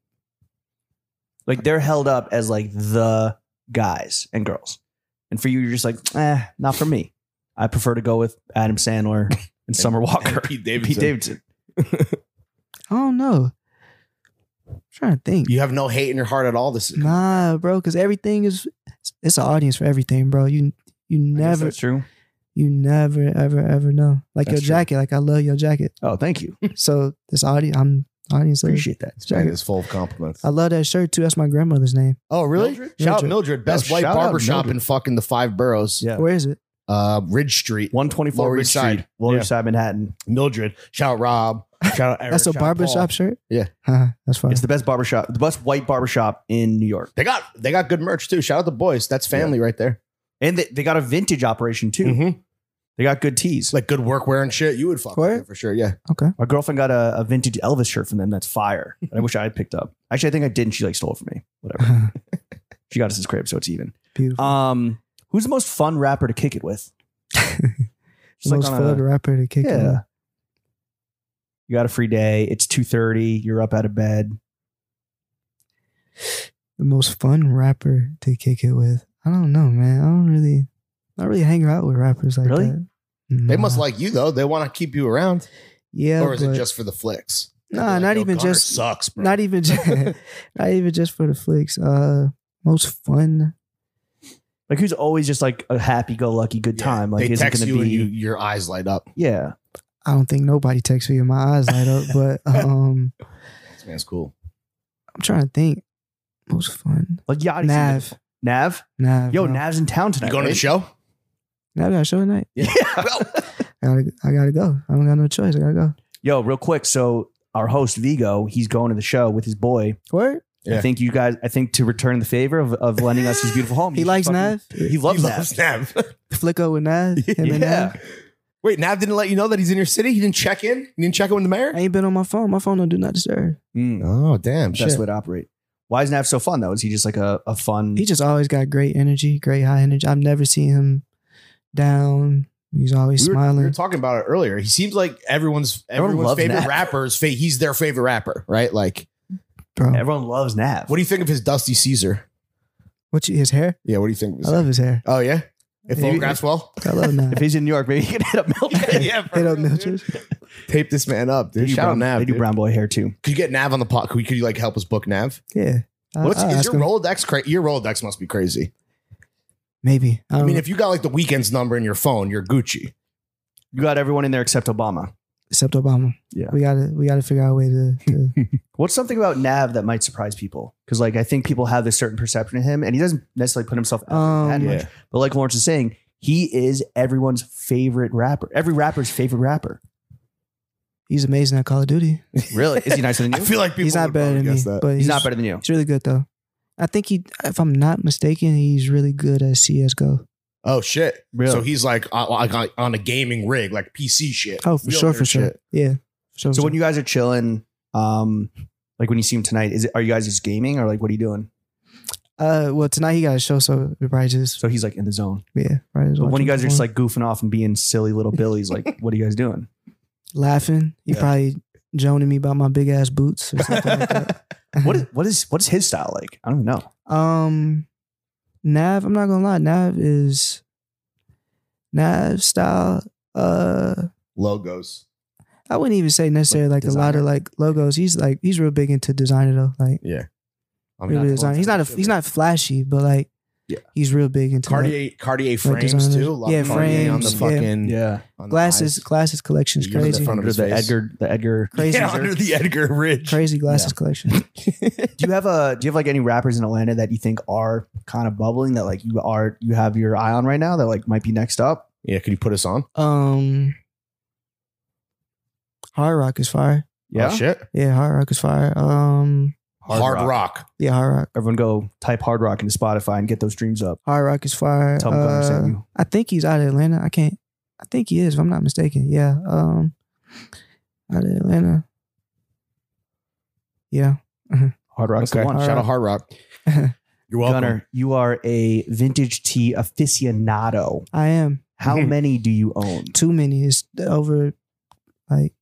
B: like they're held up as like the guys and girls, and for you, you're just like, eh, not for me. I prefer to go with Adam
D: (laughs)
B: Sandler and Summer Walker,
D: Pete
B: Pete Davidson.
C: I don't know. I'm trying to think.
D: You have no hate in your heart at all. This
C: Nah, bro, because everything is it's an audience for everything, bro. You you never
B: that's true.
C: you never ever ever know. Like
D: That's
C: your
D: true.
C: jacket, like I love
B: (laughs)
C: your jacket.
B: Oh, thank you.
C: so this audience, I'm audience. of-
B: Appreciate that.
C: this
D: man
C: jacket.
D: is full of compliments.
C: I love that shirt too. That's my grandmother's name.
D: Oh, really?
B: Mildred?
D: Shout out
C: Mildred.
D: Mildred, best
B: Oh,
D: white
B: shout out
D: barber shop
B: Mildred.
D: in fucking the five boroughs.
B: Yeah.
C: Where is it?
D: Uh, Ridge Street.
B: One twenty four
D: Lower
B: Ridge
D: East Side.
B: Street, Lower
D: Yeah.
B: East Side, Manhattan.
D: Mildred. Shout out Rob. (laughs) Shout out Eric.
C: That's a
D: Shout out
C: barbershop
D: Paul.
C: shirt.
D: Yeah.
C: Huh, that's fine.
B: It's the best barbershop, the best white barbershop in New York,
D: They got they got good merch too. Shout out the boys. That's family right there.
B: and they, they got a vintage operation too.
D: Mhm.
B: They got good tees.
D: Like good workwear and shit. You would fuck
C: Where?
D: with it for sure. Yeah.
B: My girlfriend got a, a vintage Elvis shirt from them that's fire. And I wish I had picked up. Actually, I think I did, and she like stole it from me. Whatever. She got us his crib, so it's even.
C: (laughs)
B: (laughs)
C: Beautiful.
B: Um, who's the most fun rapper to kick it with? Just like
C: Most
B: on
C: fun
B: a-
C: rapper to kick.
B: yeah.
C: Yeah.
B: You got a free day. It's two thirty. You're up out of bed.
C: The most fun rapper to kick it with. I don't know, man. I don't really. I don't really hang out with rappers like
B: Really?
C: that.
D: They must
C: Nah.
D: like you though. They want to keep you around.
C: Mm-hmm. Yeah,
D: or is it
C: but-
D: just for the flicks?
C: Nah,
D: They're like,
C: not
D: "Yo,
C: even
D: Connor
C: just-
D: sucks, bro.
C: not e- even just,
D: (laughs)
C: (laughs) not even just for the flicks. Uh, most fun.
B: Like who's always just like a happy-go-lucky good
D: Yeah.
B: time? Like
D: they
B: isn't
D: text
B: going to
D: you
B: be.
D: and you, your eyes light up.
B: yeah,
C: I don't think nobody texts me and my eyes light
D: (laughs)
C: up. But um,
D: This man's cool.
C: I'm trying to think. Most fun.
B: like Yachty.
C: Nav.
B: Nav.
C: Nav.
B: Yo,
C: bro.
B: Nav's in town tonight.
D: You going to the
B: right?
D: show? (laughs)
C: Nav got a show tonight.
B: (laughs) Yeah.
C: I gotta, I gotta go. I don't got no choice. I gotta go.
B: Yo, real quick. So our host Vigo, he's going to the show with his boy.
C: What?
B: I
D: Yeah.
B: think you guys. I think to return the favor of, of lending us his beautiful home.
C: (laughs) He
B: you should
C: likes
B: fucking-
C: Nav.
B: He loves
D: He
B: Nav.
D: loves Nav.
C: Flicko with
D: (laughs)
C: Nav. Him and
B: Yeah.
C: Nav.
D: Wait, Nav didn't let you know that he's in your city. He didn't check in. He didn't check in with the mayor.
C: I ain't been on my phone. My phone don't do not disturb.
B: Mm,
D: Oh damn!
B: best way to operate. Why is Nav so fun though? Is he just like a, a fun?
C: He just always got great energy, great high energy. I've never seen him down. He's always
D: we were,
C: smiling.
D: we were talking about it earlier. He seems like everyone's
B: Everyone
D: everyone's
B: loves
D: favorite
B: Nav.
D: rapper's fa- he's their favorite rapper, right? Like,
C: Bro,
B: Everyone loves Nav.
D: what do you think of his Dusty Caesar?
C: what you, his hair?
D: Yeah, what do you think? Of his
C: I love his hair.
D: Oh yeah, it
C: Maybe-
D: photographs
C: (laughs)
D: well.
C: I love Nav.
B: if he's in New York, maybe he can (laughs) hit up Milton.
D: (laughs) yeah,
C: Hit up
D: real, dude.
C: Milchers.
D: Tape this man up,
B: They
D: dude.
B: do
D: Shout out
B: brown,
D: Nav.
B: They do
D: dude.
B: brown boy hair too.
D: Could you get Nav on the pot? Could, we- could you like help us book Nav?
C: Yeah. I-
D: What's
C: Uh, I'll
D: is
C: ask
D: your
C: him.
D: Rolodex? Cra- your Rolodex must be crazy.
C: Maybe. I,
D: I
C: don't
D: mean, if you got like the weekend's number in your phone, you're Gucci.
B: You got everyone in there except Obama.
C: except Obama.
B: Yeah.
C: We gotta we gotta figure out a way to, to
B: What's something about Nav that might surprise people? Because like I think people have this certain perception of him, and he doesn't necessarily put himself out there that
C: Um,
B: much. But like Lawrence is saying, he is everyone's favorite rapper. Every rapper's favorite rapper.
C: he's amazing at Call of Duty.
B: Really? Is he nicer (laughs) than
D: I
B: you?
D: feel like people
C: He's not
D: would
C: better
D: probably
C: than me.
D: guess that.
C: But he's,
B: He's not better than you.
C: He's really good though. I think he if I'm not mistaken, he's really good at CSGO.
D: Oh shit!
B: Really?
D: So he's like on, like on a gaming rig, like PC shit.
C: Oh, for sure,
D: Wheelchair
C: for sure.
D: shit.
C: Yeah. For sure,
B: So
C: for
B: when you guys are chilling, um, like when you see him tonight, is it are you guys just gaming or like what are you doing?
C: sure. uh well tonight he got a show, so we probably just
B: So he's like in the zone.
C: yeah, probably just
B: But when
C: watching
B: you guys are just
C: porn.
B: like goofing off and being silly little billies, (laughs) like what are you guys doing?
C: laughing, he
D: Yeah.
C: probably joning me about my big ass boots or something like
D: (laughs)
C: that.
B: What is what is what's his style like? I don't know.
C: (laughs) Um, Nav, I'm not gonna lie, Nav is Nav style. Uh,
D: Logos.
C: I wouldn't even say necessarily
B: Like
C: like, a lot
B: designer?
C: of like logos. He's like he's real big into designer though. Like
D: Yeah. I
C: really design. He's not a, he's not flashy, but like
D: Yeah.
C: he's real big into like,
D: Cartier Cartier frames
C: designer.
D: too. A lot
C: Yeah,
D: of Cartier on the
C: frames, yeah.
D: fucking
B: Yeah.
C: (laughs)
D: on the
C: glasses.
D: eyes.
C: Glasses collection's
D: You're in
C: crazy,
D: the front of
B: Under
D: his
B: the
D: face.
B: Edgar the Edgar
D: (laughs)
C: crazy,
D: Yeah, under the Edgar Ridge.
C: crazy glasses
D: (laughs)
C: collection.
B: Do you have a do you have like any rappers in Atlanta that you think are kind of bubbling that like you are you have your eye on right now that like might be next up?
D: Yeah, could you put us on?
C: Um, Hard Rock is fire.
B: Yeah.
D: Oh, shit.
C: Yeah, Hard Rock is fire. Um,
D: Hard,
B: Hard
D: rock.
C: yeah, Hard Rock.
B: Everyone go type hard rock into Spotify and get those streams up.
C: Hard Rock is fire.
B: Tell them Gunner
C: Uh,
B: sent you.
C: I think he's out of Atlanta. I can't. I think he is, if I'm not mistaken. Yeah. Um, out of Atlanta. Yeah.
B: Hard Rock's
D: Okay.
B: the one.
D: Shout out Hard Rock. (laughs) You're welcome.
B: Gunner, you are a vintage tea aficionado.
C: I am.
B: How
D: Mhm.
B: many do you own?
C: Too many. It's over, like,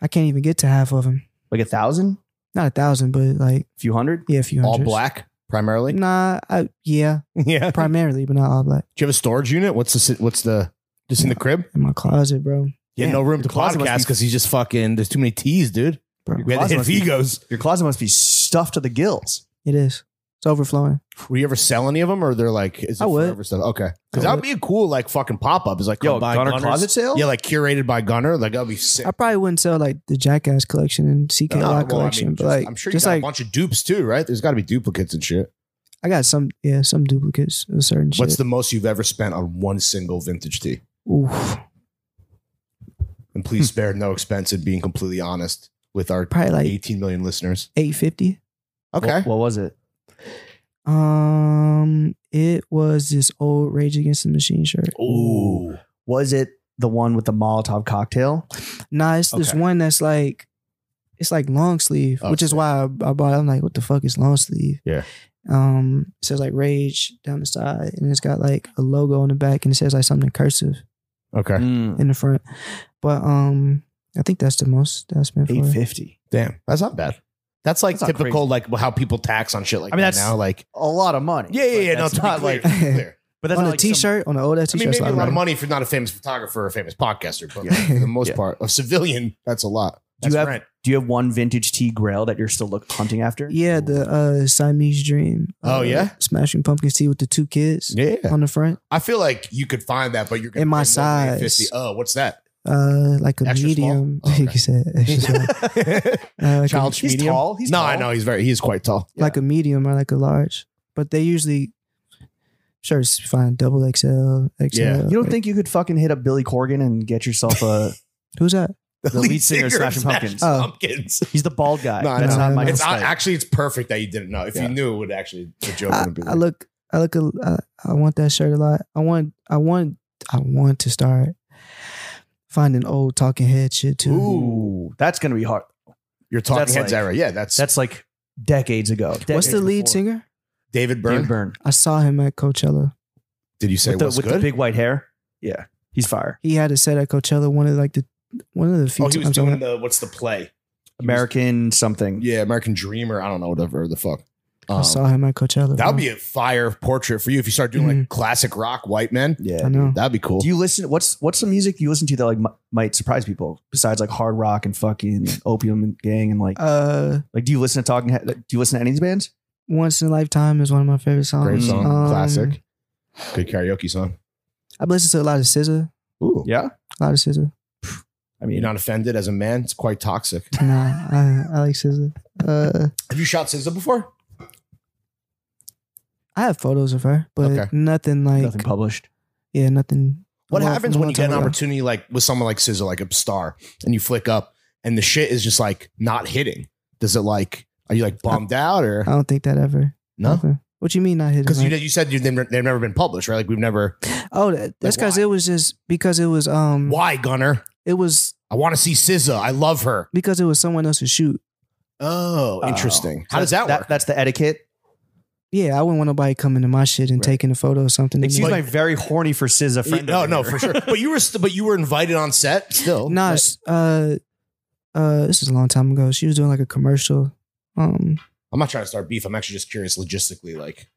C: I can't even get to half of them.
B: Like a thousand?
C: Not a thousand, but like,
B: A few hundred?
C: yeah, a few
D: All
C: hundred.
D: black
C: (laughs)
D: primarily.
C: Nah, I, yeah,
D: Yeah. Do
C: primarily, but not all black.
D: you have a storage unit? What's the si- what's the just in the crib?
C: In my closet, bro.
D: Yeah,
B: Damn,
D: no room
B: your
D: to
B: closet must
D: podcast
B: be-
D: because he's just fucking. There's too many T's, dude.
C: Bro,
D: We had to (laughs)
B: closet
D: hit
B: must be-
D: Vigos.
B: Your closet must be stuffed to the gills.
C: It is. It's overflowing.
D: Were you ever sell any of them, or they're like, is it
C: I would.
D: forever stuff? Okay, because
C: I
D: that would
C: would.
D: be a cool like fucking pop up. Is like,
B: Yo,
D: come buy
B: Gunner
D: Gunner's-
B: closet sale?
D: Yeah, like curated by Gunner. Like that'd be sick.
C: I probably wouldn't sell like the Jackass collection and CKY
D: Nah, well, I mean,
C: collection, but
D: just-
C: like,
D: I'm sure you
C: just
D: got
C: like
D: a bunch of dupes too, right? There's got to be duplicates and shit.
C: I got some, yeah, some duplicates of certain
D: What's
C: shit.
D: the most you've ever spent on one single vintage tee?
C: Oof.
D: And please spare no expense in being completely honest with our
C: Probably like
D: 18 million listeners.
C: eight fifty.
D: Okay,
B: What, what was it?
C: Um, it was this old Rage Against the Machine shirt.
D: Oh,
B: Ooh. Was it the one with the Molotov cocktail?
C: Nah, it's this
D: Okay.
C: one that's like, it's like long sleeve,
D: Oh,
C: which is
D: sick.
C: why I, I bought. It. I'm like, what the fuck is long sleeve?
D: Yeah.
C: Um, it says like Rage down the side, and it's got like a logo on the back, and it says like something cursive
D: okay,
B: Mm,
C: in the front. But um, I think that's the most that's been for.
B: Eight
C: it.
B: fifty.
D: damn, that's not bad. That's like
B: That's not
D: typical, like how people tax on shit like
B: I mean,
D: that
B: that's-
D: now. Like,
B: A lot of money.
D: yeah, yeah, yeah.
B: But
D: No,
B: that's
D: it's not like.
B: like.
D: clear.
B: But that's
C: On
B: not
C: a
B: like some-
C: T-shirt, on an old ass
D: I
C: T-shirt,
D: mean, maybe
C: it's
D: a
C: lot
D: lot
C: money.
D: of money if you're not a famous photographer or a famous podcaster, but for the most
C: Yeah.
D: part, a civilian, that's a lot.
B: Do you
D: That's
B: have-
D: rent.
B: Do you have one vintage tea grail that you're still look, hunting after?
C: Yeah, the uh, Siamese Dream.
D: Oh,
C: uh,
D: yeah?
C: Smashing Pumpkins tea with the two kids
D: Yeah,
C: on the front.
D: I feel like you could find that, but you're gonna
C: In my
D: pay more than
C: size.
D: 850. Oh, what's that?
C: (laughs) Uh, like a
D: Extra small?
C: medium. (laughs)
D: Oh, okay.
C: you said extra
D: (laughs)
C: small. Uh, like,
D: Child
C: a,
B: He's
D: medium?
B: tall. He's
D: no,
B: tall.
D: I know he's very. He is quite tall.
C: like a medium or like a large, but they usually shirts find double XL, XL.
D: Yeah.
B: You don't think you could fucking hit up Billy Corgan and get yourself (laughs) a?
C: who's that?
B: (laughs) The lead singer of Smashing Pumpkins.
C: Oh.
D: Pumpkins.
B: He's the bald guy.
D: No, I
B: That's
C: know.
B: not my.
D: It's
B: style.
D: not, actually it's perfect that you didn't know. If
B: Yeah.
D: you knew, it would actually the joke
C: I,
D: wouldn't be.
C: I look, I look, a, I, I want that shirt a lot. I want, I want, I want to start finding old talking head shit too.
B: Ooh, that's gonna be hard.
D: Your talking
B: That's
D: heads
B: like-
D: era. Yeah, that's
B: That's like decades ago.
C: What's the
B: Decades
C: lead
B: before.
C: singer?
D: David Byrne.
B: David Byrne
C: I saw him at Coachella.
D: Did you say
B: with, the,
D: what's
B: with the
D: good?
B: big white hair. Yeah, he's fire.
C: He had a set at Coachella. One of like the one of the few
D: oh, he was
C: times I
D: doing
C: went-
D: the what's the play?
B: American something.
D: Yeah, American Dreamer. I don't know whatever the fuck. Um,
C: I saw him Mm-hmm. at Coachella.
D: that
C: bro.
D: would be a fire portrait for you if you start doing like classic rock white men.
B: yeah.
C: I know.
D: That'd be cool.
B: Do you listen? What's what's some music you listen to that like m- might surprise people besides like hard rock and fucking opium and gang and like
C: Uh,
B: like do you listen to talking? Head- Do you listen to any of these bands?
C: Once in a Lifetime is one of my favorite songs.
D: Great song,
C: Um,
D: classic, good karaoke song.
C: I've listened to a lot of Scissor.
D: Ooh,
B: Yeah,
C: A lot of Scissor.
B: I mean,
D: you're not offended as a man. It's quite toxic.
C: Nah, (laughs) I, I like Scissor. Uh,
D: Have you shot SZA before?
C: I have photos of her, but
D: Okay.
C: nothing like
B: nothing published.
C: yeah, nothing.
D: What
C: Well,
D: happens
C: from
D: when
C: one
D: you get
C: time
D: an
C: ago.
D: opportunity like with someone like SZA, like a star, and you flick up and the shit is just like not hitting? Does it like are you like bummed out or
C: I don't think that ever.
D: no?
C: happened. What you mean not hitting?
D: Because you
C: like-
D: you said you they've never- they've never been published, right? Like we've never.
C: oh, that, that's
D: Like,
C: because
D: why?
C: it was just because it was um
D: Why Gunner?
C: it was
D: I want to see SZA. I love her.
C: because it was someone else's shoot.
D: Oh, interesting. How does that, work?
B: That's the etiquette.
C: Yeah, I wouldn't want nobody coming to my shit and
D: Right.
C: taking a photo of something.
B: Excuse
C: that-
B: my very horny for SZA
D: You-
B: friend.
D: no,
B: over
D: no,
B: here.
D: for (laughs) sure. But you were st- but you were invited on set (laughs) still.
C: Nah,
D: Right.
C: s- uh, uh, this is a long time ago. She was doing like a commercial. Um,
D: I'm not trying to start beef. I'm actually just curious logistically. Like,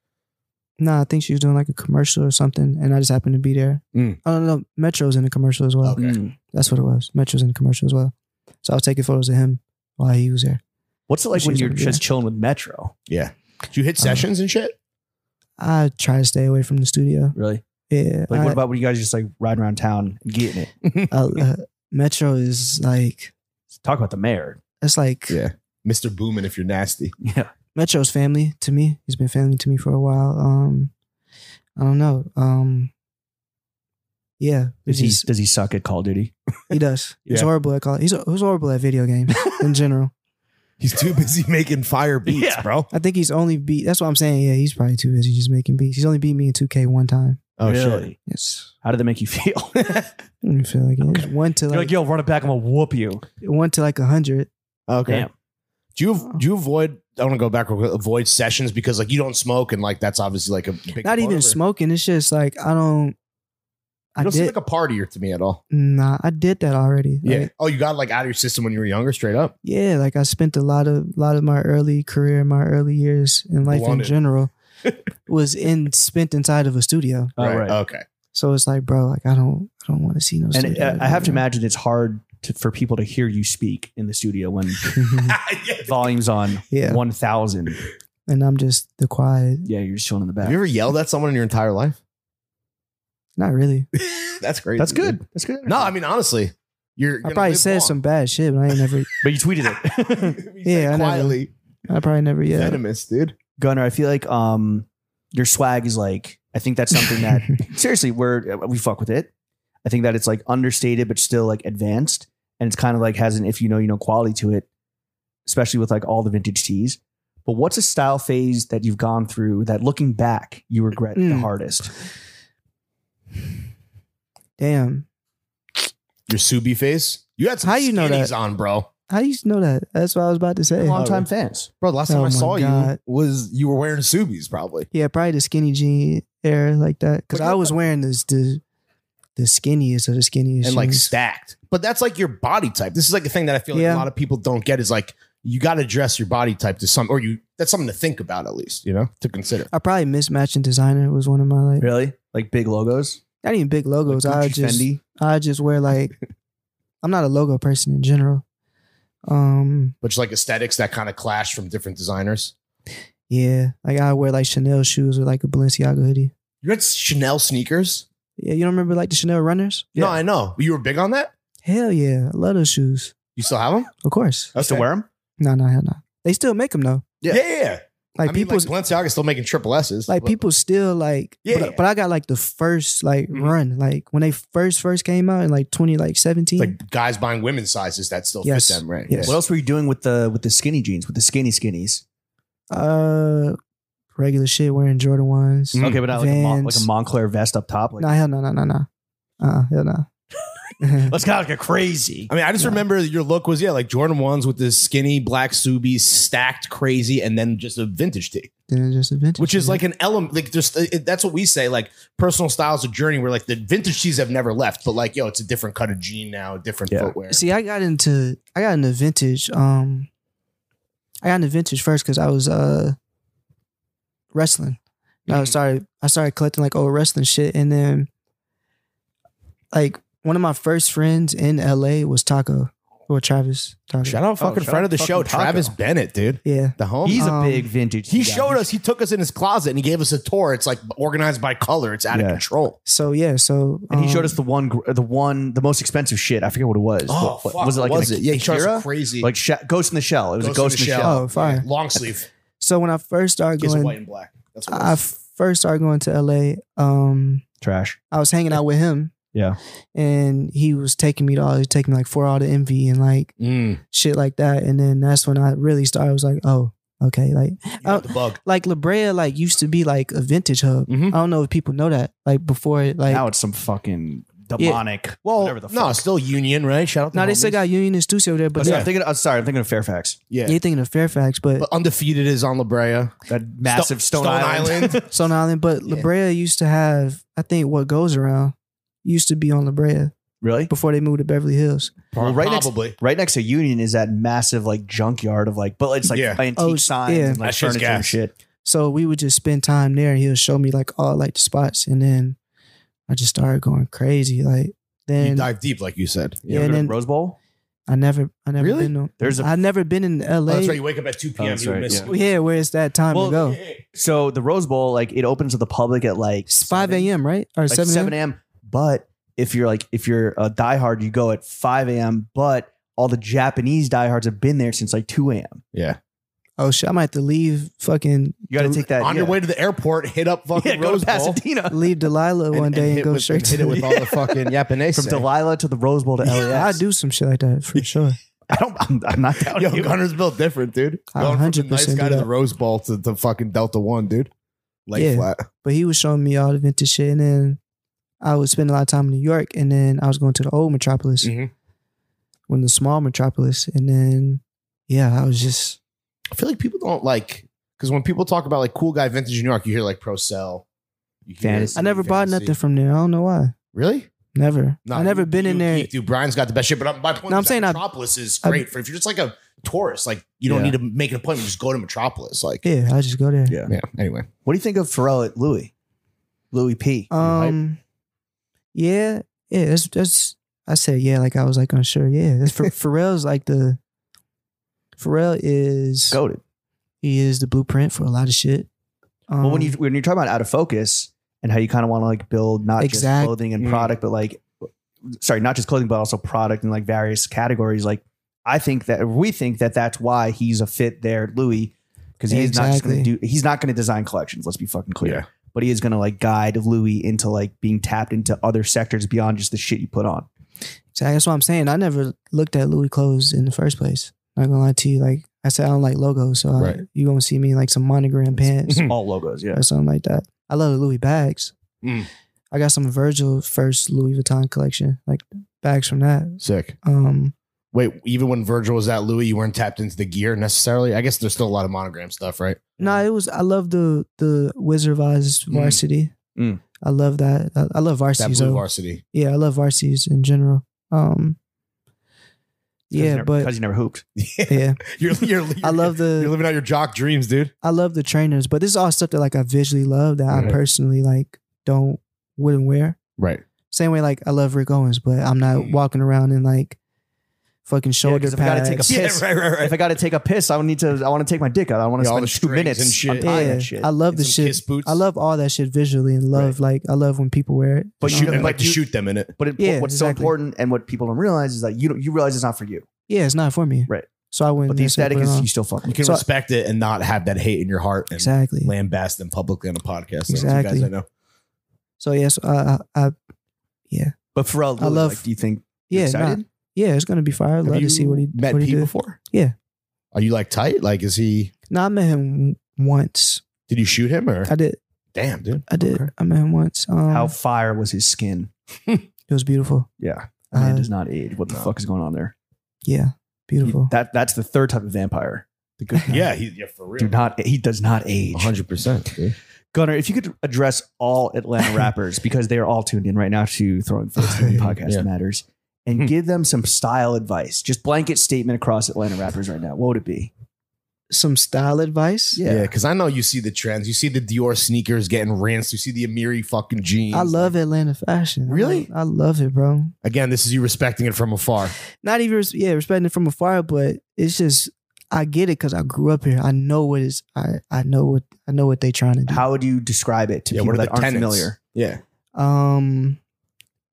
C: nah, I think she was doing like a commercial or something, and I just happened to be there.
B: Hmm.
D: Mm.
C: Oh no, no, Metro's in the commercial as well.
D: Okay.
B: Mm.
C: That's what it was. Metro's in the commercial as well. So I was taking photos of him while he was there.
B: What's it like when
C: She's
B: you're
C: over
B: just chilling with Metro?
D: yeah, Uh-huh. do you hit
C: Uh,
D: sessions and (laughs) shit?
C: I try to stay away from the studio.
B: Really?
C: Yeah.
B: Like,
C: I-
B: what about when you guys just like ride around town and getting it?
C: I- uh, Metro is like
B: Talk about the mayor.
C: it's like
D: Yeah. Mr. Boomin, if you're nasty.
B: Yeah.
C: Metro's family to me. He's been family to me for a while. Um, I don't know. Um, yeah,
B: Does
C: it's
B: he,
C: just-
B: does he suck at Call of Duty?
C: he does. He's
D: Yeah.
C: horrible at call. He's, he's horrible at video games in general.
D: He's too busy (laughs) making fire beats,
B: Yeah.
D: bro.
C: I think he's only beat. That's what I'm saying. Yeah, he's probably too busy just making beats. He's only beat me in 2K one time.
D: Oh shit.
B: Really?
C: Yes,
B: How did that make you feel? (laughs)
C: I don't feel like it. One to
B: You're
C: like,
B: like, yo, run it back. I'm going to whoop you.
C: one to like a hundred.
D: Okay.
B: Damn.
D: Do you do you avoid? I want to go back. real quick, Avoid sessions because like you don't smoke and like that's obviously like a big
C: Not
D: part
C: even
D: of it.
C: smoking. It's just like I don't. I
D: You don't seem
C: did.
D: like a partier to me at all.
C: nah, I did that already.
D: Yeah.
C: Like,
D: oh, you got like out of your system when you were younger, straight up.
C: yeah. Like I spent a lot of lot of my early career, my early years in life
D: Blunted.
C: in
D: (laughs)
C: general, was in spent inside of a studio.
B: Oh, right.
D: Okay. (laughs)
C: So it's like, bro, like I don't, I don't want to see no.
B: and
C: studio,
B: uh, I have to
C: bro.
B: imagine it's hard to, for people to hear you speak in the studio when
D: Yeah.
B: volume's on
C: (laughs) Yeah.
B: one thousand.
C: and I'm just the quiet.
B: Yeah, you're just chilling in the
D: Have
B: back.
D: you ever yelled at someone in your entire life?
C: Not really.
D: That's crazy.
B: That's
D: dude.
B: good. That's good.
D: No, I mean honestly, you're.
C: I
D: gonna
C: probably
D: live
C: said
D: long.
C: some bad shit, but I ain't
D: (laughs)
C: never.
B: but you tweeted it,
D: You
C: Yeah,
D: said
C: I know.
D: quietly.
C: I probably never yet.
D: Venomous, dude.
B: Gunner. I feel like um, your swag is like. I think that's something that
C: (laughs)
B: seriously we're uh, we fuck with it. I think that it's like understated but still like advanced, and it's kind of like has an if you know you know quality to it, especially with like all the vintage tees. But what's a style phase that you've gone through that looking back you regret the
C: Mm.
B: hardest?
C: Damn.
D: Your Subi face. You had some
C: How you know
D: skinnies
C: that?
D: on, bro.
C: How do you know that? That's what I was about to say.
B: Long time fans.
D: Bro, the last
C: Oh my God.
D: was you were wearing Subis, probably.
C: Yeah, probably the skinny jean era like that. Because
D: Like,
C: I was wearing this the the skinniest of the skinniest.
D: and like
C: jeans.
D: stacked. But that's like your body type. This is like a thing that I feel like
C: Yeah.
D: a lot of people don't get is like you got to dress your body type to some, or you that's something to think about at least, you know, to consider.
C: I probably mismatching designer was one of my like
B: Really? Like big logos?
C: not even big logos. I would
B: Gucci,
C: just
B: Fendi?
C: I would just wear like I'm not a logo person in general. Um
D: Which like aesthetics that kind of clash from different designers.
C: yeah, like I wear like Chanel shoes or like a Balenciaga hoodie.
D: You had Chanel sneakers.
C: Yeah, you don't remember like the Chanel runners?
D: No, I know you were big on that.
C: Hell yeah, I love those shoes.
D: You still have them?
C: Of course.
B: Used to wear them?
C: No, no, hell no. They still make them though.
D: Yeah, yeah. yeah.
C: Like
D: I mean,
C: people,
D: like Balenciaga's still making triple S's.
C: like
D: but-
C: people still like
D: Yeah.
C: but, but i got like the first like
D: Mhm.
C: run like when they first first came out in like 20 like 17
D: like guys buying women's sizes that still
C: Yes.
D: fit them, right?
C: Yes.
B: What else were you doing with the with the skinny jeans, with the skinny skinnies?
C: uh regular shit wearing jordan ones
D: Mm.
B: Okay, but not like a, Mon- like
C: Vans.
B: a Moncler vest up top. Like,
C: nah hell no no no no uh
B: (laughs)
C: hell no
B: Let's kind of get crazy.
D: I mean, I just
C: Yeah.
D: remember your look was yeah, like Jordan ones with this skinny black Subi stacked crazy, and then just a vintage tee.
C: (laughs) then it's just a vintage
D: which is
C: thing.
D: like an element like just it, that's what we say like personal styles a journey where like the vintage tees have never left but like yo it's a different cut of jean now different
B: Yeah.
D: footwear
C: see i got into i got into vintage um i got into vintage first because i was uh wrestling I
B: Mm-hmm.
D: Mhm.
C: started I started collecting like old wrestling shit, and then like one of my first friends in LA was Taco or Travis Taco.
D: Oh, shout out fucking
B: shout
D: friend
B: out
D: of the
B: fucking
D: show
B: Taco.
D: travis bennett dude
C: Yeah,
D: the home
B: He's
C: Um,
B: a big vintage.
D: he
B: guy.
D: showed us he took us in his closet and he gave us a tour it's like organized by color it's out
B: Yeah.
D: of control
C: so yeah, so
B: and he
C: um,
B: showed us the one, gr- the one, the most expensive shit. I forget what it was.
D: oh
B: What- what-
D: fuck,
B: was it like
D: was
B: an
D: it yeah he showed us
B: Akira?
D: a crazy
B: like Sha- Ghost in the Shell? It was a Ghost in the Shell.
C: Oh, fire.
D: long sleeve
C: So when I first started
D: is white
C: going,
D: and black that's what it
C: I I
D: was.
C: first started going to LA. Um,
B: Trash.
C: I was hanging out with him.
B: Yeah.
C: and he was taking me to all. He was taking me like four all to envy and like
D: Mm,
C: shit like that. And then that's when I really started. I was like, oh, okay, like
D: you got the bug
C: like La Brea like used to be like a vintage hub.
D: Mhm.
C: I don't know if people know that. Like before, it, like
B: now it's some fucking demonic.
D: well
B: whatever the
D: no
B: fuck.
D: still union right shout out
C: now they still got Union and Stussy over there,
B: Oh,
C: but
B: sorry,
D: Yeah.
B: I'm thinking. I'm sorry, I'm thinking of Fairfax.
D: yeah
C: you're thinking of Fairfax, but,
D: but undefeated is on La Brea.
B: That massive Stone, Island.
C: (laughs) Stone Island. But La
D: Yeah.
C: Brea used to have, I think, what goes around used to be on La Brea
B: (laughs) really?
C: before they moved to Beverly Hills.
B: Well, right next-
D: Probably.
B: Right next to Union is that massive like junkyard of like, but it's like
D: Yeah.
B: antique
C: Oh,
B: signs
C: yeah.
B: and like
D: That shit's
B: furniture and
D: gas.
B: shit.
C: So we would just spend time there, and he would show me like all like the spots, and then I just started going crazy. Like
D: you
C: then
D: dive deep, like you said.
B: You
C: Yeah,
B: ever
C: and
B: go to
C: then-
B: Rose Bowl?
C: I never, I never
D: Really?
C: been. To,
B: There's
C: There's
B: a-
C: I've never been in
D: Oh,
C: L.A.
D: that's right. You wake up at 2 p.m.
B: that's
D: you
B: right,
D: miss
B: yeah.
C: yeah, where's that time
B: Well,
C: to go?
B: So the Rose Bowl, like it opens to the public at like
C: It's five
B: 7,
C: a.m. right or
B: like
C: seven a.m.
B: seven a.m. But if you're like if you're a diehard, you go at five a.m. But all the Japanese diehards have been there since like two a.m.
D: Yeah.
C: Oh shit! I might have to leave fucking
B: You got to take that
D: On your
B: yeah.
D: way to the airport, hit up fucking
B: yeah, go
D: Rose
B: to
C: (laughs)
B: Pasadena
C: leave Delilah
D: Bowl
C: one day and,
D: hit
C: go
D: with-
C: straight
D: hit
C: to
D: it with all the fucking Japanese.
B: from Delilah to the Rose Bowl to LAX.
C: Yeah, I do some shit like that for sure.
B: I don't. I'm, I'm not doubting
D: Yo,
B: you.
D: Gunner's built different, dude.
C: I
D: Going from the
C: 100%
D: nice
C: do
D: guy to the
C: that.
D: Rose Bowl to the fucking Delta One, dude. Lay
C: Yeah.
D: flat.
C: But he was showing me all the vintage shit, and then I would spend a lot of time in New York, and then I was going to the old metropolis,
D: Mhm.
C: when the small metropolis, and then yeah, I was just
D: I feel like people don't like because when people talk about like cool guy vintage New York, you hear like pro sell. You hear
A: Fantasy.
C: I never bought
D: fantasy.
C: nothing from there. I don't know why.
D: Really?
C: Never.
D: No,
C: I never
D: you-
C: been
D: you
C: in there.
D: geek, Dude, Brian's got the best shit. But uh, my point
C: No, I'm
D: is that
C: saying I-
D: Metropolis is
C: I-
D: great for if you're just like a tourist, like you don't
B: Yeah.
D: need to make an appointment. Just go to Metropolis. Like,
C: yeah, I just go there.
B: Yeah.
D: yeah. Anyway,
B: What do you think of Pharrell at Louis? Louis P.
C: Um, yeah, yeah. That's that's. I said yeah, like I was like unsure. Yeah, that's
D: (laughs)
C: for, Pharrell's like the. Pharrell is
B: Goaded.
C: he is the blueprint for a lot of shit. Um,
B: well, when you when you're talking about out of focus and how you kind of want to like build not just
C: Exact-
B: clothing and
D: Mm.
B: product, but like sorry, not just clothing, but also product and like various categories. Like I think that we think that that's why he's a fit there, at Louis, because he's not just going to
C: Exactly.
B: do. He's not going to design collections. Let's be fucking clear.
D: Yeah.
B: But he is going to like guide Louis into like being tapped into other sectors beyond just the shit you put on.
C: So that's what I'm saying. I never looked at Louis clothes in the first place. Not gonna lie to you. Like I said, I don't like logos, so I-
D: Right.
C: you gonna see me in, like some
D: (laughs)
C: monogram pants
D: Hmm.
B: All logos, yeah.
C: or something like that. I love the Louis bags.
D: Mm.
C: I got some Virgil first Louis Vuitton collection, like bags from that.
D: sick.
C: Um,
D: Wait, even when Virgil was at Louis, you weren't tapped into the gear necessarily. I guess there's still a lot of monogram stuff, right?
C: No, it was. I love the the Wizard of Oz
D: Mm.
C: varsity.
B: Mm.
C: I love that. I, I love
D: That
C: varsities.
D: blue
C: though.
D: varsity.
C: yeah, I love varsities in general. Um, yeah,
B: because
C: but
B: you never hooped.
C: yeah,
D: (laughs) You're, you're,
C: I love
D: You're
C: the
D: living out your jock dreams, dude.
C: I love the trainers, but this is all stuff that like I visually love that
D: Right.
C: I personally like don't wouldn't wear.
D: Right. (laughs)
C: Same way, like I love Rick Owens, but I'm not
D: Mm.
C: walking around in like fucking shoulder
B: 'cause if I gotta
C: pads.
B: take a piss.
D: right, right,
B: If I got to take a piss, I would need to. I want to take my dick out. I want to
D: Yeah, all
B: spend
D: the
B: two
D: strings
B: minutes
D: and shit.
B: untying that
C: yeah,
B: shit.
C: I love the
D: And some
C: shit.
D: Kiss boots.
C: I love all that shit visually and love like I love when people wear it.
B: But
D: But
B: you-
D: shoot, and
B: but
D: like to
B: you-
D: shoot them in it.
B: But it,
C: Yeah,
B: what's so
C: exactly.
B: important and what people don't realize is that you don't, you realize it's not for you,
C: Yeah, it's not for me.
B: Right.
C: So I wouldn't.
B: but the
C: necessarily
B: aesthetic
C: put it uh,
B: is
C: on.
B: you still fucking.
D: You can
C: So-
D: respect it and not have that hate in your heart and
C: exactly.
D: lambast them publicly on a podcast. Those two
C: Exactly.
D: guys I know.
C: So yes, I, I, I
B: But Pharrell, I
C: I love-
B: love. Like, do you think? you're
C: yeah,
B: excited?
C: nah, yeah, it's gonna be fire. I'd
D: Have
C: love
D: you
C: to see what he
D: met
C: what he
D: Pete
C: do.
D: before.
C: Yeah.
D: Are you like tight? Like, is he?
C: No, I met him once.
D: Did you shoot him or?
C: I did.
D: Damn, dude.
C: (laughs) I did. I met him once. Um,
B: How fire was his skin?
C: it was beautiful.
B: Yeah, that man
C: Uh,
B: does not age. What the
D: no.
B: fuck is going on there?
C: Yeah,
B: He-
C: beautiful.
B: that that's the third type of vampire. The good kind.
D: Yeah, he, yeah, for real.
B: do not. He does not age.
D: percent.
B: Gunner, if you could address all
C: (laughs)
B: Atlanta rappers because they are all tuned in right now to Throwing Fits the podcast
D: Yeah.
B: matters,
D: Hmm.
B: and give them some style advice, just blanket statement across Atlanta rappers right now. What would it be?
C: Some style advice.
D: Yeah, because I know you see the trends. You see the Dior sneakers getting rinsed. You see the Amiri fucking jeans.
C: I love Atlanta fashion. I
D: Really?
C: love- I love it, bro.
D: Again, this is you respecting it from afar.
C: Not even res- yeah, respecting it from afar, but it's just I get it because I grew up here. I know what is. I I know what I know what they trying to do.
B: How would you describe it to people that aren't
D: tenets?
B: familiar?
D: Yeah.
C: Um,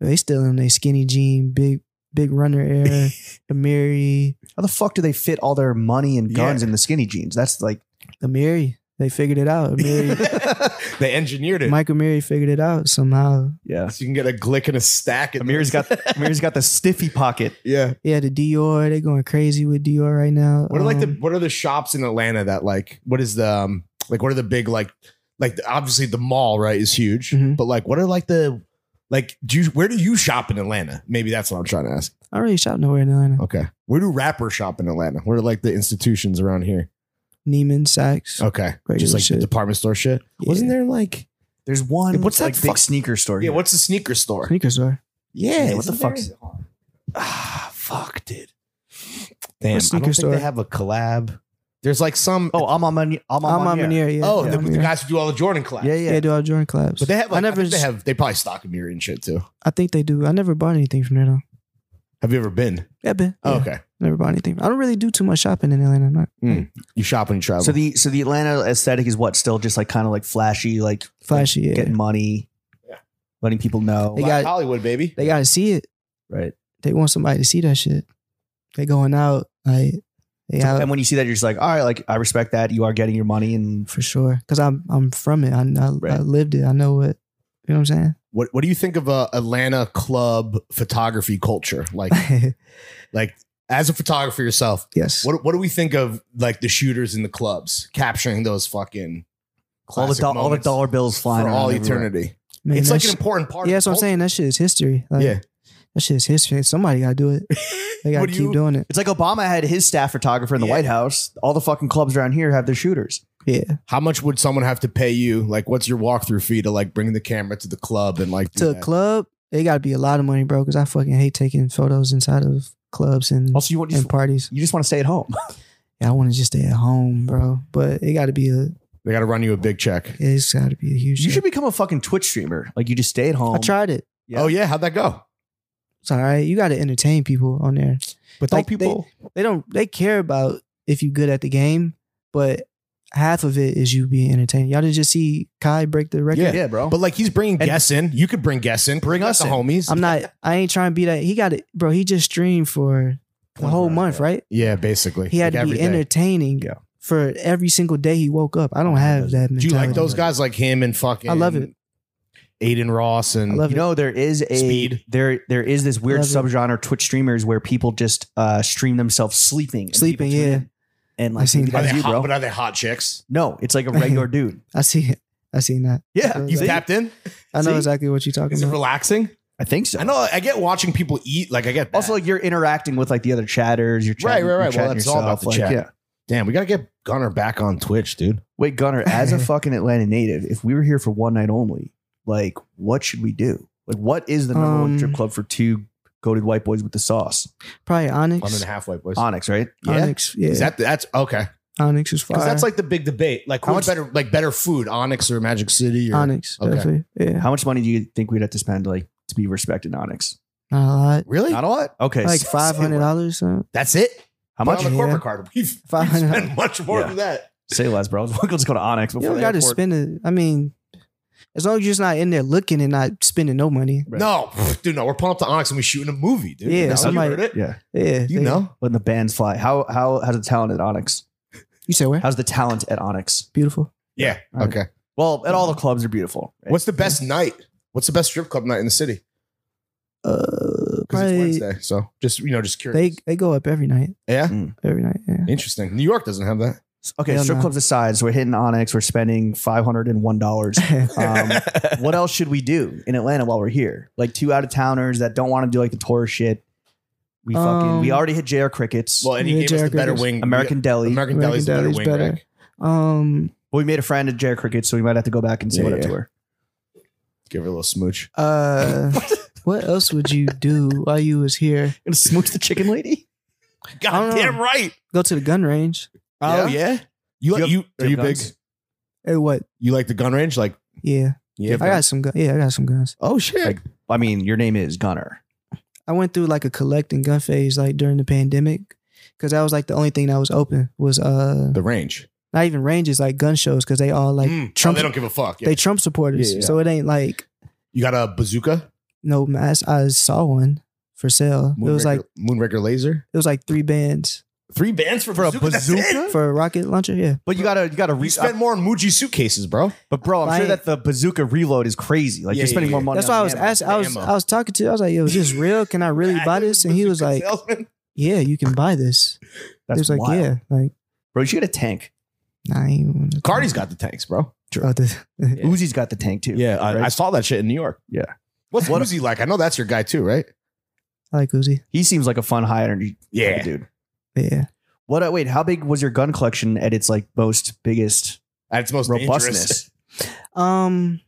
C: they still in their skinny jean, big big
B: (laughs)
C: runner era, Amiri,
B: How the fuck do they fit all their money and guns
D: Yeah.
B: in the skinny jeans? That's like
C: Amiri. They figured it
B: (laughs)
C: out. Amiri,
D: (laughs) they engineered it.
C: Mike Amiri figured it out somehow.
B: yeah.
D: so you can get a glick and a stack. And
B: Amir's got
D: (laughs)
B: Amir's got the stiffy pocket.
D: yeah.
C: Yeah, the Dior, they going crazy with Dior right now.
D: What are like the
C: Um,
D: what are the shops in Atlanta that like what is the um, like what are the big like like the- obviously the mall right is huge,
C: Mhm.
D: but like what are like the like do you where do you shop in Atlanta? Maybe that's what I'm trying to ask.
C: I don't really shop nowhere in Atlanta.
D: Okay, where do rappers shop in Atlanta? What are like the institutions around here?
C: Neiman, Saks.
D: Okay,
C: Regular
D: just like
C: shit.
D: the department store shit. Wasn't there like
B: There's one.
D: What's that
B: like,
D: fuck-
B: big sneaker store?
D: yeah?
B: here.
D: What's the sneaker store?
C: Sneaker store.
D: Yeah,
B: what the
D: isn't
B: fuck?
D: there- Ah, fuck, dude.
C: What
D: Damn, I
C: sneaker
D: don't think
C: store?
D: they have a collab. There's like some.
B: Oh, I'm on Manier. I'm
C: I'm
B: on
C: on
B: Manier.
C: Manier, yeah.
D: oh,
C: yeah,
D: the, the
C: Amir.
D: guys who do all the Jordan collabs.
B: Yeah,
C: Yeah,
B: yeah.
C: do all Jordan collabs.
D: But they have. Like,
C: I never.
D: I think they have. They probably stock a mirror and shit too.
C: I think they do. I never bought anything from there though.
D: Have you ever been?
C: Yeah, Ben.
D: Oh,
C: Yeah,
D: okay.
C: Never bought anything. I don't really do too much shopping in Atlanta. I'm not.
D: You shop and you travel.
B: So the so the Atlanta aesthetic is what still just like kind of like flashy, like
C: Flashy, yeah.
B: getting money,
D: Yeah.
B: letting people know.
C: They
D: Black
C: got-
D: Hollywood, baby.
C: They gotta see it.
B: right.
C: They want somebody to see that shit. They going out like they
B: So-
C: out
B: and when you see that, you're just like, all right, like I respect that. You are getting your money, and
C: for sure. Cause I'm I'm from it. I I, I
B: Right.
C: lived it. I know what. You know what I'm
D: What What do you think of uh, Atlanta club photography culture?
C: (laughs)
D: Like, (laughs)
C: saying?
D: like as a photographer yourself,
C: yes.
D: what What do we think of like the shooters in the clubs capturing those fucking
B: all the
D: classic
B: do- all the
D: moments
B: dollar bills flying
D: for
B: around
D: all
B: everywhere.
D: eternity?
C: Man,
D: it's
C: that
D: like an
C: shit-
D: important part.
C: yeah,
D: of
C: that's what I'm
D: culture.
C: saying. That shit is history. Like,
D: Yeah.
C: That shit's history. Somebody gotta do it. They gotta
D: What do
C: keep
D: you-
C: doing it.
B: It's like Obama had his staff photographer in the
D: Yeah.
B: White House. All the fucking clubs around here have their shooters.
C: Yeah.
D: How much would someone have to pay you? Like, what's your walkthrough fee to like bring the camera to the club and like do
C: To a
D: that?
C: club, it gotta be a lot of money, bro. Cause I fucking hate taking photos inside of clubs and
B: Also, you want
C: and parties.
B: you just want to stay at home.
C: Yeah, I want to just stay at home, bro. But it gotta be a.
D: They got to run you a big check.
C: It's gotta be a huge.
B: (laughs) You should
C: check.
B: become a fucking Twitch streamer. Like you just stay at home.
C: I tried it.
B: Yeah.
D: Oh yeah, how'd that go?
C: It's all right. You gotta entertain people on there.
D: But
C: Like, they- they don't they care about if you good at the game, but half of it is you being entertained. Y'all didn't just see Kai break the record.
D: Yeah.
B: yeah, bro.
D: but like he's bringing
B: And-
D: guests in. You could bring guests in. Bring us the
B: in.
D: homies.
C: I'm not. I ain't trying to be that. He got it, bro. He just streamed for the whole month, right?
D: yeah, basically.
C: He had
D: Like,
C: to be
D: every day.
C: entertaining
B: Yeah.
C: for every single day he woke up. I don't have that mentality.
D: Do you like those guys like him and fucking?
C: I love it.
D: Aiden Ross and
C: I love
B: you know there is a
D: Speed.
B: there there is this weird
C: Love it.
B: subgenre of Twitch streamers where people just uh stream themselves sleeping. and
C: Sleeping,
B: people tune
C: yeah.
B: in. And
C: I've
B: like
C: seen
B: maybe
C: that.
D: Are
B: that's
D: they
B: you,
D: hot,
B: bro.
D: but are they hot chicks?
B: No, it's like a regular dude.
C: I see it. I seen that.
B: Yeah.
D: You've
B: see?
D: tapped in.
C: I know
B: See?
C: exactly what you're talking
D: Is it
C: about.
D: relaxing?
B: I think so.
D: I know. I get watching people eat. Like I get that.
B: Also, like you're interacting with like the other chatters, you're
D: Right,
B: chatting,
D: right, right.
B: you're
D: Well,
B: chatting
D: that's all
B: yourself,
D: about the
B: like,
D: chat.
B: Yeah.
D: damn, we gotta get Gunner back on Twitch, dude.
B: Wait, Gunner,
C: (laughs)
B: as a fucking Atlanta native, if we were here for one night only, like what should we do? Like what is the number one strip
C: Um,
B: club for two goaded white boys with the sauce?
C: Probably
D: One and
C: Onyx.
D: a half white boys.
B: Onyx, right?
C: Onyx. Oh, Yeah.
D: Is that that's okay?
C: Onyx is fire.
D: Because that's like the big debate. Like
B: How
D: who's
B: much-
D: better, like better food, Onyx or Magic City? Or,
C: Onyx.
D: Okay.
C: Definitely. Yeah.
B: How much money do you think we'd have to spend like to be respected Onyx?
C: Not a lot.
D: Really?
B: Not a lot. Okay.
C: Like
B: so-
C: five hundred dollars.
D: that's it.
B: How much?
D: on the
C: Yeah.
D: corporate card? (laughs) We've
C: Five hundred.
D: spent much more
B: Yeah.
D: than that.
B: Say less, bro. (laughs) We'll just go to Onyx
C: You
B: before
C: don't
B: the
C: got to
B: airport.
C: spend it. I mean, as long as you're just not in there looking and not spending no money.
B: Right.
D: No, (laughs) dude, no. We're pulling up to Onyx and we shooting a movie, dude.
C: Yeah,
D: you know,
C: somebody-
D: you heard it.
B: Yeah.
C: Yeah,
D: You
C: they-
D: know,
B: Letting the bands fly. How how how's the talent at Onyx?
C: You say where?
B: How's the talent at Onyx?
C: Beautiful.
D: yeah.
B: All right.
D: Okay.
B: Well, at all the clubs are beautiful. right?
D: What's the best night? What's the best strip club night in the city?
C: Uh,
D: Because it's
C: probably
D: Wednesday, so just you know, just curious.
C: they they go up every night.
D: yeah,
C: Every night. Yeah.
D: interesting. New York doesn't have that.
B: okay,
C: Hell
B: strip
C: no.
B: clubs aside, so we're hitting Onyx, we're spending five hundred and one dollars. Um, what else should we do in Atlanta while we're here? Like two out of towners that don't want to do like the tourist shit. We fucking
C: Um,
B: we already hit JR Crickets,
D: (laughs) well, and he
C: Yeah,
D: gave us the
C: Jack
D: better
C: Reagan's-
D: wing.
B: American Deli.
D: American,
C: American
D: Deli's the better
C: Deli's
D: wing.
C: better.
D: Rick.
C: (laughs) Um.
B: well, we made a friend at JR Crickets, so we might have to go back and say
D: Yeah,
B: what up
D: yeah.
B: to her.
D: Give her a little smooch. (laughs)
C: Uh. what else would you do while you was here?
B: Gonna smooch the chicken lady.
C: don't know.
D: Goddamn right.
C: Go to the gun range.
D: Oh (laughs) yeah. You
B: Do
D: like
B: you
D: you
B: have-
D: are
B: do
D: you
B: you have
D: big?
B: guns?
C: Hey, what?
D: You like the gun range? Like
C: Yeah.
D: yeah.
C: I got some guns. Yeah, I got some guns.
D: oh shit.
B: Like- I mean, your name is Gunner.
C: I went through like a collecting gun phase like during the pandemic because that was like the only thing that was open was uh
D: the range.
C: not even ranges like gun shows because they all like
D: Mm. Oh,
C: Trump
D: they don't give a fuck. Yeah.
C: they Trump supporters.
B: Yeah, yeah.
C: So it ain't like
D: you got a bazooka?
C: no mass. I saw one for sale. it was
D: Moonraker-
C: like
D: Moonraker laser.
C: it was like three bands
D: Three bands for,
B: For a
D: That's
B: bazooka?
D: it?
C: for a rocket launcher. Yeah,
B: But you gotta you gotta
D: We
B: reach.
C: uh,
D: spent more on Muji suitcases, bro.
B: But bro, I'm sure
C: Like-
B: that the bazooka reload is crazy. Like
D: Yeah,
B: you're spending
D: yeah,
B: more
D: yeah.
B: money.
C: that's
B: on
C: why I was
B: ammo.
C: asking. I was
D: Ammo.
C: I was talking to. you. I was like, "Yo, is this real? Can I
D: (laughs)
C: really buy this?" And he was like,
D: Salesman.
C: "Yeah, you can buy this." He
B: That's
C: was like,
B: wild.
C: "Yeah, like
B: bro, you should get a tank.
C: nah, I ain't wanna-
D: Cardi's got the tanks, bro.
C: Oh, the-
D: Yeah.
B: Uzi's got the tank too.
D: Yeah, I,
B: Right.
D: I saw that shit in New York.
B: Yeah.
D: What's
B: What-
D: Uzi like? I know that's your guy too, right?
C: I (laughs) like Uzi.
B: he seems like a fun, high energy
D: Yeah.
B: dude.
C: Yeah,
B: What? uh, Wait, how big was your gun collection at its like most biggest
D: At its most dangerous.
B: robustness?
C: um.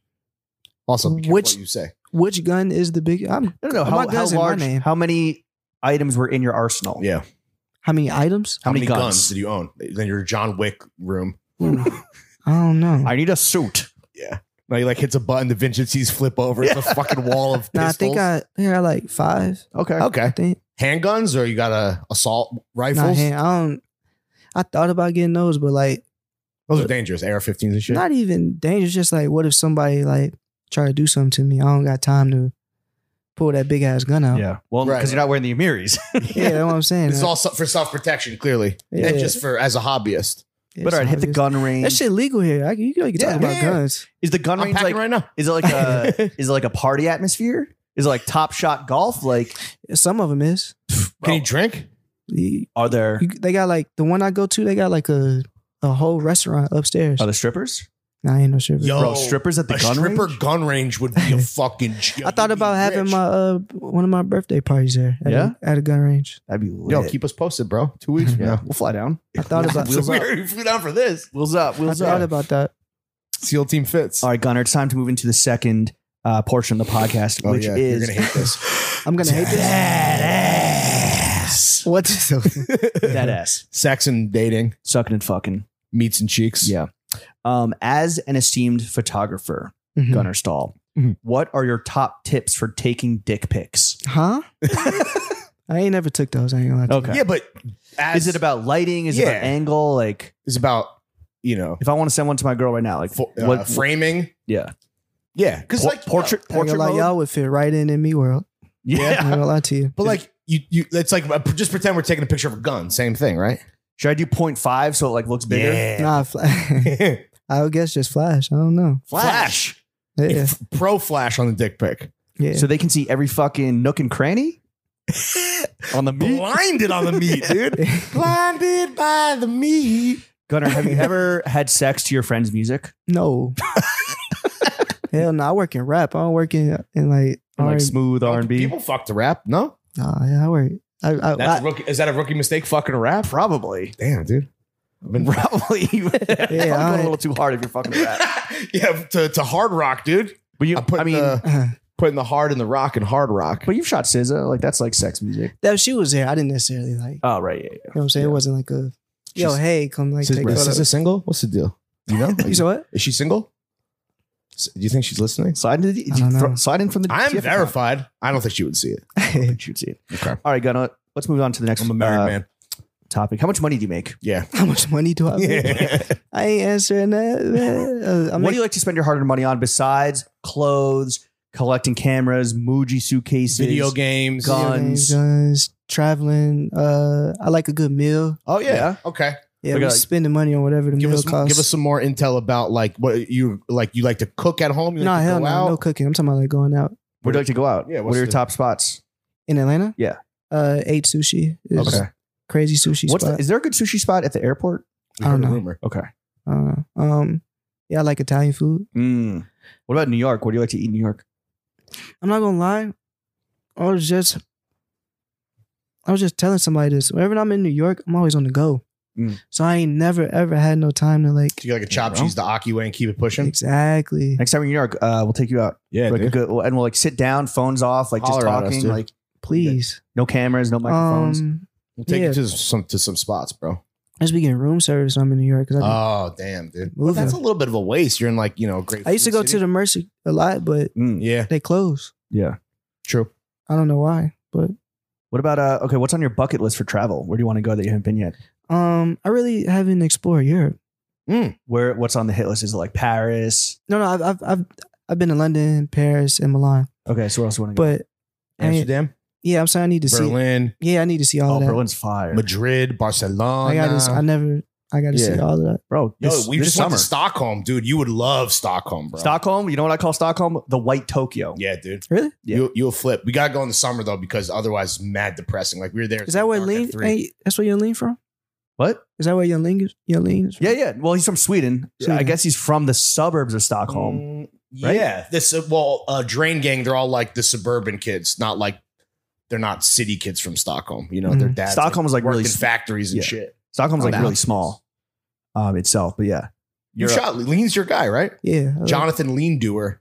D: Also, be careful
C: Which-
D: what you say?
C: Which gun is the big? I'm,
B: (laughs) I don't know
C: My
B: how, how
C: gun's in my
B: large,
C: name.
B: how many items were in your arsenal.
D: Yeah.
C: how many
D: (laughs)
C: items?
B: How many guns?
D: did you own? Then your John Wick room.
C: Ooh, I don't know.
B: I need a suit.
D: Now he like hits a button, the Vinci's flip over. It's a fucking wall of pistols.
C: (laughs) Nah, I think uh, I, I think I like five.
B: Okay.
C: I
D: okay.
C: think
D: Handguns or you got a assault
C: nah,
D: rifles?
C: hand, I don't. I thought about getting those, but like
D: Those are dangerous. AR-15s and shit.
C: not even dangerous. Just like, what if somebody like try to do something to me? I don't got time to pull that big ass gun out. Yeah,
B: Yeah. Well, because
D: Right.
B: you're not wearing the Amiris.
C: that's what I'm saying.
D: This is all so- for self-protection, clearly,
C: Yeah.
D: and just for as a hobbyist.
C: Yeah,
B: (laughs) but all right, hit the
C: it's-
B: gun range.
C: That shit legal here. I can, you, can- you can
D: Yeah,
C: talk about
D: yeah, yeah.
C: guns.
B: Is the gun
D: I'm
B: range
D: packing
B: like?
D: right now.
B: Is it like
C: (laughs)
B: a? is it like a party atmosphere? Is it like Top Shot golf? Like,
C: Some of them is.
D: Can you drink?
C: You-
B: are there
C: you- they got like the one I go to. They got like a a whole restaurant upstairs.
B: Oh, are the strippers?
C: I ain't no stripper.
D: Yo,
E: Bro, strippers at the
D: a
E: gun
D: stripper
E: range?
D: gun range would (laughs) be a fucking. joke.
C: I thought
D: You'd be
C: about having
D: rich.
C: my uh one of my birthday parties there. At
E: Yeah?
C: a, at a gun range.
E: That'd be lit.
D: Yo, keep us posted, bro. Two weeks from
E: yeah,
B: (laughs)
D: now.
E: we'll fly down.
C: I thought about
D: So we already flew down for this.
E: Wheels up.
C: I
E: Wheels up.
C: thought about that.
D: SEAL team fits.
B: All right, Gunner, it's time to move into the second uh, portion of the podcast,
D: Oh,
B: which
D: yeah,
B: is
D: you're gonna hate this.
C: I'm gonna hate
D: this.
C: What's
D: (laughs)
B: that ass
D: Sex and dating,
B: sucking and fucking.
D: meats and cheeks.
B: Yeah. Um, as an esteemed photographer, Gunnar Stahl,
D: Mhm.
B: what are your top tips for taking dick pics?
C: Huh? (laughs) I ain't never took those. I ain't gonna lie.
B: Okay.
D: Yeah, but as
B: Is it about lighting? Is it
D: Yeah.
B: about angle? Like,
D: It's about you know
B: if I want to send one to my girl right now, like
D: fo- uh,
B: what?
D: framing.
B: yeah,
D: Yeah, because
B: Por-
D: like
B: portrait,
C: I ain't
B: portrait
C: gonna lie,
B: mode?
C: y'all would fit right in in me world.
B: Yeah. (laughs)
C: I ain't gonna lie to you.
D: But like you, you it's like uh, just pretend we're taking a picture of a gun. Same thing, right?
B: Should I do 0.5 so it like looks bigger?
C: Nah, fla- (laughs) I would guess just flash. I don't know.
D: (laughs) flash,
C: Yeah,
D: If- pro flash on the dick (laughs) pic,
B: (laughs)
C: yeah.
B: So they can see every fucking nook and cranny on the meat.
D: blinded on
C: (laughs)
D: the meat, dude. blinded by the meat.
B: Gunnar, (laughs) have you ever had sex to your friend's music?
C: no. Hell no. I work in rap. I don't work in in like.
B: Or,
C: R-
B: like smooth R and B.
D: People fuck to rap. No,
C: Nah, yeah, I work. I, I,
D: that's
C: I-
D: a rookie, is that a rookie mistake? Fucking a rap?
B: Probably,
D: Damn, dude. I've (laughs) been
B: (laughs) probably. (laughs) yeah, probably going
C: I-
B: a little too hard if you're fucking with that.
D: yeah to, to hard rock, dude.
B: But you,
D: I'm putting
B: I mean,
D: the
C: Uh,
D: putting the hard in the rock and hard rock.
B: but you've shot SZA. Like that's like sex music.
C: (laughs) that she was there. I didn't necessarily like.
B: Oh right, yeah, yeah.
C: You know what I'm saying? It wasn't like a. Yo,
D: She's-
C: hey, come like
D: Sis-
C: take
D: is this
C: photos.
D: a single? What's the deal? You know,
C: You said what? (laughs)
D: is she single? S- Do you think she's listening?
B: Slide into the,
C: I don't know.
B: thro- slide in from the.
D: I'm
B: TF account.
D: verified. I don't think she would see it.
B: You should see it.
D: Okay.
B: All right, Gunnar. Let's move on to the next
D: I'm a married
B: uh,
D: man.
B: topic. How much money do you make?
D: Yeah.
C: How much money do I make? I ain't answering that. Man. Uh, I'm
B: what do you like to spend your hard-earned money on besides clothes, collecting cameras, Muji suitcases,
D: (laughs) Video games.
B: God.
C: guns,
B: guns?
C: guns, traveling. Uh, I like a good meal.
D: Oh yeah.
B: Yeah.
D: Okay.
C: Yeah,
B: Like
C: we
B: a-
C: spending money on whatever the
D: Give
C: meal
D: us
C: costs.
D: give us some more intel about like what you like. You like to cook at home. You
C: no,
D: like to
C: hell
D: go
C: no,
D: out?
C: no cooking. I'm talking about like going out
B: Where do you like to go out?
D: Yeah,
B: What
D: what's
B: are your
D: the-
B: top spots?
C: in Atlanta.
B: Yeah.
C: uh, ate sushi. It's
D: Okay.
C: crazy sushi
B: What's the,
C: spot.
B: is there a good sushi spot at the airport?
D: We
C: I don't
D: heard a
C: know.
D: Rumor.
B: Okay.
C: I don't know. um, yeah, I like Italian food.
B: Mm. What about New York? What do you like to eat in New York?
C: I'm not gonna lie. I was just, I was just telling somebody this. Whenever I'm in New York, I'm always on the go.
B: Mm.
C: So I ain't never ever had no time to like.
D: Do you like a chopped
B: bro.
D: cheese the Aki way and keep it pushing?
C: Exactly.
B: Next time we're in New York, uh, we'll take you out.
D: Yeah,
B: like a
D: dude.
B: good, and we'll like sit down, phones off, like
D: Holler
B: just
D: at us,
B: talking,
D: dude.
B: like
C: Please.
B: no cameras, no microphones.
C: Um,
D: We'll take
C: yeah.
D: you to some to some spots, bro.
C: I should be getting room service when I'm in New York because I,
D: Oh damn,
C: Move
D: dude. Well, that's
C: it.
D: a little bit of a waste. You're in like you know a great.
C: I used to
D: food
C: go to
D: city.
C: the Mercy a lot, but
B: Mm.
D: Yeah,
C: they closed.
B: yeah.
D: true.
C: I don't know why, but
B: What about uh? Okay, what's on your bucket list for travel? Where do you want to go that you haven't been yet?
C: um, I really haven't explored Europe.
B: Where what's on the hit list? Is it like Paris?
C: No, no, I've I've I've, I've been to London, Paris, and Milan,
B: Okay, so where else do you want to go?
C: but I ain't-
D: Amsterdam,
C: yeah, I'm saying I need to see.
D: Berlin,
C: Yeah, I need to see
B: oh,
C: all of
D: uh,
C: that.
B: Berlin's fire,
D: Madrid, Barcelona.
C: I got to I never. I got to see
D: Yeah.
C: all of that.
B: bro.
D: Yo,
B: This,
D: we
B: this
D: just
B: summer,
D: went to Stockholm, dude. You would love Stockholm, bro.
B: Stockholm. You know what I call Stockholm? The White Tokyo.
D: Yeah, dude.
C: Really?
B: Yeah.
D: You, you'll flip. We gotta go in the summer though, because otherwise, it's mad depressing. Like we were there.
C: Is that where
D: dark at
C: Lean?
D: three.
C: Hey, that's where Yolene from?
B: What?
C: Is that where Yolene is? Yolene is from?
B: Yeah, yeah. Well, he's from Sweden.
C: Sweden.
B: I guess he's from the suburbs of Stockholm.
D: Mm,
B: right?
D: Yeah. This uh, well, uh, Drain Gang. They're all like the suburban kids, not like they're not city kids from Stockholm. You know, their
C: Mhm.
D: dads.
B: Mm-hmm. Stockholm is like
D: worked
B: really
D: in factories and
B: yeah.
D: shit.
B: Stockholm's
D: Oh,
B: like
D: that-
B: really small, um, itself. But yeah,
D: You shot Lean's your guy, right?
C: Yeah. I like-
D: Jonathan Lean Doer.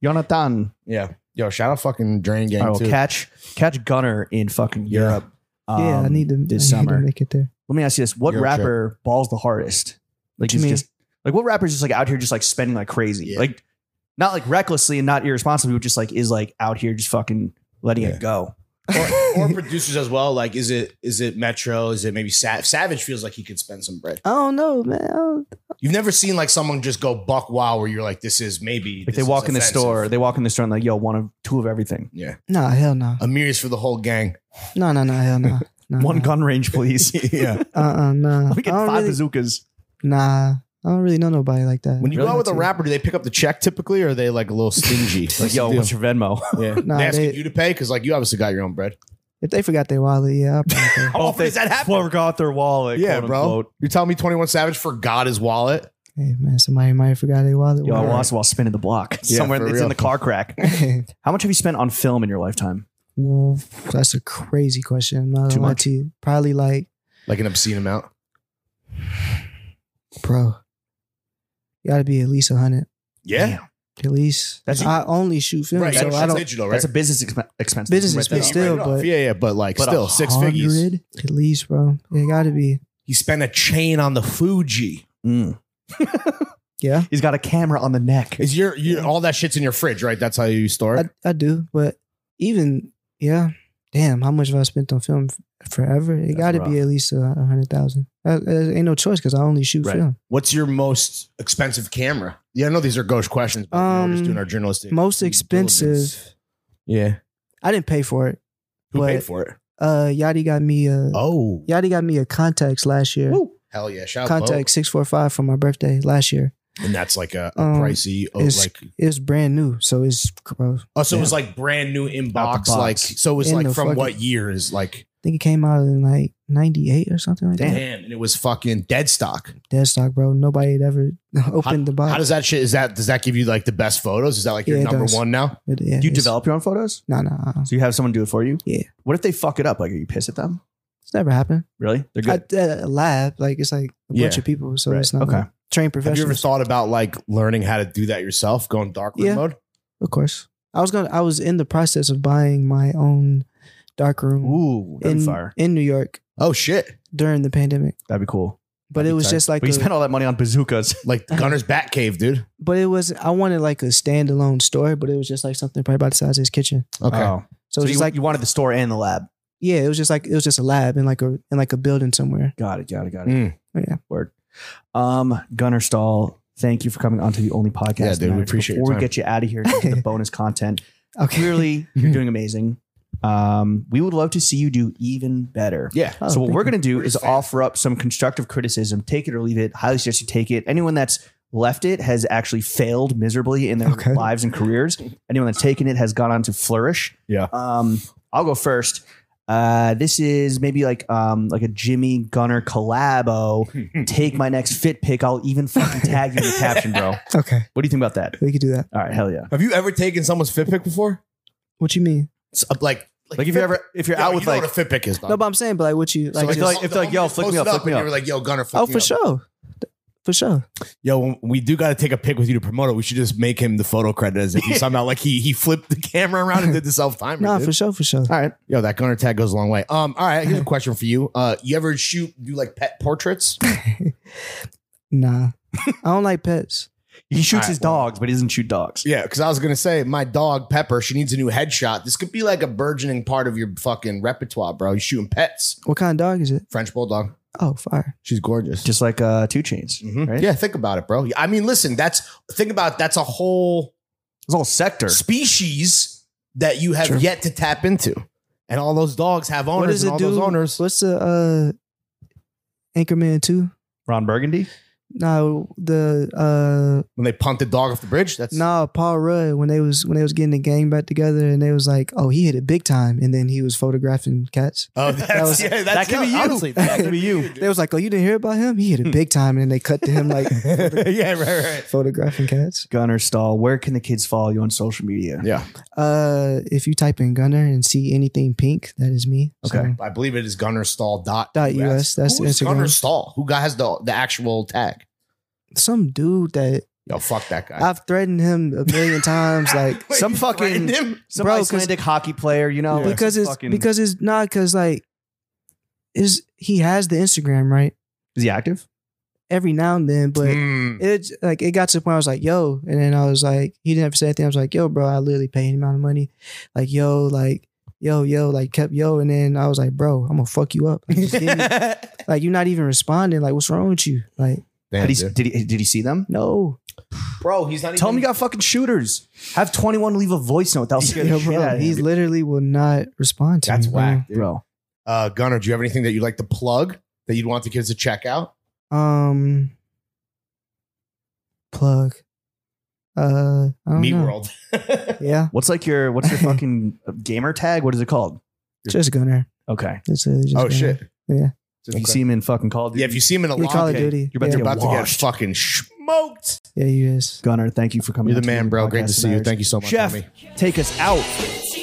B: Jonathan.
D: Yeah. Yo, shout out fucking Drain Gang
B: I will
D: too.
B: catch catch Gunner in fucking
D: Yeah.
B: Europe.
C: Yeah, I
B: um,
C: need to.
B: this
C: I need to
B: summer.
C: make
B: (laughs)
C: it there.
B: Let me ask you this: What
D: Europe trip.
B: rapper balls the hardest? Like
C: What you
B: he's
C: mean?
B: just like what rapper is just like out here just like spending like crazy,
D: Yeah.
B: like not like recklessly and not irresponsibly, but just like is like out here just fucking letting
D: Yeah.
B: it go.
D: (laughs)
B: (laughs)
C: (laughs)
D: or, or producers as well. Like, is it is it Metro? Is it maybe Sa- Savage? Feels like he could spend some bread.
C: I don't know, man. I don't,
D: You've never seen like someone just go buck wild where you're like, this is maybe
B: Like
D: this
B: they walk
D: is
B: in the
D: offensive.
B: store, they walk in the store and like, yo, one of two of everything,
D: Yeah,
C: nah, hell no.
D: Amir's for the whole gang.
C: No, no, no, hell no.
B: (laughs)
C: Nah,
B: one
C: nah.
B: gun range, please. (laughs)
D: Mm-hmm. (laughs) yeah.
C: Uh, uh, nah.
B: Let me get
C: I don't
B: five
C: really-
B: bazookas.
C: Nah, I don't really know nobody like that.
D: When you go
C: Really
D: out with a
C: too.
D: rapper, do they pick up the check typically, or are they like a little stingy?
C: (laughs)
B: Like, yo, what's your Venmo?
D: yeah.
B: (laughs)
C: Nah,
D: they asking
C: they-
D: you to pay because like you obviously got your own bread.
C: if they forgot their wallet, yeah, I'll probably
B: (laughs)
C: go. (laughs)
D: How often does that happen?
B: Forgot their wallet.
D: Yeah,
B: quote
D: bro.
B: unquote.
D: You're telling me 21 Savage forgot his wallet?
C: Hey man, somebody might have forgot their wallet.
B: Yo, I
C: Whatever. (laughs)
B: lost while spinning the block.
D: Yeah,
B: Somewhere
D: for
B: it's
D: real.
B: in the car
D: (laughs)
B: crack. How much have you spent on film in your lifetime?
C: That's a crazy question. I'm not
B: Too
C: gonna lie
B: much?
C: to you. Probably like,
D: Like an obscene amount.
C: bro, you gotta be at least a hundred.
D: Yeah.
C: At least
B: That's-
C: I only shoot film,
D: Right.
C: so
D: that's
C: I don't.
D: digital, right?
B: That's a business exp- expense.
C: Business
B: Right there.
C: expense, still,
D: Right off.
C: but-
D: yeah, yeah, but like
B: but
D: still six figures.
C: 100? At least, bro. It gotta be.
D: He spent a chain on the Fuji.
B: Mm.
C: (laughs) Yeah,
B: He's got a camera on the neck.
D: Is your, your all that shit's in your fridge, right? That's how you store it.
C: I, I do. But even yeah, damn, how much have I spent on film f- forever? It
B: That's
C: gotta
B: rough.
C: be at least a a hundred thousand. Uh, uh, ain't no choice because I only shoot
B: Right.
C: film.
D: What's your most expensive camera? Yeah, I know these are gauche questions, but you know, we're just
C: Um,
D: doing our journalistic.
C: Most
D: due diligence.
C: expensive.
D: Yeah.
C: I didn't pay for it.
D: Who
C: But-
D: paid for it?
C: Uh, Yadi got me a
D: Oh,
C: Yadi got me a contacts last year.
D: hell yeah! Shout out,
C: Contact six four five for my birthday last year.
D: Bo. and that's like a, a
C: Um,
D: pricey. Oh,
C: it's-
D: like
C: It's brand new, so it's bro, I
D: oh, so it was like brand new in box.
B: box.
D: Like so, it was
C: In
D: like
C: the
D: from
C: fucking-
D: what year is like?
C: think it came out in like ninety eight or something like
D: Damn.
C: that.
D: and it was fucking dead stock.
C: Dead stock, bro. Nobody had ever (laughs) opened the box.
D: How does that shit? Is that does that give you like the best photos? Is that like your
C: Yeah, it
D: number
C: does.
D: one now?
C: But yeah,
B: Do you
C: it's-
B: develop your own photos?
C: Nah, nah. uh,
B: So you have someone do it for you?
C: Yeah.
B: What if they fuck it up? Like, are you pissed at them?
C: It's never happened.
B: Really? They're
C: I
B: good.
C: did a lab, like it's like a bunch
D: Yeah.
C: of people, so
B: Right.
C: it's not
B: Okay.
C: like trained
D: Have you ever
C: professionals.
D: thought about like learning how to do that yourself, going darkroom
C: Yeah.
D: mode?
C: of course, I was gonna. I was in the process of buying my own dark room
B: Ooh, that'd be
C: in
B: fire.
C: in New York
D: Oh shit!
C: during the pandemic,
B: That'd be cool.
C: but it was just like
B: But you
C: a-
B: spent all that money on bazookas. (laughs)
D: Like
C: Uh-huh.
D: Gunner's Bat Cave, dude.
C: but it was I wanted like a standalone store, but it was just like something probably about the size of his kitchen.
D: Okay.
B: Oh.
C: So, it was
B: you,
C: just like
B: you wanted the store and the lab.
C: yeah, it was just like it was just a lab in like a in like a building somewhere. (laughs)
B: Got it. Got it. Got it.
D: Mm.
C: Oh, Yeah.
B: Word. Um, Gunnar Stahl, thank you for coming onto the only podcast.
D: Yeah, dude,
B: that
D: we
B: matters.
D: appreciate your
B: Before we
D: time.
B: get you out of here, to the bonus content.
C: Okay,
B: Clearly,
C: (laughs)
B: you're doing amazing. Um, we would love to see you do even better.
D: Yeah.
C: Oh,
B: so what
C: thank
B: we're
C: you.
B: going to do is
D: Great fan.
B: offer up some constructive criticism. Take it or leave it. Highly suggest you take it. Anyone that's left it has actually failed miserably in their
C: Okay.
B: lives and careers. Anyone that's taken it has gone on to flourish.
D: Yeah.
B: Um, I'll go first. Uh, this is maybe like um like a Jimmy Gunner collabo. (laughs) Take my next fit pick. I'll even fucking tag you in the caption, bro.
C: okay,
B: What do you think about that?
C: we could do that.
B: All right, hell yeah.
D: Have you ever taken someone's fit pick before?
C: What you mean?
D: It's, uh, like,
B: Like if you're ever if you're
D: Yeah,
B: out
D: you
B: with
D: know
B: like
D: what a fit pick is. dog.
C: No, but I'm saying, but like what you
D: So,
C: like?
B: if
C: just-
B: they're like- if they're like,
D: the
B: yo,
D: moment
B: flick
D: you
B: me up,
D: post it
B: flick me
D: and
B: up.
D: You were like, yo, Gunner, flick
C: oh,
D: me
C: for
D: up.
C: sure, for sure.
D: Yo, when we do got to take a pic with you to promote it. We should just make him the photo credit as if
B: (laughs)
D: he somehow like he he flipped the camera around and did the self timer.
C: Nah, for sure, for sure.
B: all right.
D: Yo, that Gunner tag goes a long way. Um, all right,
B: (laughs)
D: here's a question for you. Uh, you ever shoot do like pet portraits? (laughs)
C: Nah, I don't like pets.
B: He shoots
D: All right,
B: his
D: well-
B: dogs, but he doesn't shoot dogs.
D: Yeah, because I was gonna say my dog Pepper, she needs a new headshot. This could be like a burgeoning part of your fucking repertoire, bro. You shooting pets?
C: What kind of dog is it?
D: French bulldog.
C: Oh, fire.
D: She's gorgeous.
B: Just like uh two chains.
D: Mhm.
B: Right?
D: Yeah, think about it, bro. I mean, listen, that's think about that's a whole
B: It's all sector.
D: species that you have
C: True.
D: yet to tap into. And all those dogs have
C: What
D: owners,
C: does
D: and
C: it
D: all
C: do?
D: those owners.
C: What's the uh, Anchorman Two?
B: Ron Burgundy.
C: No, the uh,
D: When they punt the dog off the bridge, that's
C: no Paul Rudd when they was when they was getting the gang back together and they was like, oh, he hit it big time, and then he was photographing cats.
D: Oh, that's,
C: (laughs) That was-
D: (laughs) yeah,
B: that
D: that's
B: could be you.
D: honestly, that could be you.
C: They was like, oh, you didn't hear about him? He hit it big time, and then they cut to him like
D: yeah, right, right.
C: photographing cats.
B: Gunnar Stahl, where can the kids follow you on social media?
D: Yeah,
C: Uh, if you type in Gunner and see anything pink, that is me. So-
B: Okay.
D: I believe it is gunnerstall.us.
C: Dot US, that's
D: Who is
C: Instagram.
D: Gunner Stahl? Who got has the, the actual tag?
C: some dude that
D: Yo, fuck that guy.
C: I've threatened him a million times, like
D: (laughs) Wait,
B: some
D: you
B: fucking-
D: threatened him?
B: Some
C: Bro, 'cause-
B: Icelandic hockey player, you know, like
C: because
B: some
C: it's
B: fucking-
C: because it's not because like is he has the Instagram right
B: is he active?
C: every now and then, but
D: Mm.
C: it's like it got to the point I was like, yo, and then I was like, he didn't have to say anything. I was like, yo, bro, I literally paid him amount of money, like yo, like yo, yo, like kept yo, and then I was like, bro, I'm gonna fuck you up. Like, just give me-
D: (laughs)
C: like, you're not even responding. Like what's wrong with you? Like
D: Damn,
B: Did he,
D: dude.
B: did he did he see them?
C: no,
D: bro, he's not.
B: Tell him
D: even-
B: you got fucking shooters. Have 21 leave a voice note.
D: (laughs)
B: That'll scare the
C: Yo,
B: shit
C: bro,
B: out of
C: he
B: him.
C: literally will not respond to
D: That's
C: me, bro.
D: whack, dude.
B: Bro.
D: Uh, Gunner, do you have anything that you'd like to plug that you'd want the kids to check out?
C: Um, plug. Uh, I don't
D: Meat
C: know.
D: World.
C: Yeah,
B: What's like your what's
D: (laughs)
B: your fucking gamer tag? What is it called?
C: just Gunner.
B: Okay.
C: It's literally just
D: oh
C: Gunner.
D: shit.
C: Yeah.
D: So
B: If you see him in fucking Call of Duty.
D: yeah, if you see him in a
C: Yeah, Call
D: lot,
C: of Duty.
B: you're about
C: yeah.
D: you're
B: to get
D: about to get
B: washed.
D: fucking smoked.
C: Yeah, you just.
B: Gunner, thank you for coming.
D: You're the
B: on
D: man,
B: the
D: bro. Great
B: podcast
D: to see you.
B: tonight.
D: Thank you so much,
F: Chef,
D: homie.
F: take us out.